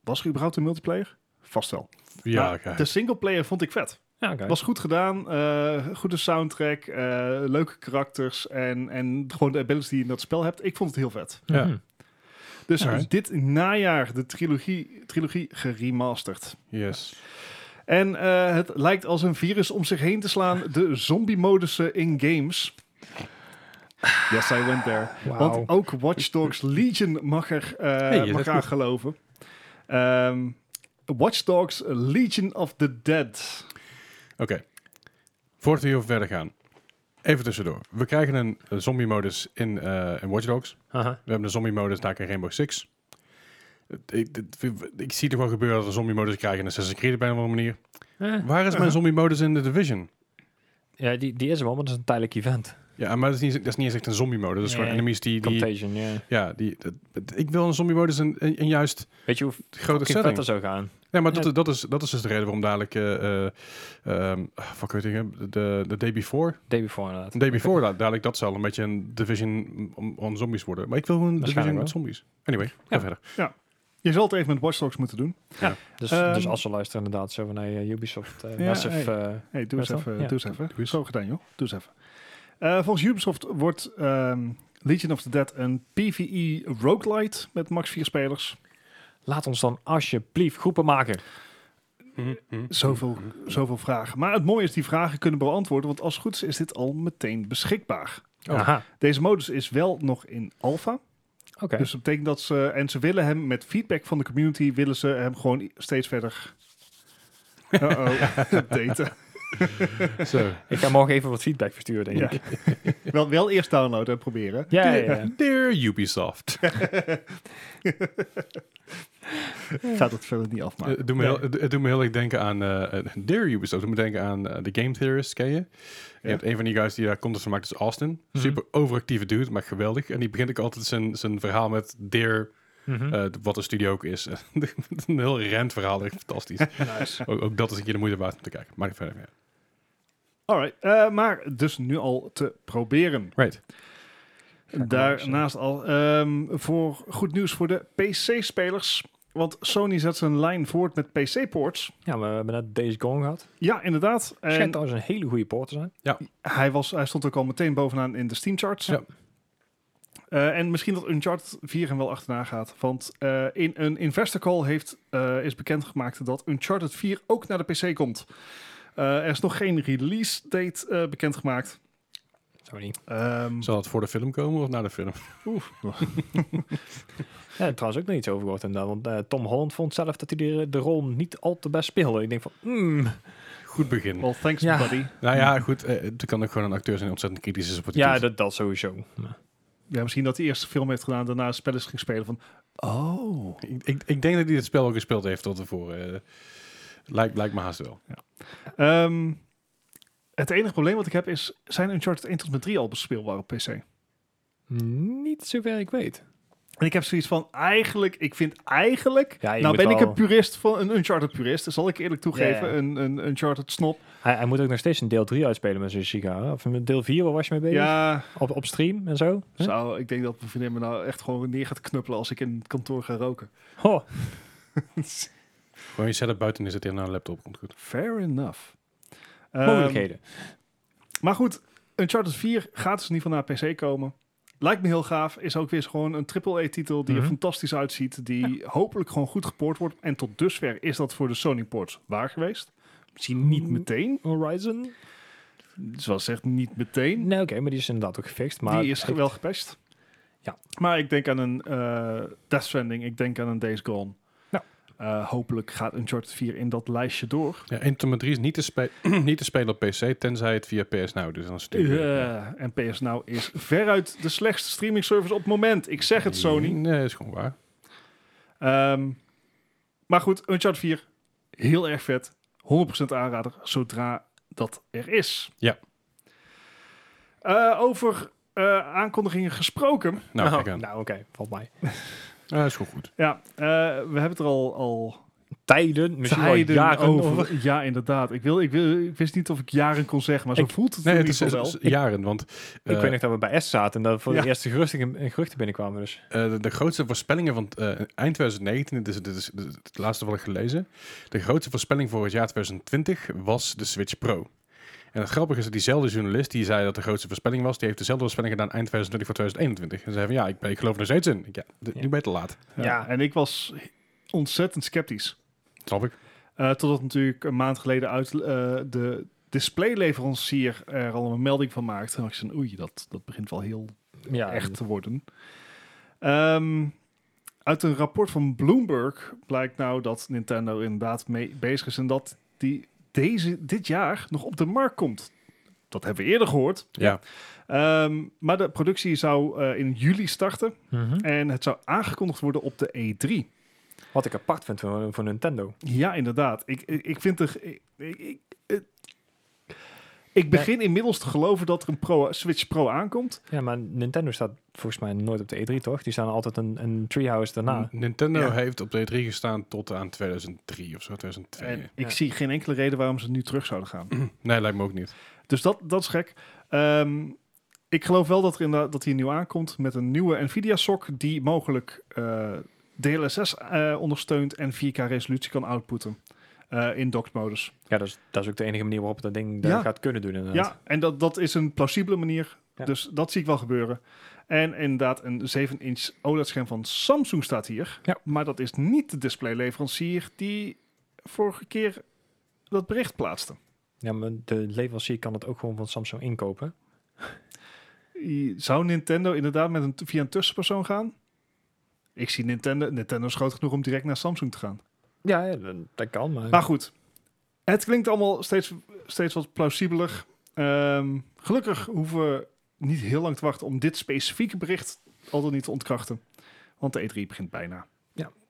was er überhaupt een multiplayer? Vast wel. Ja, Maar ja. de singleplayer vond ik vet. Ja, oké. Was goed gedaan, eh, goede soundtrack, eh, leuke karakters en, en gewoon de abilities die je in dat spel hebt. Ik vond het heel vet. Ja. Mhm. Dus Alright. dit najaar de trilogie, trilogie geremasterd. yes. En eh, het lijkt als een virus om zich heen te slaan, de zombie-modussen in [LAUGHS] games. Yes, I went there. Wauw. Want ook Watch Dogs Legion mag er eh je zegt mag aan goed. geloven. Ehm, Watch Dogs Legion of the Dead. Oké. Voordat we hier verder gaan. Even tussendoor. We krijgen een eh, zombie-modus in, eh in Watch Dogs. Aha. We hebben een zombie-modus daar in Rainbow Six. Het- Ik, het- ik zie toch wel gebeuren dat we zombie-modus krijgen in Assassin's Creed op een of andere manier. Eh, Waar is mijn zombie-modus in The Division? Ja, die, die is er wel, maar dat is een tijdelijk event. Ja, maar dat is niet, dat is niet eens echt een zombie-modus. Dat is gewoon Nee. enemies die... die Contagion, ja. ja, die, dat- dat- ik wil een zombie-modus in, in, in juist Weet je hoe de grote fucking vet setting. dat zou gaan? Ja, maar dat, Ja. dat, is, dat is dus de reden waarom dadelijk... eh eh ehm, fuck, weet ik het, de, de Day Before... Day before inderdaad. Een day before, da- dadelijk dat zal een beetje een division om, om zombies worden. Maar ik wil gewoon een division Waarschijnlijk met zombies. Anyway, ga Ja. verder. Je zal het even met Watch Dogs moeten doen. Dus, Ehm. dus als ze luisteren inderdaad zo van hey, eh, Ubisoft, eh Ja, Massive... Hey, doe, eens Best even, wel, ja. doe eens even. Doe eens. Zo gedaan, joh. Doe eens even. Eh, volgens Ubisoft wordt ehm, Legion of the Dead een E PvE roguelite met max 4 spelers. eh, laat ons dan alsjeblieft groepen maken. Mhm, Zoveel, zoveel vragen. Maar het mooie is, die vragen kunnen beantwoorden. Want als het goed is, is dit al meteen beschikbaar. Oh. Aha, Deze modus is wel nog in alpha. oké. Dus dat betekent dat ze... En ze willen hem met feedback van de community... willen ze hem gewoon steeds verder... Uh-oh, [LAUGHS] updaten. Zo. Ik ga morgen even wat feedback versturen, denk Ja. ik. Wel, wel eerst downloaden en proberen. Ja, ja, [LAUGHS] ja. Dear, dear Ubisoft. Gaat het verder niet afmaken. Het doet me heel- Het het doet me heel erg denken aan... eh, eh, dear Ubisoft. Het doet me denken aan eh, de Game Theorist, ken je? Je Ja. hebt een van die guys die daar content van maakt, is Austin. Mhm. Super overactieve dude, maar geweldig. En die begint ook altijd zijn, zijn verhaal met Dear... Mhm. eh, wat de studio ook is. [LAUGHS] een heel rent verhaal, echt [LAUGHS] fantastisch. Nice. ook, ook dat is een keer de moeite waard om te kijken. Maar verder, ja. Alright, eh, maar dus nu al te proberen. Right. Daarnaast al ehm, voor goed nieuws voor de PC-spelers. Want Sony zet zijn lijn voort met PC-ports. ja, we hebben net Days Gone gehad. Ja, inderdaad. Schijnt En trouwens een hele goede poort te zijn. hij, was, hij stond ook al meteen bovenaan in de Steam-charts. Ja. Eh, en misschien dat Uncharted 4 hem wel achterna gaat. Want eh, in een investor call heeft, eh, is bekendgemaakt dat Uncharted 4 ook naar de PC komt. Eh, er is nog geen release date eh, bekendgemaakt. Zou niet. Mhm. Ehm, Zal het voor de film komen of na de film? [LAUGHS] Ja, trouwens ook nog iets over gehoord inderdaad. Want eh, Tom Holland vond zelf dat hij de, de rol niet al te best speelde. Ik denk van, hmm, Goed begin. Oh. well, thanks Ja. buddy. Nou ja, goed. eh, Het kan ook gewoon een acteur zijn die ontzettend kritisch is op wat hij ja, doet. dat, dat sowieso. Maar- Ja, misschien dat hij eerst de film heeft gedaan, daarna het spel is ging spelen van... Oh. Ik, ik, ik denk dat hij het spel al gespeeld heeft tot tevoren. eh lijkt, lijkt me haast wel. Ehm, het enige probleem wat ik heb is, zijn Uncharted 1 tot en met 3 al bespeelbaar op PC? Niet zover ik weet. En ik heb zoiets van, eigenlijk, ik vind eigenlijk... Ja, je nou moet ben ik wel- een purist, van een Uncharted-purist, dat zal ik eerlijk Ja, toegeven. ja. Een, een Uncharted-snop. Hij, hij moet ook nog steeds een deel 3 uitspelen met zijn sigaar. Of met deel 4, waar was je mee bezig? Ja, Op, op stream en zo? Huh? zou, ik denk dat mijn vriendin me nou echt gewoon neer gaat knuppelen als ik in het kantoor ga roken. Ho. Ehm. Gewoon je setup buiten is het in een laptop. Komt goed. Fair enough. Ehm, mogelijkheden. Maar goed, Uncharted 4 gaat dus in ieder geval naar PC komen. Lijkt me heel gaaf. Is ook weer eens gewoon een AAA-titel die Mhm. er fantastisch uitziet. Die hopelijk gewoon goed gepoord wordt. En tot dusver is dat voor de Sony-ports waar geweest. Misschien niet Mm. meteen. Horizon? Zoals zegt, niet meteen. Nee, oké, maar die is inderdaad ook gefixt. Maar die is ik- wel gepest. Ja. Maar ik denk aan een eh, Death Stranding. Ik denk aan een Days Gone. Ja. Eh, hopelijk gaat Uncharted 4 in dat lijstje door. Ja, Intimate 3 is niet te, spe- [CLEARS THROAT] niet te spelen op PC, tenzij het via PS Now. Dus dan is het natuurlijk- Eh, en PS Now is veruit de slechtste streaming service op het moment. Ik zeg het, Sony. eh, Nee, is gewoon waar. Ehm, maar goed, Uncharted 4, heel erg vet. 100% aanrader, zodra dat er is. Ja. Eh, over eh, aankondigingen gesproken. Nou, Oh, kijk aan. nou oké, valt mij. Ah, is gewoon goed. Ja, eh, we hebben het er al, al Tijden, misschien wel tijden jaren over. [LAUGHS] Ja, inderdaad. Ik, wil, ik, wil, ik wist niet of ik jaren kon zeggen, maar zo Ik- voelt het Nee, in het ieder is, geval wel. is- [LAUGHS] is jaren, want Ik eh, weet nog dat we bij S zaten en dat voor Ja. de eerste geruchten, geruchten binnenkwamen. Dus. Eh, de, de grootste voorspellingen van eh, eind 2019, dit is, dit is het laatste wat ik gelezen. De grootste voorspelling voor het jaar 2020 was de Switch Pro. En het grappige is dat diezelfde journalist die zei dat de grootste voorspelling was, die heeft dezelfde voorspelling gedaan eind 2020 voor 2021. En zei van ja, ik, ben- ik geloof er nog steeds in. Ik, ja, d- Ja. nu ben je te laat. Ja. Ja. en ik was ontzettend sceptisch. Snap ik. Eh, totdat natuurlijk een maand geleden uit eh, de displayleverancier er al een melding van maakte. En ik zei, oei, dat, dat begint wel heel Ja, echt te worden. Ehm, uit een rapport van Bloomberg blijkt nou dat Nintendo inderdaad mee bezig is en dat die deze, dit jaar nog op de markt komt. Dat hebben we eerder gehoord. Ja. Ehm, maar de productie zou eh, in juli starten Mhm. en het zou aangekondigd worden op de E E3. Wat ik apart vind voor, voor Nintendo. Ja, inderdaad. Ik, ik, ik vind er. Ik, ik, ik- het- ik begin inmiddels te geloven dat er een Pro, Switch Pro aankomt. Ja, maar Nintendo staat volgens mij nooit op de E3, toch? Die staan altijd een, een treehouse daarna. N- Nintendo Ja. heeft op de 3 gestaan tot aan 2003 of zo, 2002. En ik Ja. zie geen enkele reden waarom ze nu terug zouden gaan. Nee, lijkt me ook niet. Dus dat, dat is gek. Ehm, ik geloof wel dat er inderdaad dat hij nieuw aankomt met een nieuwe Nvidia SoC die mogelijk eh, DLSS eh, ondersteunt en 4K resolutie kan outputten eh, in docked modus. Ja, dat is, dat is ook de enige manier waarop dat ding dat Ja. gaat kunnen doen inderdaad. Ja, en dat, dat is een plausibele manier. Ja. Dus dat zie ik wel gebeuren. En inderdaad, een 7-inch OLED-scherm van Samsung staat hier. Ja. Maar dat is niet de displayleverancier die vorige keer dat bericht plaatste. Ja, maar de leverancier kan het ook gewoon van Samsung inkopen. I- Zou Nintendo inderdaad met een, t- via een tussenpersoon gaan? Ik zie Nintendo. Nintendo is groot genoeg om direct naar Samsung te gaan. Ja, ja, dat- dat kan, maar... Maar goed, het klinkt allemaal steeds, steeds wat plausibeler. Ehm, gelukkig hoeven we niet heel lang te wachten om dit specifieke bericht al dan niet te ontkrachten. Want de E3 begint bijna.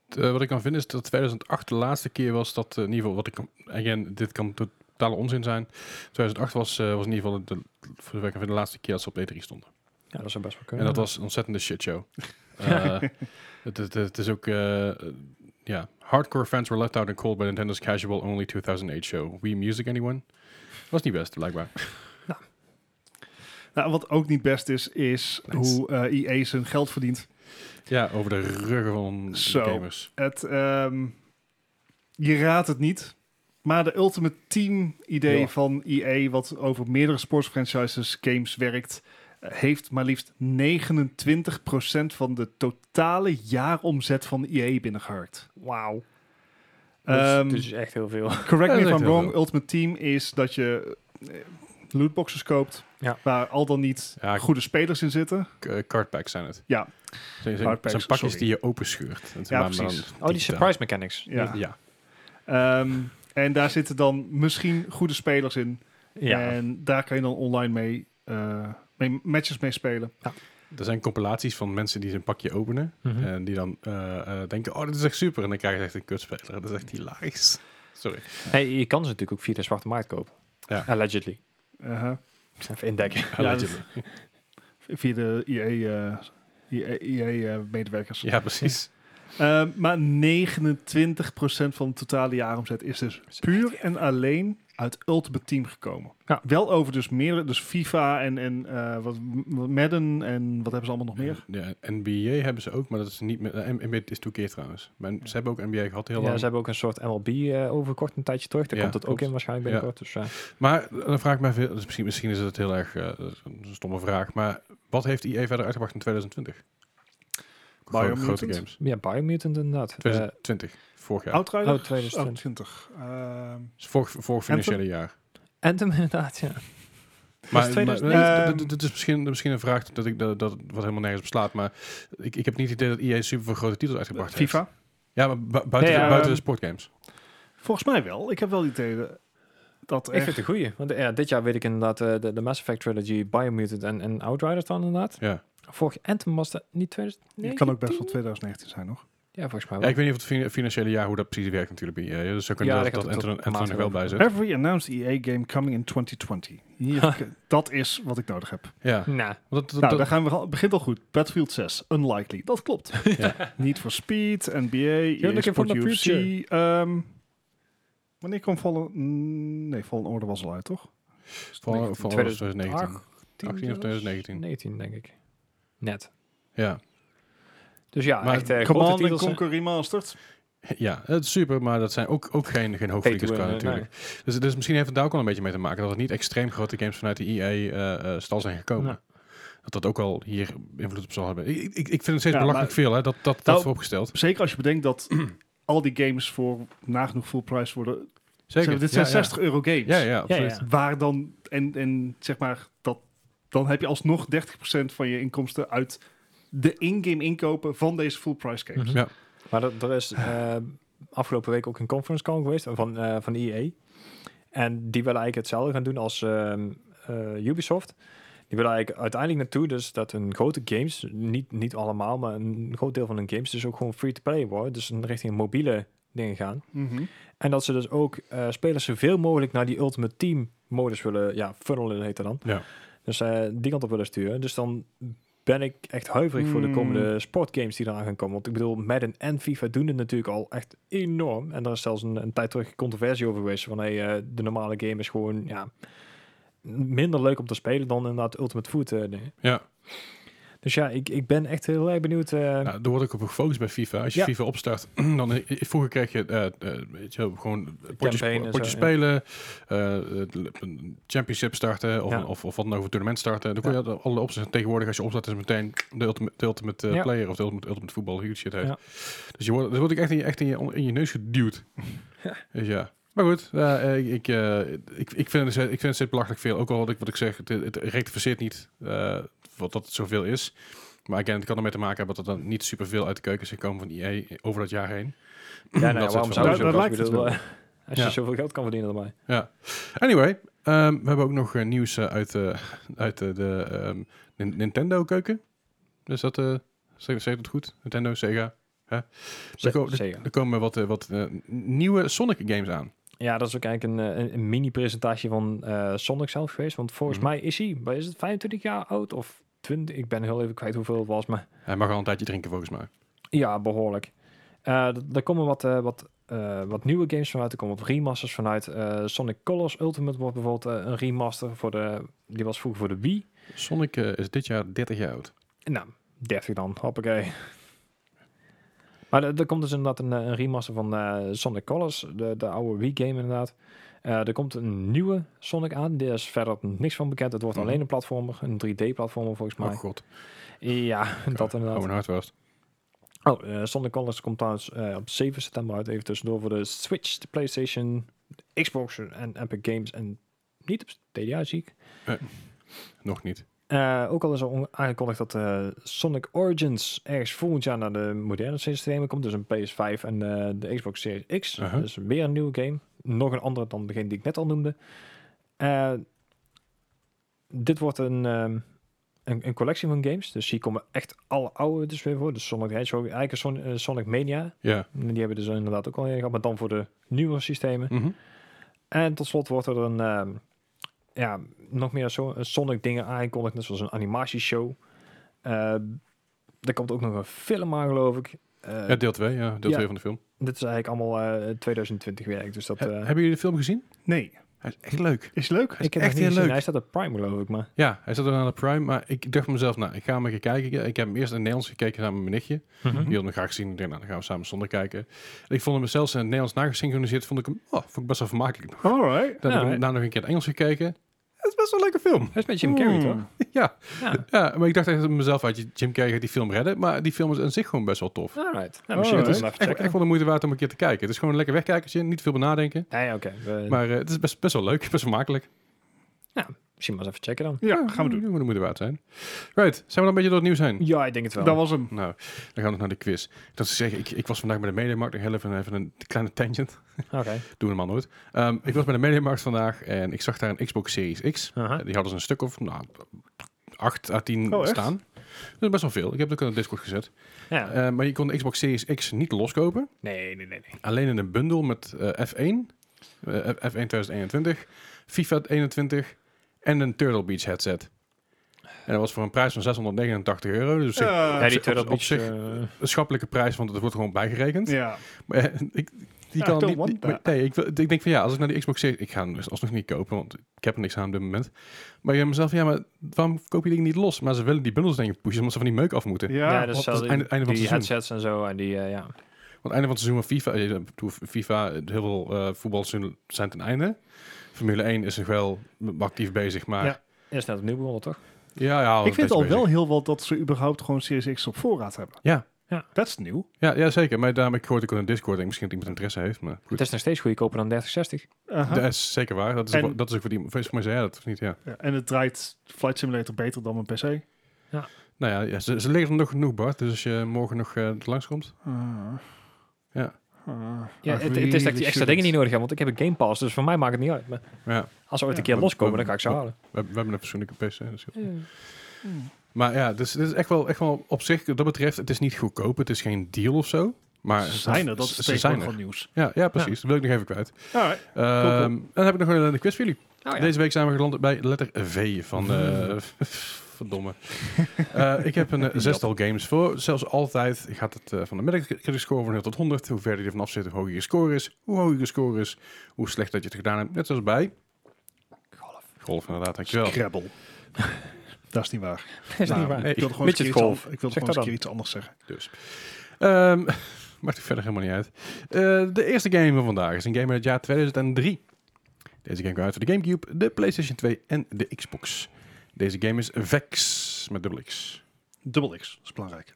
Eh, wat ik kan vinden is dat 2008 de laatste keer was dat, eh, in ieder geval, wat ik, kan- again, dit kan totale onzin zijn. 2008 was, eh, was in ieder geval de, voor zover ik kan vinden, de laatste keer dat ze op E3 stonden. ja, dat zou best wel En kunnen. dat was een ontzettende [LAUGHS] shitshow. Eh, het, het, het is ook... eh, eh, Ja, hardcore fans were left out and cold by Nintendo's casual only 2008 show. Wii Music Anyone? Was niet best, blijkbaar. Nou, wat ook niet best is, is Nice. hoe eh EA zijn geld verdient. Ja, over de ruggen van Zo. de gamers. Het, ehm, je raadt het niet. Maar de Ultimate Team idee Ja. van EA, wat over meerdere sportsfranchises games werkt, eh, heeft maar liefst 29% van de totale jaaromzet van EA binnengeharkt. Wauw. Ehm, dus, dus is echt heel veel. Correct Ja, me dat if lijkt I'm heel wrong, veel. Ultimate Team is dat je eh, lootboxes koopt, Ja. waar al dan niet Ja, ik- goede spelers in zitten. K- eh, cardpacks zijn het. Ja. Zijn- Zijn, Cardpacks, zijn pakjes sorry. die je openscheurt. Dat Ja, maar- maar precies. dan Oh, die digitaal. surprise mechanics. Ja. Ja. Ehm, en daar zitten dan misschien goede spelers in. Ja. En daar kan je dan online mee, eh, mee matches mee spelen. Er zijn compilaties van mensen die zijn pakje openen. Mhm. En die dan eh, eh, denken, oh, dit is echt super. En dan krijg je echt een kutspeler. Dat is echt hilarisch. [LAUGHS] Sorry. Hey, je kan ze natuurlijk ook via de zwarte markt kopen. Ja. Allegedly. Uh-huh. Even indekken. Allegedly. Via de eh, EA-medewerkers. [LAUGHS] Ja, precies. eh, maar 29% van de totale jaaromzet is dus puur en alleen uit Ultimate Team gekomen. Ja. Wel over dus meerdere, dus FIFA en, en eh, wat, wat Madden en wat hebben ze allemaal nog meer? Ja, NBA hebben ze ook, maar dat is niet meer... eh, NBA is twee keer trouwens. Maar ze hebben ook NBA gehad heel Ja, lang. ze hebben ook een soort MLB eh, overgekocht een tijdje terug. Daar Ja, komt dat ook klopt. in waarschijnlijk Ja. binnenkort. Dus, eh, Maar eh, dan vraag ik mij veel... Dus misschien, misschien is het heel erg eh, dat is een stomme vraag. Maar wat heeft EA verder uitgebracht in 2020? Gewoon Biomutant? grote games. ja, Biomutant inderdaad. Eh, 2020, vorig jaar. Outriders? Oh, 2020. 20. Ehm, Dus vorig, vorig financiële jaar. Anthem inderdaad, ja. Maar, maar 2000 eh, Ehm, d- d- dit is misschien, misschien een vraag dat ik dat, dat wat helemaal nergens beslaat. Maar ik, ik heb niet het idee dat EA super veel grote titels uitgebracht heeft. FIFA? Ja, maar bu- buiten, Nee, ja, buiten de ehm, sportgames. Volgens mij wel. Ik heb wel het idee dat Ik er vind het een goeie. Want eh, ja, dit jaar weet ik inderdaad eh, de, de Mass Effect Trilogy, Biomutant en, en Outriders dan inderdaad. Ja. Vorig Anthem was dat niet Het 2019? kan ook best wel 2019 zijn, nog. Ja, volgens mij Ja, wel. ik weet niet of het fin- financiële jaar hoe dat precies werkt natuurlijk bij EA. Dus zo kunnen Ja, dat, dat dat gaat Anthem tot Anthem maart er wel bij zit. Every announced EA game coming in 2020. Hier, dat is wat ik nodig heb. Ja, Nou, want dat, nou, dat, daar gaan we, al- begint al goed. Battlefield 6, unlikely. Dat klopt. [LAUGHS] Ja. Need for Speed, NBA, EA looking for E Sport the UFC. future. ehm, wanneer kwam Fallen... mm, Nee, Fallen Order was al uit, toch? voor, voor 2019. 2018 18 of 2019. 19, denk ik. Net. Ja. Dus ja, Maar echt eh, grote Command titels. hè. Conquer Remastered. ja, het is super, maar dat zijn ook, ook geen, geen Pay to hoogvliegers qua win, eh, natuurlijk. Dus, dus misschien heeft het daar ook wel een beetje mee te maken dat het niet extreem grote games vanuit de E EA-stal eh, zijn gekomen. Nee. Dat dat ook wel hier invloed op zal hebben. Ik, ik, ik vind het steeds Ja, belachelijk veel, hè? Dat, dat, dat Nou, vooropgesteld. Zeker als je bedenkt [CLEARS THROAT] dat al die games voor nagenoeg full price worden. Zeker. Zeg, dit Ja, zijn ja. 60 euro games. Ja, ja, absoluut. Ja, Waar dan, en, en zeg maar, dat, dan heb je alsnog 30% van je inkomsten uit de in-game inkopen van deze full price games. Mhm. Ja. Ah. Maar er, er is eh, afgelopen week ook een conference call geweest van, eh van EA. En die willen eigenlijk hetzelfde gaan doen als ehm, eh, Ubisoft. Die willen eigenlijk uiteindelijk naartoe dus dat hun grote games, niet, niet allemaal, maar een groot deel van hun games dus ook gewoon free-to-play worden. Dus in richting mobiele dingen gaan. Mhm. En dat ze dus ook eh, spelers zoveel mogelijk naar die Ultimate Team modus willen, ja, funnelen heet dat dan. Ja. Dus eh, die kant op willen sturen. Dus dan ben ik echt huiverig voor de Hmm. komende sportgames die eraan gaan komen. Want ik bedoel, Madden en FIFA doen het natuurlijk al echt enorm. En daar is zelfs een, een tijd terug controversie over geweest. Van hey, eh, de normale game is gewoon ja, minder leuk om te spelen dan inderdaad Ultimate Foot. eh, dingen. Ja. Dus ja, ik, ik ben echt heel erg benieuwd. eh, Nou, daar word ik op gefocust bij FIFA. Als je Ja. FIFA opstart, [CLEARS THROAT] dan eh, vroeger kreeg je eh, eh, weet je wel, gewoon potjes, Campaign en potjes zo, ja. spelen, eh, het- een championship starten of, Ja. een- of, of wat dan ook, een toernooi starten. Dan kon je dat- alle opties. Tegenwoordig als je opstart is het meteen de ultimate, de ultimate eh, Ja. player of de ultimate, ultimate voetbal, hoe die shit heet. Ja. Dus je wordt, dan word ik echt in je, echt in je, in je neus [LAUGHS] geduwd. Dus ja. Maar goed, eh, eh, ik, eh, ik, ik, vind het, ik vind het steeds belachelijk veel. Ook al wat ik, wat ik zeg, het, het rectificeert niet eh, wat dat het zoveel is. Maar again, het kan ermee te maken hebben dat er dan niet superveel uit de keuken is gekomen van EA over dat jaar heen. ja, nou, ja, dat waarom is zou wel- je zo? Daar- daar Ik lijkt het bedoel, wel. eh, Als je Ja. zoveel geld kan verdienen erbij. Anyway, ehm, we hebben ook nog eh, nieuws eh, uit, eh, uit eh, de ehm, Nin- Nintendo keuken. Dus dat, eh zeg, zeg ik dat goed? Nintendo, Sega. Hè? Er, ko- er- Sega. er komen wat, eh, wat eh, nieuwe Sonic games aan. Ja, dat is ook eigenlijk een, eh, een, een mini-presentatie van eh, Sonic zelf geweest. Want volgens Mhm. mij is hij, wat is het 25 jaar oud of 20? Ik ben heel even kwijt hoeveel het was, maar Hij mag al een tijdje drinken volgens mij. ja, behoorlijk. Eh, d- daar komen wat, eh, wat, eh, wat nieuwe games vanuit. Er komen wat remasters vanuit. Eh, Sonic Colors Ultimate wordt bijvoorbeeld eh, een remaster. Voor de, die was vroeger voor de Wii. Sonic eh, is dit jaar 30 jaar oud. Nou, 30 dan, hoppakee. Maar er er komt dus inderdaad een, eh, een remaster van eh, Sonic Colors, de, de oude Wii-game inderdaad. Eh, er komt een nieuwe Sonic aan, daar is verder niks van bekend. Het wordt Mhm. alleen een platformer, een 3D-platformer volgens mij. Oh god, ja, dat hou mijn inderdaad. hart vast. Oh, eh, Sonic Colors komt trouwens eh, op 7 september uit, even tussendoor voor de Switch, de PlayStation, de Xbox en Epic Games en niet op Stadia zie ik. Nog niet. Eh, ook al is al on- aangekondigd dat eh, Sonic Origins ergens volgend jaar naar de moderne systemen komt. Dus een PS5 en eh, de Xbox Series X. Aha. Dus weer een nieuwe game. Nog een andere dan degene die ik net al noemde. Eh, dit wordt een, ehm, een, een collectie van games. Dus hier komen echt alle oude dus weer voor. Dus Sonic the Hedgehog, eigenlijk een Son- eh, Sonic Mania. Ja. Die hebben dus inderdaad ook al eerder gehad. Maar dan voor de nieuwere systemen. Mhm. En tot slot wordt er een, ehm, ja, nog meer zo, een Sonic dingen aangekondigd, net zoals een animatieshow. Ehm er komt ook nog een film aan, geloof ik. Eh, Ja, deel 2, ja. Deel ja. 2 van de film. dit is eigenlijk allemaal eh, 2020 werk, dus dat... He- eh, hebben jullie de film gezien? Nee. Hij is echt leuk. Is leuk? Hij is ik heb echt nog niet heel gezien. leuk. Hij staat op Prime, geloof ik, maar... Ja, hij zat er aan de Prime, maar ik dacht mezelf, nou, ik ga hem een keer kijken. Ik heb hem eerst in het Nederlands gekeken samen met mijn nichtje. Mhm. Mhm. Die wilde hem graag zien. Ik dacht, nou, dan gaan we samen zonder kijken. En ik vond hem zelfs in het Nederlands nagesynchroniseerd, vond ik hem oh, vond ik best wel vermakelijk. Dan Alright. heb ik hè? hem daarna nog een keer in het Engels gekeken. Het is best wel een leuke film. [LAUGHS] Hij is met Jim Carrey, Hmm. toch? ja. Ja. ja, maar ik dacht echt mezelf uit, Jim Carrey gaat die film redden, maar die film is aan zich gewoon best wel tof. Alright. Nou, misschien Oh, dat moeten is we hem even Echt, checken. echt wel de moeite waard om een keer te kijken. Het is gewoon een lekker wegkijkertje, niet veel benadenken. Ja, ja, oké. We- Maar eh, het is best, best wel leuk, [LAUGHS] best wel makkelijk. Misschien maar eens even checken dan. Ja, gaan we doen. Dat moet de moeite waard zijn. Right, zijn we dan een beetje door het nieuws heen? Ja, ik denk het wel. Dat was hem. Nou, dan gaan we nog naar de quiz. Dat ze zeggen, ik, ik was vandaag bij de Mediamarkt. Nog heel even, even een kleine tangent. Oké. Doen we normaal nooit. Ehm, ik was bij de Mediamarkt vandaag en ik zag daar een Xbox Series X. Aha. Die hadden ze een stuk of, nou, 8 à 10 Ah. Oh, echt? staan. Dat is best wel veel. Ik heb het ook in de Discord gezet. Ja. Eh, maar je kon de Xbox Series X niet loskopen. nee, nee, nee, nee. Alleen in een bundel met eh, F1, eh, F1 2021, FIFA 21 en een Turtle Beach headset. En dat was voor een prijs van 689 euro. Dus ik- Eh, Ja, die op- op Turtle Beach... zich- eh, een schappelijke prijs, want het wordt gewoon bijgerekend. ja. Maar, eh, ik, die Ja, kan, I don't die- want die- maar- that. nee, ik, wil- ik denk van ja, als ik naar die Xbox zeg, ik ga hem dus alsnog niet kopen, want ik heb er niks aan op dit moment. Maar ik denk mezelf, ja, maar waarom koop je dingen niet los? Maar ze willen die bundels denk ik pushen, omdat ze van die meuk af moeten. Ja. Ja, ja want dus dat is zelfs einde- einde van het die seizoen. headsets en zo. En die, eh, ja. Want het einde van het seizoen van FIFA, eh, ik bedoel, FIFA heel veel eh voetbalseizoenen zijn ten einde. Formule 1 is nog wel actief bezig, maar ja, Ja. Is net opnieuw begonnen, toch? ja, ja ik vind het al bezig. wel heel wat dat ze überhaupt gewoon Series X op voorraad hebben. Ja. Ja. Dat is nieuw. Ja, ja, zeker. Maar daarom, ik hoorde ook in de Discord, ik denk misschien dat iemand interesse heeft, maar goed. Het is nog steeds goedkoper dan 3060. Aha. Dat is zeker waar. Dat is, En- ook- dat is ook voor die, volgens mij zei jij dat, of niet? Ja. Ja, en het draait Flight Simulator beter dan mijn PC. Nou ja, ja, ze, ze liggen er nog genoeg, Bart. Dus als je morgen nog eh, langskomt. Ah. Ja. Ja, het, het is dat ik die extra dingen niet nodig heb, want ik heb een Game Pass, dus voor mij maakt het niet uit. Maar Ja, we, als ze ooit Ja. een keer Maar- loskomen, maar- dan ga ik ze halen. we hebben een persoonlijke PC. dat is goed. Maar ja, dus dit is echt wel, echt wel op zich, wat dat betreft, het is niet goedkoop. Het is geen deal of zo. Maar Ze zijn er, dat ze- ze is zijn tegenwoordig er. van nieuws. Ja, ja, precies. Dat wil ik nog even kwijt. Alright. Ehm, cool. En dan heb ik nog een, een quiz voor jullie. Oh ja. Deze week zijn we geland bij letter V van... [LAUGHS] eh verdomme. Eh, ik heb een eh, zestal games voor. Zelfs altijd gaat het eh, van de Metacritic score van 0 tot 100. Hoe verder je ervan af zit, hoe hoger je score is. Hoe hoger je score is, hoe slecht dat je het gedaan hebt. Net zoals bij... Golf. Golf, inderdaad. Dankjewel. Scrabble. [LAUGHS] Dat is niet waar. Nou, Dat is niet waar. Ik wilde gewoon, Midget eens, een keer iets, golf. an- ik wilde Zeg gewoon dat eens een dan. keer iets anders zeggen. Dus. Ehm, [LAUGHS] maakt er verder helemaal niet uit. Eh, de eerste game van vandaag is een game uit het jaar 2003. Deze game kwam uit voor de Gamecube, de PlayStation 2 en de Xbox. Deze game is Vex met dubbel X. Dubbel X, dat is belangrijk.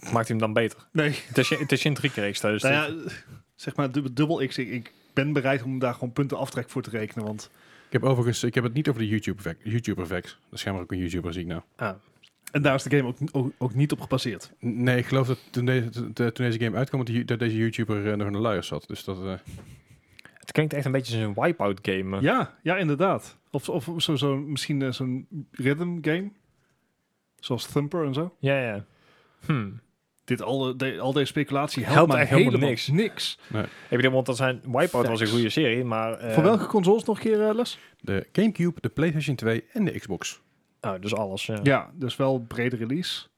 Maakt hij hem dan beter? Nee, Het is, je- het is geen drie keer X, dus nou dit- ja, zeg maar dubbel, dubbel X. Ik, ik ben bereid om daar gewoon punten aftrek voor te rekenen, want Ik heb overigens, ik heb het niet over de YouTube Vex, YouTuber Vex. Dat is schijnbaar ook een YouTuber, zie ik nou. ah. En daar is de game ook, ook, ook niet op gebaseerd. N- Nee, ik geloof dat toen deze, toen deze game uitkwam, dat, die- dat deze YouTuber eh, nog in de luier zat. Dus dat, eh, Het klinkt echt een beetje als een wipeout game. eh. Ja, ja, inderdaad. Of, of zo, zo, misschien eh, zo'n rhythm game. Zoals Thumper en zo. Ja, ja. Hm. Dit, al, de, al deze speculatie helpt, Helpt mij eigenlijk helemaal helemaal niks. niks. Ik bedoel, want dat zijn, Wipeout was een Facts. goede serie, maar... eh, Voor welke consoles nog een keer, eh, Les? de Gamecube, de PlayStation 2 en de Xbox. Oh, dus alles, ja. Ja, dus wel brede release.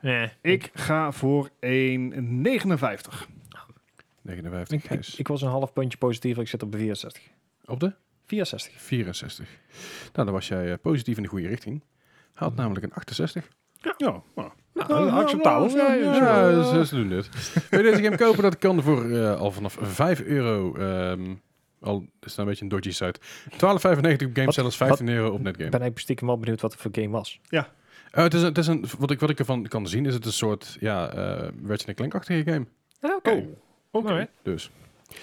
Nee, Ik ga voor een 59. 59 ik, ik, is. ik was een half puntje positiever, ik zit op 64. Op de 64. 64. Nou, dan was jij eh, positief in de goede richting. Hij had namelijk een 68. Ja, nou. Nou, acceptabel. Ja, Ja, ja, Dus ze, ze doen dit. Wil je deze game kopen? Dat kan voor eh, al vanaf 5 euro. ehm, al is dat een beetje een dodgy site. 12,95 op Wat- GameSellers, 15 euro op Ik Netgame. ben eigenlijk stiekem wel benieuwd wat het voor game was. Eh, het is een, het is een, wat, ik, wat ik ervan kan zien is het een soort ja, eh Ratchet en Clankachtige game. Ah, oké. Oh, oké. Alright. Dus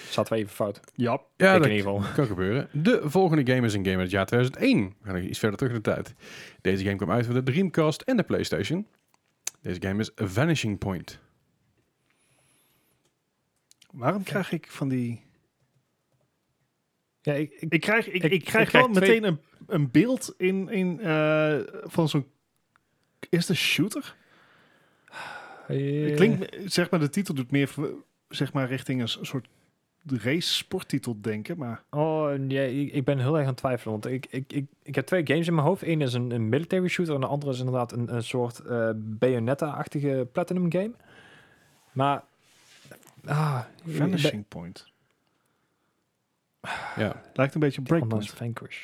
Zaten we even fout. Ja. ja, ik dat in ieder geval. kan gebeuren. De volgende game is een game uit het jaar 2001. We gaan nog iets verder terug in de tijd. Deze game kwam uit voor de Dreamcast en de PlayStation. Deze game is Vanishing Point. Waarom krijg ik van die... [LAUGHS] Ja, ik, ik, Ik krijg, ik, Ik- ik, krijg ik wel krijg twee- meteen een, een beeld in, in, eh, van zo'n... Is het een shooter? Het Klinkt, zeg maar, de titel doet meer ver- zeg maar, richting een s- soort race-sporttitel denken, maar... Oh, ja, ik, ik ben heel erg aan het twijfelen. Want ik, ik, ik, ik heb twee games in mijn hoofd. Eén is een, een military shooter en de andere is inderdaad een, een soort eh Bayonetta-achtige platinum game. Maar... Ah, ik- ik Vanishing Point. Ja. Lijkt een beetje op ben- Anders Breakpoint. Vanquish.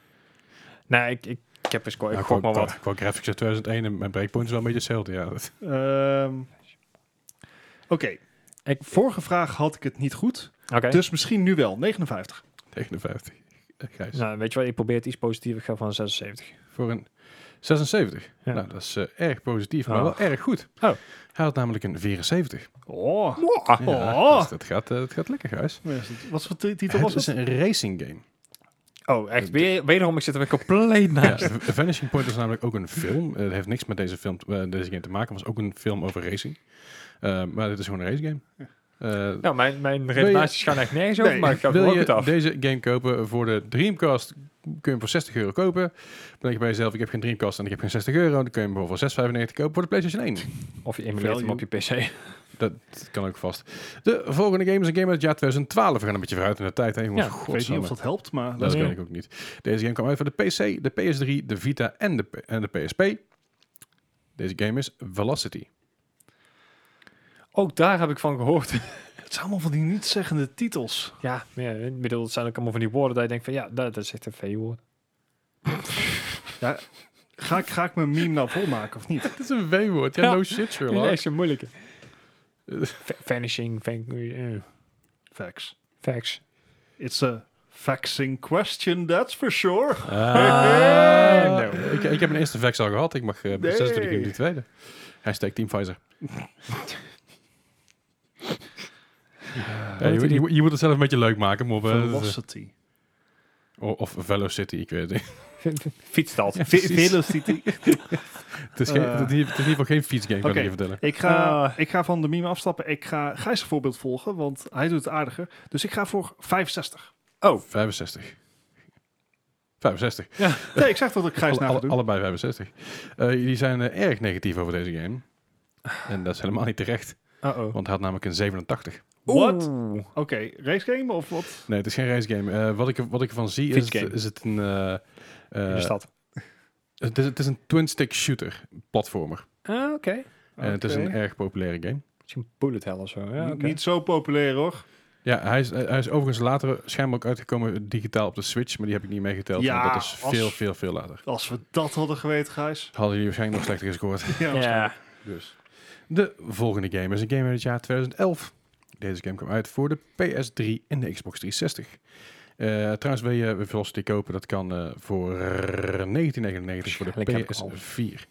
[LAUGHS] nee, ik, ik, ik heb een score. Nou, ik gok qua, maar qua- wat. Qua graphics uit 2001 en mijn breakpoint is wel een beetje hetzelfde. Ja. [LAUGHS] Ehm, Oké, Ik, vorige vraag had ik het niet goed, Oké. dus misschien nu wel. 59. 59. Eh, Gijs. Nou, weet je wat? Ik probeer het iets positiever. Ik ga van een 76. Voor een 76. Ja. Nou, dat is eh, erg positief, maar Oh. wel erg goed. Oh. Hij had namelijk een 74. Oh. Ja, Oh. dus dat, gaat, eh, dat gaat lekker, Gijs. Wat is het- Wat voor ti- titel was Het is het? een racing game. Oh, echt? Weer, wederom, ik zit er weer compleet Ja, naast. V- Vanishing Point is namelijk ook een film. Eh, Het heeft niks met deze, film, te- eh, deze game te maken. Het was ook een film over racing. Eh, maar dit is gewoon een race game. Eh, Nou, mijn, mijn je- redenaties gaan echt nergens over, Nee. maar ik ga het Wil wel je goed af. deze game kopen voor de Dreamcast? Kun je hem voor 60 euro kopen. Dan denk je bij jezelf, ik heb geen Dreamcast en ik heb geen 60 euro. Dan kun je hem bijvoorbeeld voor 6,95 kopen voor de PlayStation 1. Of je emuleert hem op je PC. Dat kan ook vast. De volgende game is een game uit het jaar 2012. We gaan een beetje vooruit in de tijd. Hè, jongens. Ja, ik Ik weet niet Godsamme. of dat helpt, maar... Dat Ja. weet ik ook niet. Deze game kwam uit voor de PC, de PS3, de Vita en de, P- en de PSP. Deze game is Velocity. [LAUGHS] Ook daar heb ik van gehoord. [LAUGHS] Het zijn allemaal van die niet-zeggende titels. Ja, maar ja, ik bedoel, het zijn ook allemaal van die woorden dat je denkt van ja, dat, dat is echt een V-woord. Ja, ga, ik, ga ik mijn meme nou volmaken [LAUGHS] of niet? Het is een W-woord. Ja, no shit, Dat is echt een moeilijke. Va- Vanishing, van, eh, Facts. facts. It's a faxing question, that's for sure. no. Ah. Nou, ik, ik heb een eerste vex al gehad. Ik mag eh, Nee. 26 in die tweede. Hashtag Team Pfizer. Ja, Eh, je, moet- je moet- je moet het zelf een beetje leuk maken, maar, eh, Velocity. o- of Velocity, ik weet het niet. Fietsstad. Ja, [LAUGHS] Ve- precies. Velocity. Het is, geen, Eh. het is in ieder geval geen fietsgame, kan Oké. ik je vertellen. ik, ga, Ah. ik ga van de meme afstappen. Ik ga Gijs voorbeeld volgen, want hij doet het aardiger. Dus ik ga voor 65. 65. 65. Nee, ik zeg dat ik Gijs Alle- na ga alle- doen. allebei 65. Eh, jullie zijn eh, erg negatief over deze game. En dat is helemaal niet terecht, Uh-oh. want hij had namelijk een 87. What? Oeh. Oké, race game of wat? Nee, het is geen racegame. Eh, wat, ik, wat ik ervan zie is, Fietsgame. is het een... eh, eh, In de stad. het, is, het is een twin-stick shooter, platformer. Ah, oké. En het is Oké. een erg populaire game. Misschien bullet hell of zo. Ja, N- oké. Niet zo populair hoor. Ja, Ja, hij is, eh, hij is overigens later schijnbaar ook uitgekomen digitaal op de Switch, maar die heb ik niet meegeteld. Ja, want dat is als- veel, veel, veel later. Als we dat hadden geweten, Gijs. Hadden jullie waarschijnlijk nog slechter gescoord. Ja, Ja. Dus. De volgende game is een game uit het jaar 2011. Deze game kwam uit voor de PS3 en de Xbox 360. Eh, trouwens, wil je Velocity kopen? Dat kan eh, voor 1999 voor de Waarschijnlijk heb ik al. PS4.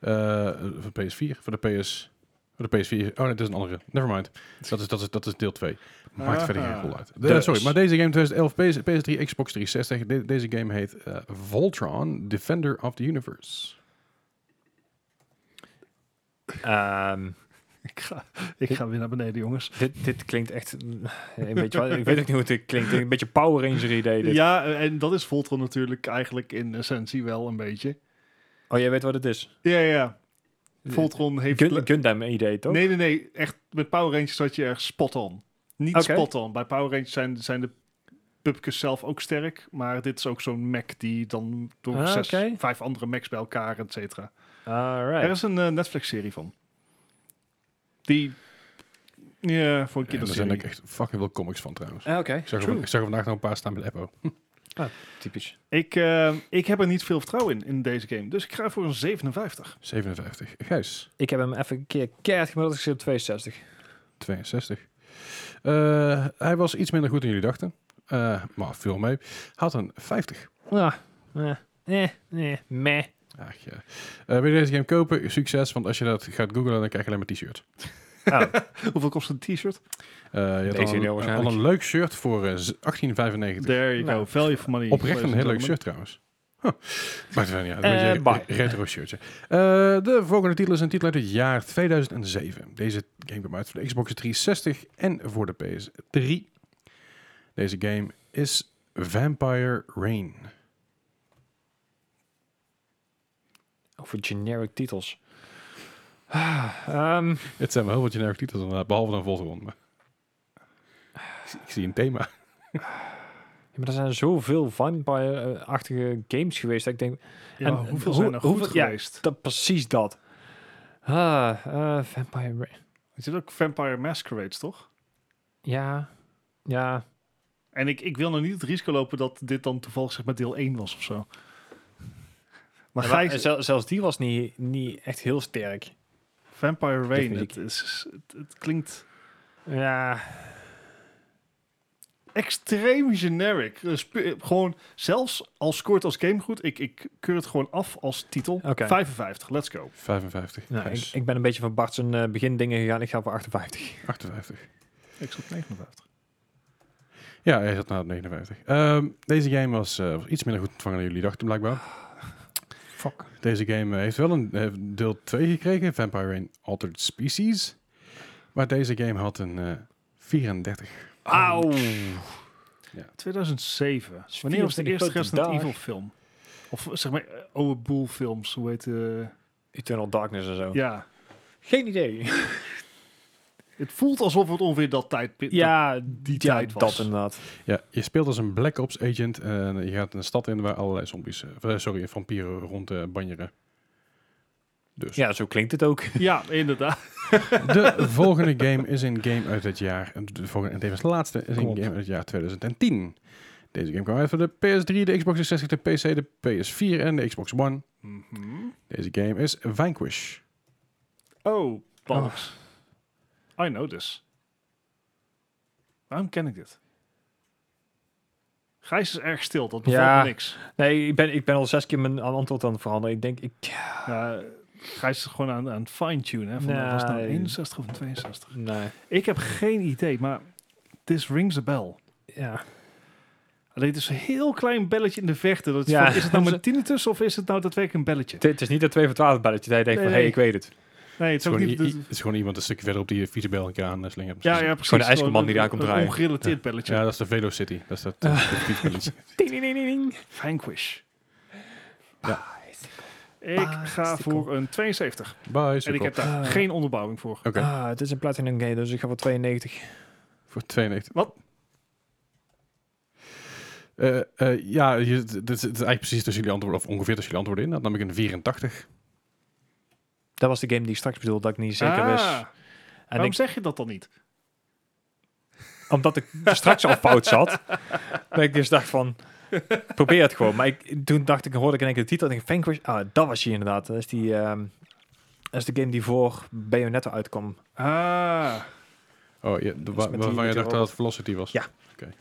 Eh, voor de PS4? Voor de PS... Voor de PS4. Oh, nee, dat is een andere. Nevermind. Dat is, dat is, dat is deel 2. Maakt Ah. verder geen rol uit. De- Dus. Sorry, maar deze game 2011, PS, PS3, Xbox 360. De- deze game heet eh, Voltron, Defender of the Universe. Ehm, [LAUGHS] Ik, ga, ik ga weer naar beneden, jongens. dit, dit klinkt echt mm, een beetje... wel- ik weet ook niet hoe het klinkt. Een beetje Power Ranger idee dit. Ja, en dat is Voltron natuurlijk eigenlijk in essentie wel een beetje. Oh, jij weet wat het is. Ja, ja. Voltron heeft... Eh, Gun, Gundam idee, toch? Nee, nee, nee. Echt, met Power Rangers zat je echt spot-on. Niet Oké. spot-on. Bij Power Rangers zijn, zijn de pupkes zelf ook sterk. Maar dit is ook zo'n mech die dan door Ah, zes, oké. vijf andere mechs bij elkaar, et cetera. Er Alright. is een eh, Netflix-serie van. Die... Ja, voor een En daar zijn kinderserie. ook echt fucking veel comics van trouwens. Ah, Oké, Ik zag, er, True. ik zag er vandaag nog een paar staan met Eppo. typisch. Ik, eh, ik heb er niet veel vertrouwen in, in deze game. Dus ik ga voor een 57. 57. Gijs, Ik heb hem even een keer keihard gemiddeld gezien op 62. 62. Eh, hij was iets minder goed dan jullie dachten. Eh, maar veel mee. Had een 50. Ah, eh, eh, eh, meh. Ach, ja. Eh, wil je deze game kopen? Succes, want als je dat gaat googlen, dan krijg je alleen maar t-shirt. Hoeveel kost een t-shirt? Eh, je had Deze al heel een, waarschijnlijk. al een leuk shirt voor eh, z- 18,95. There you Nou, go. Value for money. Oprecht een heel leuk shirt. shirt trouwens. Huh. Maakt het wel niet uit. Eh, Een beetje bye. een retro shirtje. Eh, de volgende titel is een titel uit het jaar 2007. Deze game kwam uit voor de Xbox 360 en voor de PS3. Deze game is Vampire Rain. Over generic titels. Ah, ehm, Het zijn wel heel wat generic titels inderdaad, behalve dan Voltron. Maar... Ik zie- Ik zie een thema. ja, maar er zijn zoveel Vampire-achtige games geweest. Dat ik denk, Ja, En maar hoeveel hoe- zijn er goed hoeveel- ja. geweest? dat, precies dat. Ah, eh, Vampire... Ra- Er zit ook Vampire Masquerades, toch? Ja, ja. En ik, ik wil nog niet het risico lopen dat dit dan toevallig zeg maar deel 1 was of zo. Maar Ja, ga maar je zel- zelfs die was niet, niet echt heel sterk. Vampire Rain, vind ik- het, is, het, het klinkt Ja, extreem generic. Dus pu- gewoon, zelfs al scoort als game goed, ik, ik keur het gewoon af als titel. Oké. 55, let's go. 55. nou, ik, Gijs, ik ben een beetje van Bart's eh, begindingen gegaan. Ik ga voor 58. 58. Ik zat 59. Ja, hij zat na het 59. Ehm, deze game was, eh, was iets minder goed ontvangen dan jullie dachten, blijkbaar. Fuck. Deze game eh, heeft wel een eh, deel 2 gekregen, Vampire Rain Altered Species. Maar deze game had een eh, 34. Auw. 2007. Wanneer was de 24 eerste grote Resident dag. Evil film? Of zeg maar, eh, oude boel films, hoe heet eh, Eternal Darkness en zo. Ja. Geen idee. Het voelt alsof het ongeveer dat tijdpit Ja, die ja, tijd was. dat inderdaad. Ja, je speelt als een Black Ops agent en je gaat een stad in waar allerlei zombies, eh, of, eh, sorry, vampieren rond eh, banjeren. Dus. Ja, zo klinkt het ook. [LAUGHS] Ja, inderdaad. [LAUGHS] De volgende game is een game uit het jaar, de volgende en tevens laatste is een Klopt. game uit het jaar 2010. Deze game kwam uit voor de PS3, de Xbox 360, de PC, de PS4 en de Xbox One. Mhm. Deze game is Vanquish. Oh, balks. I know this. Waarom ken ik dit? Gijs is erg stil, dat bevalt Ja. me niks. Nee, ik ben, ik ben al zes keer mijn antwoord aan het veranderen. Ik denk, ik, Ja, Gijs is gewoon aan, aan het fine-tunen. hè, Van, Nee. Was het nou 61 of 62? nee. Ik heb geen idee, maar this rings a bell. Ja. Alleen het is een heel klein belletje in de verte. Dat is, Ja. van, is het nou [LAUGHS] een tinnitus of is het nou daadwerkelijk een belletje? Het, het is niet dat 2 voor 12 belletje dat je denkt Nee, van, hé, nee. hey, ik weet het. Het Nee, het Het is ook is, gewoon, niet... i- i- het is gewoon iemand een stukje verder op die vieze bel een keer aan eh, slingert. ja, ja, precies. gewoon de ijskomman die een- daar komt een draaien. Ongerelateerd belletje. Ja, dat is de Velo City. Dat is dat Ah. eh, dat fietsbelletje. Vanquish. Ja. Ah, Ik ga voor een 72. Bye, En ik heb Oké, daar Ah. geen onderbouwing voor. Ah, het is een platinum game, dus ik ga voor 92. voor 92. Wat? Eh, eh, ja, je, dit, dit is eigenlijk precies tussen jullie antwoorden, of ongeveer tussen jullie antwoorden in. Dat nam ik een 84. Dat was de Ah, game die ik straks bedoelde, dat ik niet zeker Ah, wist. En Waarom ik, zeg je dat dan niet? omdat ik straks al fout zat. [LAUGHS] Dat ik dus dacht van, probeer het gewoon. Maar ik, toen dacht ik, hoorde ik in één keer de titel en ik Vanquish. Ah, dat was hier inderdaad. Dat is die... ehm, dat is de game die voor Bayonetta uitkwam. Ah, Oh, ja, de, wa- met die- waarvan met je die dacht dat robot. het Velocity was? Ja. Ah. Oké.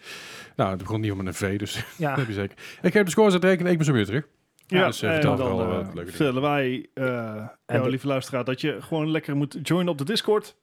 Nou, het begon niet om met een V, dus [LAUGHS] Ja, dat heb je zeker. Ik heb de scores uitrekenen, ik ben zo weer terug. ja. dus, eh, en vertel dan vooral eh, wat leuke dingen. vertellen wij, eh En jou, de- lieve luisteraar, dat je gewoon lekker moet joinen op de Discord.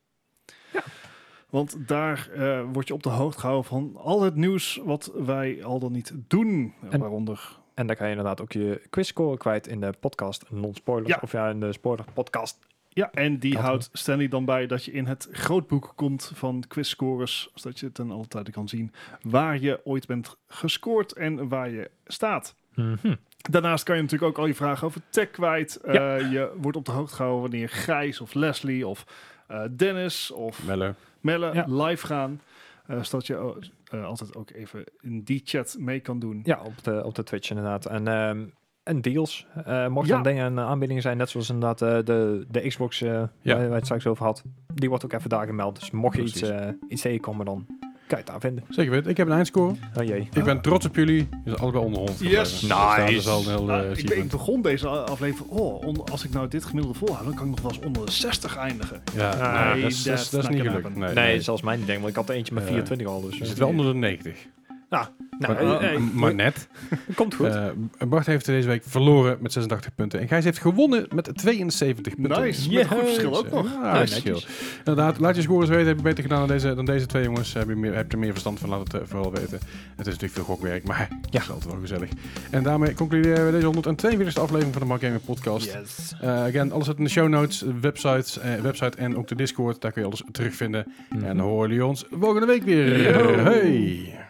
Want daar eh, word je op de hoogte gehouden van al het nieuws wat wij al dan niet doen. En- waaronder. en dan kan je inderdaad ook je quizscore kwijt in de podcast non-spoiler. Ja. Of ja, in de spoiler podcast. Ja, en die Dat houdt Stanley dan bij dat je in het grootboek komt van quizscores. Zodat je ten alle tijde kan zien waar je ooit bent gescoord en waar je staat. Mhm. Daarnaast kan je natuurlijk ook al je vragen over tech kwijt. Eh, je wordt op de hoogte gehouden wanneer Gijs of Leslie of eh, Dennis of Melle. Melle Ja. live gaan. Eh, zodat je eh, eh, altijd ook even in die chat mee kan doen. Ja, op de, op de Twitch inderdaad. En, ehm, en deals. Eh mocht Ja. er dingen en eh, aanbiedingen zijn, net zoals inderdaad eh, de, de Xbox eh waar wij het straks over had, die wordt ook even daar gemeld. Dus mocht je iets, Precies. eh, iets tegenkomen, dan kan je het daar vinden. Zeker weten, ik heb een eindscore. Oh jee. Ik ben trots op jullie. Dus allebei onder 100. Yes. gebleven. Dus daar- Dat is al een heel Nou, eh, ik, ben- ik achievement. begon deze a- aflevering. Oh, on- als ik nou dit gemiddelde volhoud, dan kan ik nog wel eens onder de 60 eindigen. Ja, Ah, nee, dat is- dat that's is- dat is niet not gonna gelukt. happen. Nee, Nee, nee. zelfs mij niet, denk ik, want ik had er eentje met Eh, 24 al. Dus, Je eh. zit wel onder de 90. nou, maar, eh, eh, maar net. komt goed. Eh, Bart heeft deze week verloren met 86 punten. En Gijs heeft gewonnen met 72 punten. Nice, met Yes. een goed verschil ook Eh, nog. Ja, Nice. verschil. Inderdaad, laat je scores weten. Heb je beter gedaan dan deze, dan deze twee jongens. Heb je, meer, heb je er meer verstand van, laat het eh, vooral weten. Het is natuurlijk veel gokwerk, maar [LAUGHS] het is altijd wel gezellig. En daarmee concluderen we deze 142e aflevering van de Mark Gaming Podcast. yes. Eh, again, alles staat in de show notes, websites, eh, website Mhm. nou, en ook de Discord. Daar kun je alles terugvinden. En dan horen jullie ons volgende week weer. Hey!